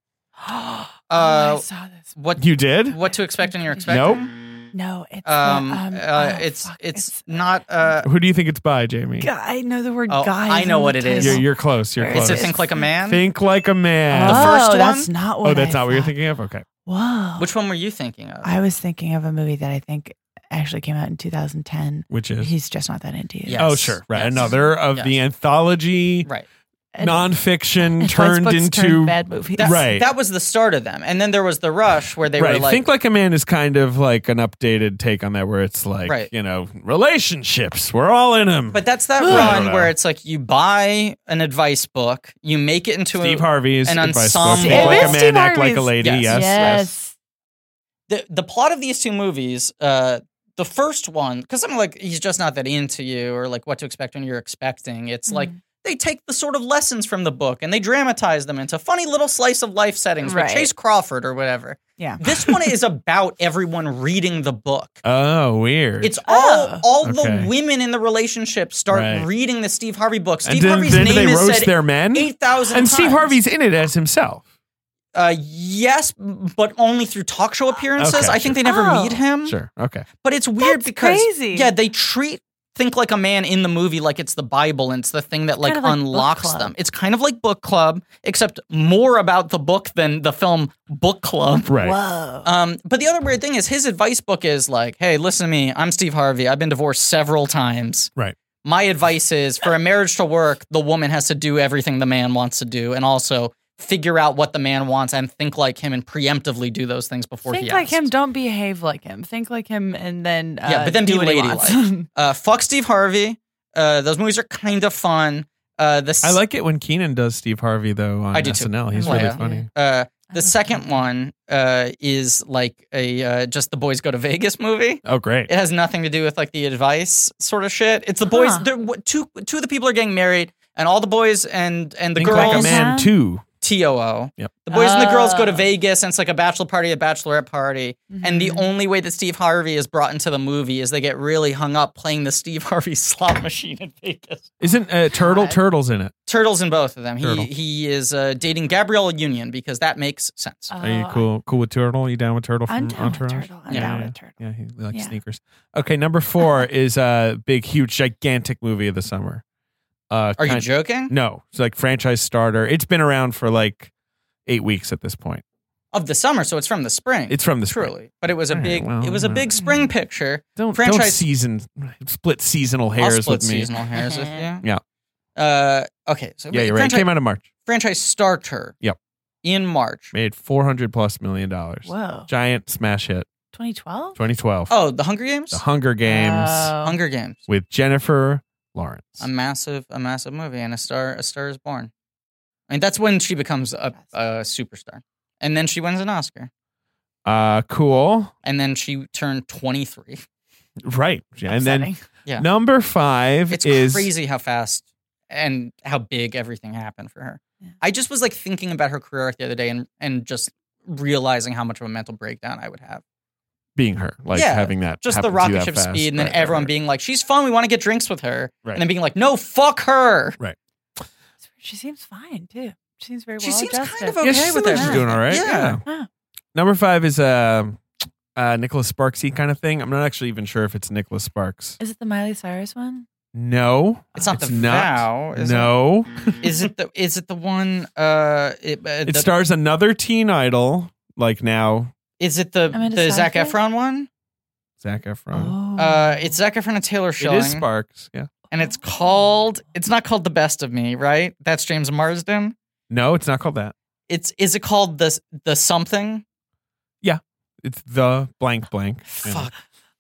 S4: oh,
S2: Uh,
S4: I saw this.
S2: What
S3: You did?
S2: what to expect and you're
S3: Nope.
S2: expecting?
S4: No, it's
S2: Um,
S4: not, um,
S2: uh,
S4: oh,
S2: it's,
S4: fuck,
S2: it's not uh,
S3: Who do you think it's by, Jamie?
S4: God, I know the word
S2: Oh,
S4: guy.
S2: I
S4: is
S2: know
S4: in the
S2: what it is.
S4: title.
S3: You're, you're close. You're
S4: Where
S3: close.
S2: it's a
S4: it?
S2: think like a man.
S3: Think like a man.
S2: The first
S4: Oh,
S2: one?
S4: That's not what
S3: oh, that's
S4: I
S3: not what you're
S4: thought.
S3: thinking of. Okay.
S4: Whoa.
S2: Which one were you thinking of?
S4: I was thinking of a movie that I think actually came out in 2010.
S3: Which is?
S4: He's just not that into you.
S2: Yeah.
S3: Oh,
S2: Yes.
S3: sure. Right.
S2: Yes.
S3: Another of the anthology
S2: right.
S4: And
S3: nonfiction
S4: advice
S3: turned
S4: books
S3: into
S4: turned bad movies.
S2: That,
S3: Right.
S2: That was the start of them, and then there was the rush where they were
S3: right.
S2: like,
S3: Think like a man is kind of like an updated take on that, where it's like
S2: Right.
S3: you know relationships. We're all in them.
S2: But that's that
S3: I don't
S2: run
S3: know.
S2: where it's like you buy an advice book, you make it into
S3: Steve
S2: a,
S3: Harvey's
S2: an
S3: advice book.
S2: ensemble.
S3: Think like
S4: It
S3: a
S4: is
S3: man,
S4: Steve
S3: act like a
S4: Harvey's.
S3: lady.
S2: Yes.
S3: Yes.
S4: yes.
S2: the the plot of these two movies. Uh, the first one, because I'm like, he's just not that into you, or like what to expect when you're expecting. It's like
S4: Mm-hmm.
S2: they take the sort of lessons from the book and they dramatize them into funny little slice of life settings, like
S4: Right.
S2: Chase Crawford or whatever.
S4: Yeah.
S2: This one is about everyone reading the book.
S3: Oh, weird.
S2: It's all
S4: Oh.
S2: all
S3: Okay.
S2: the women in the relationship start
S3: Right.
S2: reading the Steve Harvey book. Steve
S3: and then,
S2: Harvey's
S3: then do
S2: name
S3: they
S2: is
S3: roast
S2: said
S3: their men.
S2: eight thousand.
S3: and Steve Harvey's in it as himself.
S2: Uh, yes, but only through talk show appearances.
S3: Okay,
S2: I think they never
S4: sure.
S2: meet him.
S3: Sure. Okay.
S2: But it's weird
S4: Oh. That's
S2: because
S4: crazy.
S2: yeah, they treat think like a man in the movie, like it's the Bible and it's the thing that like,
S4: kind of like book
S2: unlocks
S4: club.
S2: them. It's kind of like book club, except more about the book than the film book club.
S6: Right.
S4: Whoa.
S2: Um, but the other weird thing is his advice book is like, hey, listen to me. I'm Steve Harvey. I've been divorced several times.
S6: Right.
S2: My advice is for a marriage to work, the woman has to do everything the man wants to do and also figure out what the man wants and think like him and preemptively do those things before
S4: Think
S2: he
S4: like
S2: asks.
S4: him, don't behave like him. Think like him, and then uh,
S2: Yeah, but then
S4: do
S2: be
S4: what he
S2: ladylike.
S4: wants.
S2: Uh, fuck Steve Harvey. Uh, those movies are kind of fun. Uh, the s-
S3: I like it when Keenan does Steve Harvey though on
S2: I do too.
S3: SNL. He's
S2: Oh,
S3: really
S2: yeah.
S3: funny.
S2: uh,
S4: Okay.
S2: the second one uh, is like a uh, just the boys go to Vegas movie.
S6: Oh, great.
S2: It has nothing to do with like the advice sort of shit. It's the boys.
S4: Huh.
S2: They're, what- two two of the people are getting married, and all the boys and and the
S3: Think
S2: girls.
S3: like a man
S4: Huh?
S3: too.
S2: TOO.
S3: Yep.
S2: The boys and the girls go to
S4: Oh.
S2: Vegas, and it's like a bachelor party, a bachelorette party. And the
S4: Mhm.
S2: only way that Steve Harvey is brought into the movie is they get really hung up playing the Steve Harvey slot machine in Vegas.
S3: Isn't uh, Turtle
S4: God.
S3: Turtles in it?
S2: Turtles in both of them.
S3: Turtle.
S2: He he is uh, dating Gabrielle Union because that makes sense.
S4: Oh,
S3: Are you cool? Cool with Turtle? You down with Turtle
S4: Uh, I'm
S3: from
S4: down with
S3: Entourage?
S4: turtle. I'm
S3: Yeah,
S4: down with turtle.
S3: Yeah, he likes
S4: Yeah.
S3: sneakers. Okay, number four is a uh, big, huge, gigantic movie of the summer. Uh,
S2: Are you
S3: kind-
S2: joking?
S3: No, it's like franchise starter. It's been around for like eight weeks at this point.
S2: Of the summer, so it's from the spring.
S3: It's from this.
S2: truly, but it was a
S3: All right,
S2: big
S3: well,
S2: it was a
S3: uh,
S2: big spring picture.
S3: Don't don't
S2: Franchise-
S3: season split seasonal
S2: I'll
S3: hairs
S2: split
S3: with me.
S2: seasonal hairs with you.
S3: Yeah.
S2: Uh, okay. So
S3: Yeah, you're right. It
S2: franchise,
S3: came out in March.
S2: franchise starter.
S3: Yep.
S2: In March.
S3: Made four hundred plus million dollars.
S4: Whoa.
S3: Giant smash hit.
S4: 2012?
S3: 2012.
S2: Oh, the Hunger Games.
S3: The Hunger Games
S4: Oh.
S2: Hunger Games.
S3: with Jennifer Lawrence.
S2: A massive, a massive movie, and a star, a star is born. I mean, that's when she becomes a, a superstar, and then she wins an Oscar,
S3: Uh, cool.
S2: and then she turned twenty three.
S3: Right. And then
S4: Upsetting.
S2: Yeah.
S3: number five
S2: It's
S3: is
S2: crazy how fast and how big everything happened for her.
S4: Yeah.
S2: I just was like thinking about her career the other day, and and just realizing how much of a mental breakdown I would have.
S3: being her, like
S2: Yeah,
S3: having that
S2: Just
S3: happen
S2: the
S3: to you
S2: rocket
S3: that
S2: ship
S3: fast.
S2: speed, and then
S3: Right, right,
S2: everyone
S3: right.
S2: being like, "She's fun. We want to get drinks with her,"
S3: Right.
S2: and then being like, "No, fuck her."
S4: She seems fine, too. She seems very
S2: She
S4: well
S2: seems
S4: adjusted.
S2: kind of okay
S3: yeah, she
S2: with
S3: seems like
S2: everything.
S3: she's doing all right.
S2: Yeah.
S4: Yeah.
S3: Number five is a uh, uh, Nicholas Sparksy kind of thing. I'm not actually even sure if it's Nicholas Sparks.
S4: Is it the Miley Cyrus one?
S3: No,
S2: It's not
S3: it's
S2: the
S3: not.
S2: vow. Is it?
S3: no,
S2: is it the is it the one uh it, uh,
S3: it
S2: the-
S3: stars another teen idol, like now
S2: is it the
S4: Amanda
S2: the Zac
S4: Seyfried?
S2: Efron one?
S3: Zach Efron.
S4: Oh.
S2: Uh it's Zac Efron and Taylor
S3: it is
S2: Schilling
S3: Sparks. Yeah.
S2: and it's called it's not called The Best of Me, right? That's James Marsden.
S3: No, it's not called that.
S2: It's is it called the the something?
S3: It's the blank blank. Yeah.
S2: Fuck.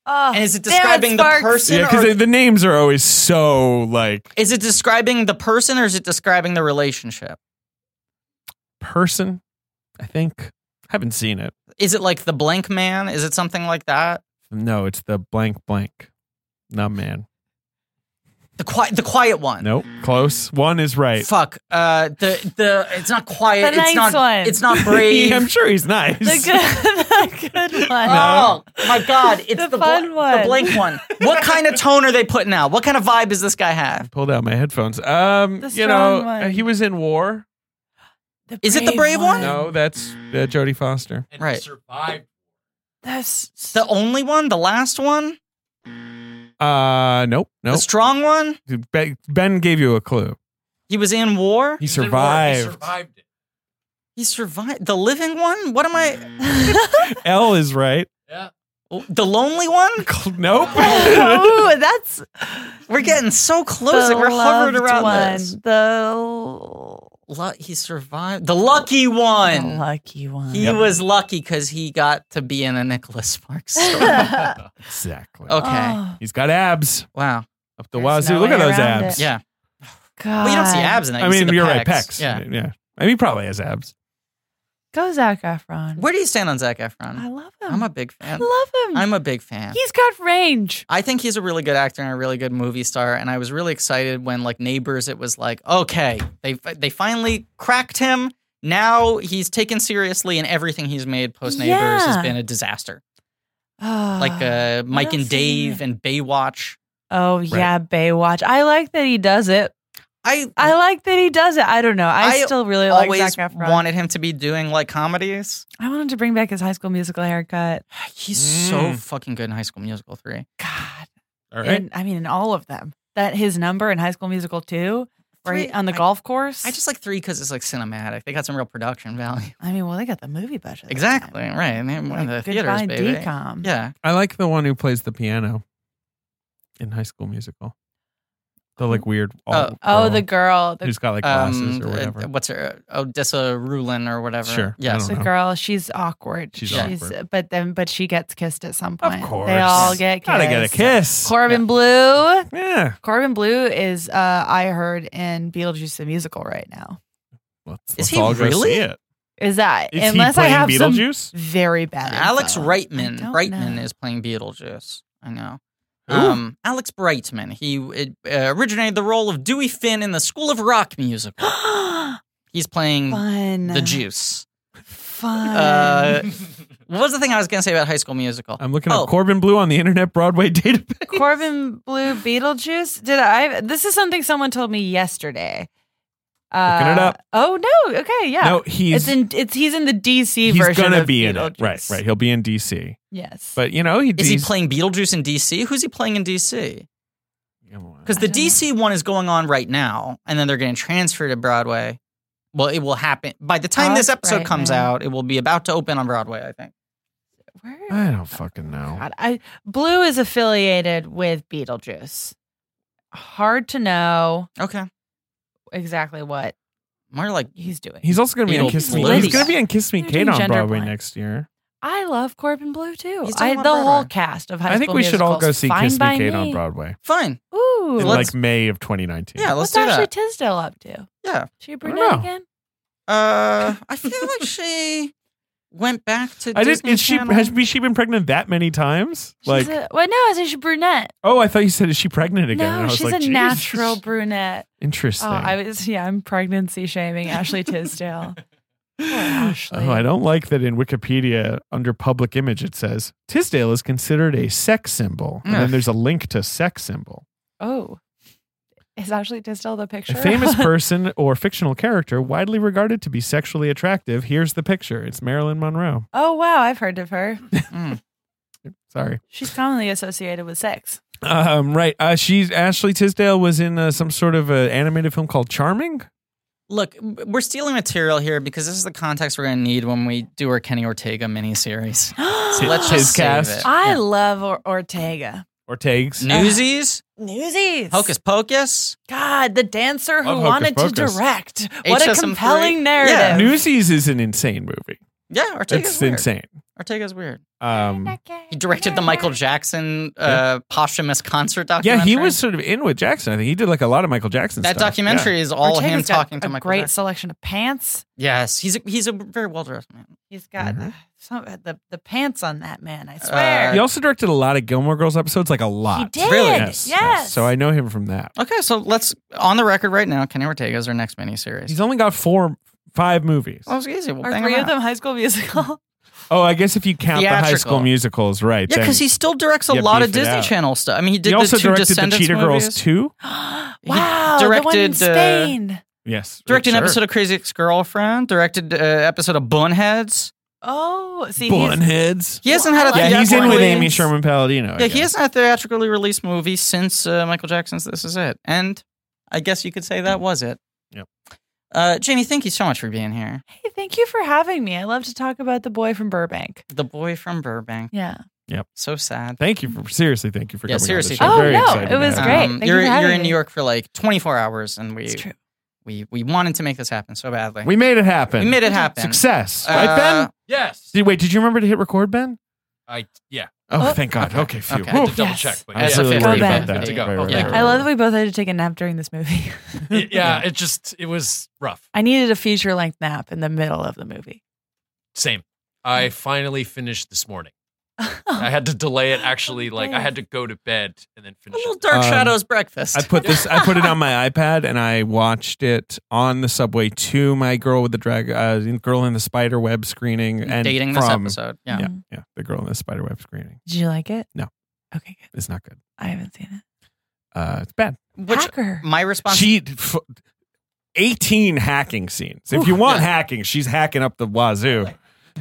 S4: Oh,
S2: And is it
S4: damn
S2: describing the
S4: Sparks.
S2: person
S3: Yeah,
S2: or
S3: because the names are always so like
S2: is it describing the person or is it describing the relationship?
S3: person. I think haven't seen it.
S2: Is it like the blank man? Is it something like that?
S3: No, it's the blank blank. Not man.
S2: The quiet the quiet one.
S3: Nope. Close. One is right.
S2: Fuck. Uh the the it's not quiet.
S4: The
S2: it's
S4: nice
S2: not
S4: one.
S2: it's not brave.
S3: Yeah, I'm sure he's nice.
S4: The good, the good one.
S2: Oh my god, it's
S4: The
S2: the,
S4: fun
S2: bl-
S4: one.
S2: the blank one. What kind of tone are they putting out? What kind of vibe does this guy have?
S3: Pulled out my headphones. Um,
S4: The
S3: you know,
S4: strong one.
S3: uh, he was in War.
S4: The
S2: Is it the brave one?
S3: No, that's uh, Jodie Foster.
S5: And
S2: Right.
S5: survived.
S4: That's
S2: The only one, the last one,
S3: Uh, nope,
S2: the
S3: nope.
S2: strong one.
S3: Ben- Ben gave you a clue.
S2: He was in war.
S3: He
S5: He's in war.
S3: survived.
S5: He survived it.
S2: He survived. The living one. What am I?
S3: L is right.
S5: Yeah.
S2: The lonely one.
S3: Nope.
S4: oh, that's
S2: We're getting so close.
S4: the
S2: Like we're hovering
S4: loved
S2: around
S4: one.
S2: this.
S4: The, l-
S2: Lu- he survived. The lucky
S4: the
S2: one.
S4: lucky one.
S2: he was lucky because he got to be in a Nicholas Sparks story. okay.
S3: exactly.
S4: Oh,
S3: He's got abs
S2: Wow.
S3: up the
S4: There's
S3: wazoo.
S4: no
S3: Look at
S4: way
S3: those
S4: around
S3: abs.
S4: it.
S2: Yeah.
S4: God.
S2: Well, you don't see abs in that.
S3: I
S2: you see
S3: mean,
S2: the
S3: you're right.
S2: pecs.
S3: Pecs.
S2: Yeah.
S3: yeah. I mean, he probably has abs.
S4: Go Zac Efron.
S2: Where do you stand on Zach Efron?
S4: I love him.
S2: I'm a big
S4: I
S2: fan.
S4: love him.
S2: I'm a big fan.
S4: He's got range.
S2: I think he's a really good actor and a really good movie star. And I was really excited when, like, Neighbors, it was like, okay, they they finally cracked him. Now he's taken seriously, and everything he's made post Neighbors
S4: Yeah.
S2: has been a disaster.
S4: Oh,
S2: Like uh, Mike
S4: else
S2: and
S4: is he in?
S2: Dave and Baywatch.
S4: oh yeah, Baywatch. I like that he does it.
S2: I
S4: I like that he does it. I don't know. I,
S2: I
S4: still really like
S2: always
S4: Zac Efron.
S2: wanted him to be doing like comedies.
S4: I wanted to bring back his High School Musical haircut.
S2: He's so
S3: Mm.
S2: fucking good in High School Musical three.
S4: God,
S3: All right.
S4: in, I mean, in all of them. That his number in High School Musical two, right
S2: Three-
S4: on the
S2: I-
S4: golf course.
S2: I just like three because it's like cinematic. They got some real production value.
S4: I mean, well, they got the movie budget. this
S2: Exactly.
S4: time.
S2: Right. And they're one of the
S4: Like,
S2: theaters,
S4: goodbye,
S2: baby.
S4: DCOM.
S2: Yeah.
S3: I like the one who plays the piano in High School Musical. The like weird. all-
S4: Oh,
S3: girl
S4: the girl, the,
S3: who's got like glasses
S2: Um,
S3: or
S2: uh,
S3: whatever.
S2: what's her? uh, Odessa Rulin or whatever.
S3: Sure. I
S2: Yes.
S3: don't
S4: the
S3: know.
S4: girl. She's awkward.
S3: She's awkward.
S4: But then, but she gets kissed at some
S3: Of
S4: point.
S3: course.
S4: they all get kissed.
S3: Gotta get a kiss.
S4: Corbin Blue.
S3: yeah.
S4: Corbin Blue is, uh, I heard, in Beetlejuice the musical right now.
S3: Let's,
S2: Is he really?
S4: Is that
S3: Is
S4: unless
S3: he
S4: I
S3: playing
S4: have some
S3: Beetlejuice?
S4: very bad?
S2: Alex
S4: info.
S2: Reitman.
S4: I don't
S2: Reitman
S4: know.
S2: is playing Beetlejuice. I know.
S3: Who?
S2: Um, Alex Brightman. He uh, originated the role of Dewey Finn in the School of Rock musical. He's playing
S4: fun. uh,
S2: the Juice.
S4: Fun.
S2: Uh, what was the thing I was going to say about High School Musical?
S3: I'm looking
S2: Oh.
S3: up Corbin Blue on the Internet Broadway database.
S4: Corbin Blue Beetlejuice. Did I? This is something someone told me yesterday. Uh,
S3: Looking it up.
S4: Oh no. Okay. Yeah.
S3: No, he's
S4: it's in. It's he's in the DC
S3: he's
S4: version.
S3: gonna
S4: of
S3: be in it. Right,
S4: Beetlejuice.
S3: right. He'll be in DC.
S4: Yes.
S3: But you know, he
S2: Is he
S3: he's-
S2: playing Beetlejuice in DC? Who's he playing in DC? Because
S4: I
S2: the
S4: don't
S2: DC one is going on right now, and then they're getting transferred to Broadway. Well, it will happen by the time this
S4: Alex
S2: episode comes
S4: Brightman.
S2: out. It will be about to open on Broadway, I think.
S4: Where?
S3: I don't fucking know.
S4: God, I Blue is affiliated with Beetlejuice. Hard to know
S2: Okay,
S4: exactly what
S2: more like
S4: he's doing.
S3: He's also gonna be in
S2: Beetle-
S3: Kiss Me.
S2: Lydia.
S3: He's gonna be in Kiss Me
S4: They're
S3: Kate
S4: doing
S3: on
S4: gender
S3: Broadway
S4: blind.
S3: next year.
S4: I love Corbin Blue too.
S2: He's doing
S4: I,
S2: a lot
S4: the
S2: better.
S4: whole cast of High
S3: I think
S4: School
S3: we should all go
S4: Musicals,
S3: see
S4: fine
S3: Kiss Me
S4: by
S3: Kate on
S4: me.
S3: Broadly
S2: fine.
S4: Ooh,
S3: in
S2: Let's-
S3: like May of 2019.
S2: Yeah, let's
S4: what's
S2: do
S4: Ashley
S2: that.
S4: Tisdale up to?
S2: Yeah.
S4: She a
S3: don't
S4: brunette
S3: know.
S4: again?
S2: Uh, I feel like she went back to.
S3: I didn't.
S2: Disney
S3: Is she
S2: Channel.
S3: has be- she been pregnant that many times?
S4: She's
S3: Like,
S4: a, well, no, I said she's brunette.
S3: oh, I thought you said is she pregnant again? And I
S4: no,
S3: was
S4: she's
S3: like,
S4: a
S3: Jesus.
S4: natural brunette. Oh,
S3: Interesting.
S4: I was yeah, I'm pregnancy shaming Ashley Tisdale. Poor Ashley.
S3: Oh, I don't like that in Wikipedia under public image it says Tisdale is considered a sex symbol. And
S2: Ugh.
S3: then there's a link to sex symbol.
S4: Oh. Is Ashley Tisdale the picture?
S3: A famous person or fictional character widely regarded to be sexually attractive. Here's the picture. It's Marilyn Monroe.
S4: oh wow, I've heard of her.
S2: Mm.
S3: Sorry.
S4: She's commonly associated with sex.
S3: Um, right. Uh, she's Ashley Tisdale was in uh, some sort of uh, animated film called Charming.
S2: Look, we're stealing material here because this is the context we're going to need when we do our Kenny Ortega miniseries. So let's
S3: His
S2: just save
S3: cast.
S2: it.
S4: I
S2: Yeah.
S4: love or- Ortega.
S3: Ortegs.
S2: Newsies,
S4: Newsies.
S2: Hocus Pocus.
S4: God, the dancer who
S3: Love Hocus
S4: wanted to
S3: Pocus.
S4: direct. What a
S2: HSM3.
S4: compelling
S2: Yeah.
S4: narrative.
S3: Newsies is an insane movie.
S2: Yeah, Ortega's
S3: it's
S2: weird.
S3: insane.
S2: Ortega's weird.
S3: Um,
S2: He directed the Michael Jackson uh, posthumous concert
S3: yeah,
S2: documentary.
S3: he was sort of in with Jackson. I think he did like a lot of Michael Jackson
S2: That
S3: stuff. Yeah.
S2: documentary is all
S4: Ortega's
S2: him
S4: got
S2: talking to
S4: a
S2: Michael
S4: great
S2: Jackson.
S4: selection of pants.
S2: Yes, he's a, he's a very well dressed man.
S4: He's got
S2: Mm-hmm.
S3: Mhm.
S4: some uh, the the pants on that man.
S2: Uh,
S4: I swear.
S3: He also directed a lot of Gilmore Girls episodes, like a
S4: he
S3: lot.
S4: did.
S2: Really?
S4: Yes.
S3: So I know him from that.
S2: Okay, so let's on the record right now. Kenny Ortega is our next miniseries.
S3: He's only got four, five movies.
S2: Well, it's easy. We'll
S4: Are
S2: bang
S4: three
S2: him
S4: of
S2: out.
S4: them High School Musical?
S3: Oh, I guess if you count the High
S2: Theatrical.
S3: School Musicals, right?
S2: Yeah,
S3: then-
S2: because he still directs a
S3: Yeah,
S2: lot
S3: beef
S2: of
S3: it
S2: Disney
S3: out.
S2: Channel stuff. I mean, he
S3: He
S2: did the
S3: also
S2: two
S3: directed the
S2: Descendants
S3: Cheetah
S2: movies.
S3: Girls too.
S4: wow, the one in
S2: directed, uh,
S4: Spain.
S3: Yes,
S2: Directed
S3: sure.
S2: an episode of Crazy Ex-Girlfriend. Directed uh, episode of Boneheads.
S4: oh, see, he's,
S3: Bunheads.
S2: He hasn't had a
S4: I love
S3: Yeah, he's in with
S2: theatrical
S3: Amy
S2: release.
S3: Sherman Palladino. I
S2: Yeah, he
S3: guess.
S2: hasn't had a theatrically released movie since uh, Michael Jackson's This Is It. And I guess you could say that was it.
S3: Yep.
S2: Uh, Jamie, thank you so much for being here.
S4: hey, thank you for having me. I love to talk about the boy from Burbank.
S2: The boy from Burbank.
S4: Yeah.
S2: So sad.
S3: Thank you for seriously. Thank you for
S2: Yeah,
S3: coming.
S2: seriously.
S3: On the show.
S2: Oh,
S3: Very
S4: no,
S3: excited
S4: it
S3: to
S4: was
S3: have
S4: great.
S3: you.
S4: Thank you
S2: you're
S4: for having
S2: you're in
S4: me.
S2: New York for like 24 hours, and we
S4: It's true.
S2: we we wanted to make this happen so badly.
S3: We made it happen.
S2: We made it happen.
S3: Success,
S2: Uh,
S3: right, Ben?
S5: Yes.
S3: Did, wait, did you remember to hit record, Ben?
S5: I yeah.
S3: Oh,
S4: Oh.
S3: thank God. Okay, phew.
S2: Okay.
S5: I had
S3: Whew.
S5: to double
S4: Yes.
S5: check. But
S3: I was
S2: That's
S5: yeah.
S3: really
S2: okay.
S3: worried
S4: Go
S3: about
S4: back.
S3: that.
S2: To
S5: go.
S3: Right, right,
S5: Yeah.
S3: right,
S4: I
S3: right.
S4: love that we both had to take a nap during this movie.
S5: It- yeah, it just it was rough.
S4: I needed a feature length nap in the middle of the movie.
S5: Same. I finally finished this morning. I had to delay it. Actually, like I had to go to bed and then
S2: A
S5: finish.
S2: little
S5: it.
S2: Dark
S3: Um,
S2: Shadows breakfast.
S3: I put this. I put it on my iPad, and I watched it on the subway to my girl with the drag, uh, girl in the spider web screening, and
S2: dating this
S3: from,
S2: episode. Yeah.
S3: Yeah. yeah, the girl in the spider web screening.
S4: Did you like it?
S3: No.
S4: Okay, good.
S3: It's not good.
S4: I haven't seen it.
S3: Uh, it's bad.
S2: Which
S4: Hacker.
S2: my response.
S3: She. F- 18 hacking scenes. If you want hacking, she's hacking up the wazoo.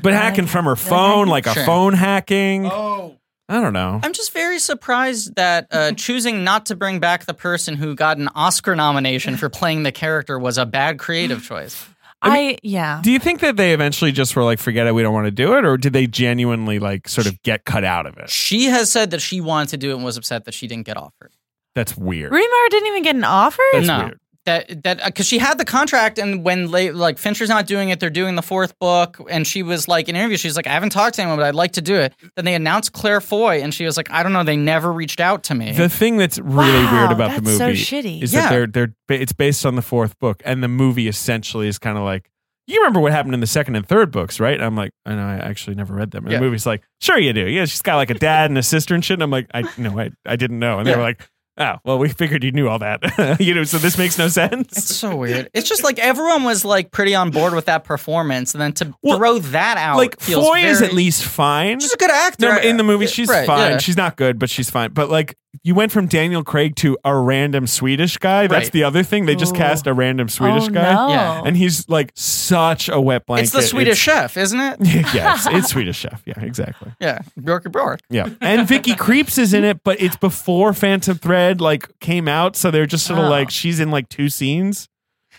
S3: But hacking from her phone, like a
S2: Sure.
S3: phone hacking.
S5: Oh,
S3: I don't know.
S2: I'm just very surprised that uh, choosing not to bring back the person who got an Oscar nomination for playing the character was a bad creative choice.
S4: I, yeah.
S3: Do you think that they eventually just were like, forget it, we don't want to do it? Or did they genuinely like sort of get cut out of it?
S2: She has said that she wanted to do it and was upset that she didn't get offered.
S3: That's weird.
S4: Remar didn't even get an offer.
S3: That's
S2: no.
S3: weird.
S2: That that because she had the contract, and when la- like Fincher's not doing it, they're doing the fourth book, and she was like in an interview, she's like, I haven't talked to anyone, but I'd like to do it. Then they announced Claire Foy, and she was like, I don't know, they never reached out to me.
S3: The thing that's really
S4: Wow,
S3: weird about the
S4: that's so
S3: movie
S4: shitty.
S3: is
S2: Yeah.
S3: that they're they're ba- it's based on the fourth book, and the movie essentially is kind of like you remember what happened in the second and third books, right? And I'm like, and I actually never read them. And
S2: Yeah.
S3: the movie's like, sure you do. Yeah, she's got like a dad and a sister and shit. And I'm like, I no, I I didn't know. And they
S2: Yeah.
S3: were like, oh, well, we figured you knew all that, you know. So this makes no
S2: It's
S3: sense.
S2: so weird. It's just like everyone was like pretty on board with that performance, and then to
S3: Well,
S2: throw that out
S3: like
S2: feels
S3: Foy is
S2: very-
S3: at least fine.
S2: She's a good actor.
S3: No, in the movie, she's
S2: Right,
S3: fine.
S2: yeah.
S3: She's not good, but she's fine. But like, you went from Daniel Craig to a random Swedish guy. That's
S2: Right.
S3: the other thing. They just
S4: Ooh.
S3: cast a random Swedish
S4: oh,
S3: guy,
S4: No.
S2: Yeah.
S3: and he's like such a wet blanket.
S2: it's the Swedish chef, isn't it?
S3: It's, yeah, it's, it's Swedish chef. Yeah, exactly.
S2: Yeah, Bjork Bjork.
S3: Yeah, and Vicky Creeps is in it, but it's before Phantom Thread like came out, so they're just sort of
S4: Oh.
S3: like she's in like two scenes,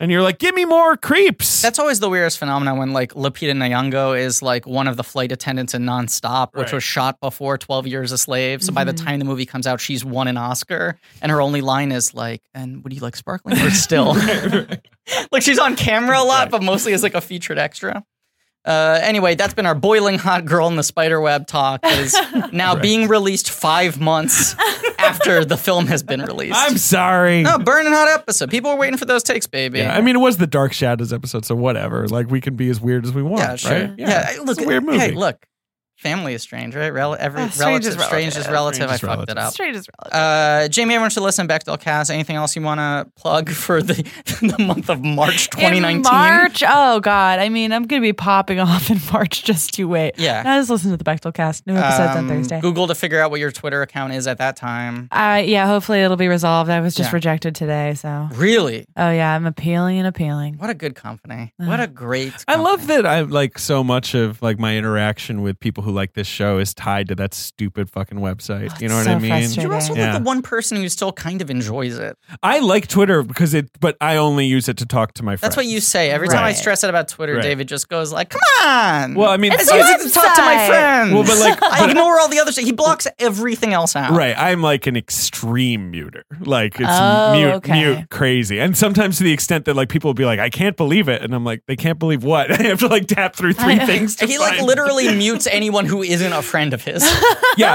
S3: and you're like, give me more creeps.
S2: That's always the weirdest phenomenon when like Lupita Nyong'o is like one of the flight attendants in Nonstop, which
S3: Right.
S2: was shot before Twelve Years a Slave. So by the time the movie comes out, she's won an Oscar, and her only line is like, "And would you like sparkling or still?" like she's on camera a lot, but mostly as like a featured extra. Uh, anyway, that's been our boiling hot girl in the spider web talk that is now being released five months after the film has been released.
S3: I'm sorry.
S2: no, burning hot episode. People were waiting for those takes, baby.
S3: Yeah, I mean, it was the Dark Shadows episode, so whatever. Like, we can be as weird as we want,
S2: Yeah, sure.
S3: right?
S2: Yeah, I- look,
S3: it's a weird movie.
S2: Hey, look, family is strange, right? Rel- every
S4: Ah, strange
S2: relative,
S4: is relative.
S2: strange is relative.
S3: Strange
S2: I
S3: is
S2: fucked it up.
S4: Straight as relative.
S2: Uh, Jamie, everyone should listen back to Elcast. Anything else you want to plug for the, the month of March 2019?
S4: In March. Oh God. I mean, I'm gonna be popping off in March. Just you wait.
S2: Yeah.
S4: Now just listen to the Bechtel cast. New episodes
S2: Um,
S4: on Thursday.
S2: Google to figure out what your Twitter account is at that time.
S4: Uh, yeah. Hopefully it'll be resolved. I was just
S2: Yeah.
S4: rejected today. So.
S2: Really?
S4: Oh yeah. I'm appealing and appealing.
S2: What a good company. What a great
S3: I
S2: company.
S3: love that I like so much of like my interaction with people who like this show is tied to that stupid fucking website. you know what
S4: Oh, it's so
S3: I mean?
S4: frustrating.
S2: You're also
S3: Yeah.
S2: like the one person who still kind of enjoys it.
S3: I like Twitter because it, but I only use it to talk to my friends.
S2: That's what you say. Every time I
S4: Right.
S2: stress out about Twitter,
S3: Right.
S2: David just goes like, "Come on."
S3: Well, I mean,
S2: it's
S4: a
S2: easy to talk to my
S4: website.
S2: friends.
S3: Well, but like-
S2: I ignore all the other shit. He blocks everything else out.
S3: Right, I'm like an extreme muter. Like it's
S4: Oh,
S3: mute,
S4: okay.
S3: mute, crazy, and sometimes to the extent that like people will be like, "I can't believe it," and I'm like, "They can't believe what?" I have to like tap through three things. To
S2: He like
S3: find-
S2: literally mutes anyone who isn't a friend of his.
S3: yeah.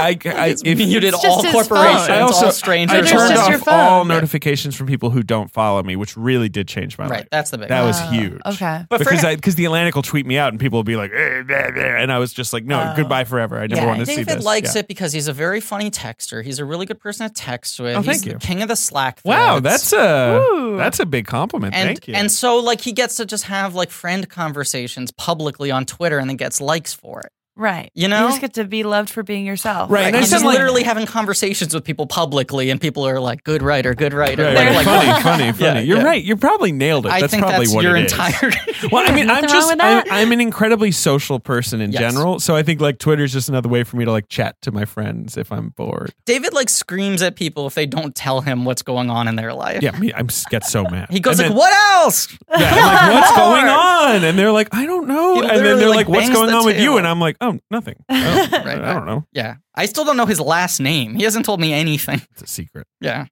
S3: I, I
S2: He's
S3: if-
S2: muted
S4: It's
S2: all
S4: just his
S2: corporations,
S4: phone. I
S2: all
S3: I
S2: strangers.
S4: It's
S3: turned
S4: just
S3: off
S4: your phone.
S3: all notifications from people who don't follow me, which really did change my life.
S2: Right, that's the big.
S3: That
S2: one.
S3: was huge.
S4: Okay.
S2: But for
S3: because
S2: him-
S3: I because the Atlantic will tweet me out and people will be like, eh, blah, blah," and I was just like, no,
S4: Oh.
S3: goodbye forever. I never
S4: Yeah,
S3: want to see
S2: David
S3: this.
S2: likes
S3: Yeah.
S2: it because he's a very funny texter. He's a really good person to text with.
S3: Oh,
S2: he's
S3: thank
S2: the
S3: you.
S2: king of the Slack.
S3: Wow,
S2: threads.
S3: that's a
S4: Ooh.
S3: that's a big compliment.
S2: and
S3: Thank you.
S2: and so like he gets to just have like friend conversations publicly on Twitter and then gets likes for it.
S4: Right.
S2: You know?
S4: You just get to be loved for being yourself.
S3: Right, and
S2: Like,
S3: I
S2: he's
S3: said,
S2: just
S3: like-
S2: literally having conversations with people publicly, and people are like, "Good writer, good writer."
S3: Right,
S2: They're like,
S3: right. funny, funny, funny. You're
S2: yeah.
S3: right. You probably nailed it.
S2: I
S3: that's
S2: think
S3: probably
S2: that's
S3: what
S2: your
S3: it is.
S2: entire.
S3: Well, I mean, I'm
S4: Nothing wrong
S3: just
S4: with
S3: I,
S4: that.
S3: I'm an incredibly social person in
S2: Yes.
S3: general, so I think like Twitter's just another way for me to like chat to my friends if I'm bored.
S2: David like screams at people if they don't tell him what's going on in their life.
S3: Yeah, me, I'm s- get so mad.
S2: He goes
S3: And
S2: like,
S3: then-
S2: "What else?"
S3: Yeah, I'm like, what's going on? And they're like, I don't know.
S2: He
S3: And then
S2: literally,
S3: they're
S2: like,
S3: like, what's
S2: bangs
S3: going
S2: the
S3: on with you?
S2: table.
S3: And I'm like, oh, nothing. I don't,
S2: Right,
S3: I don't know.
S2: Yeah, I still don't know his last name. He hasn't told me anything.
S3: It's a secret.
S2: Yeah.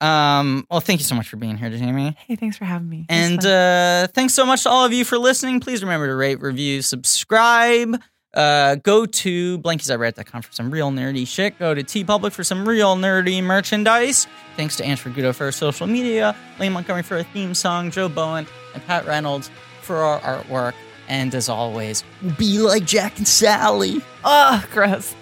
S2: Um. Well, thank you so much for being here, Jamie.
S4: Hey, thanks for having me. It was
S2: And
S4: fun.
S2: uh, thanks so much to all of you for listening. Please remember to rate, review, subscribe. Uh, go to blankiesirate.com for some real nerdy shit. Go to TeePublic for some real nerdy merchandise. Thanks to Andrew Gudo for our social media, Lane Montgomery for our theme song, Joe Bowen and Pat Reynolds for our artwork. And as always, be like Jack and Sally.
S3: uh,
S4: oh, gross.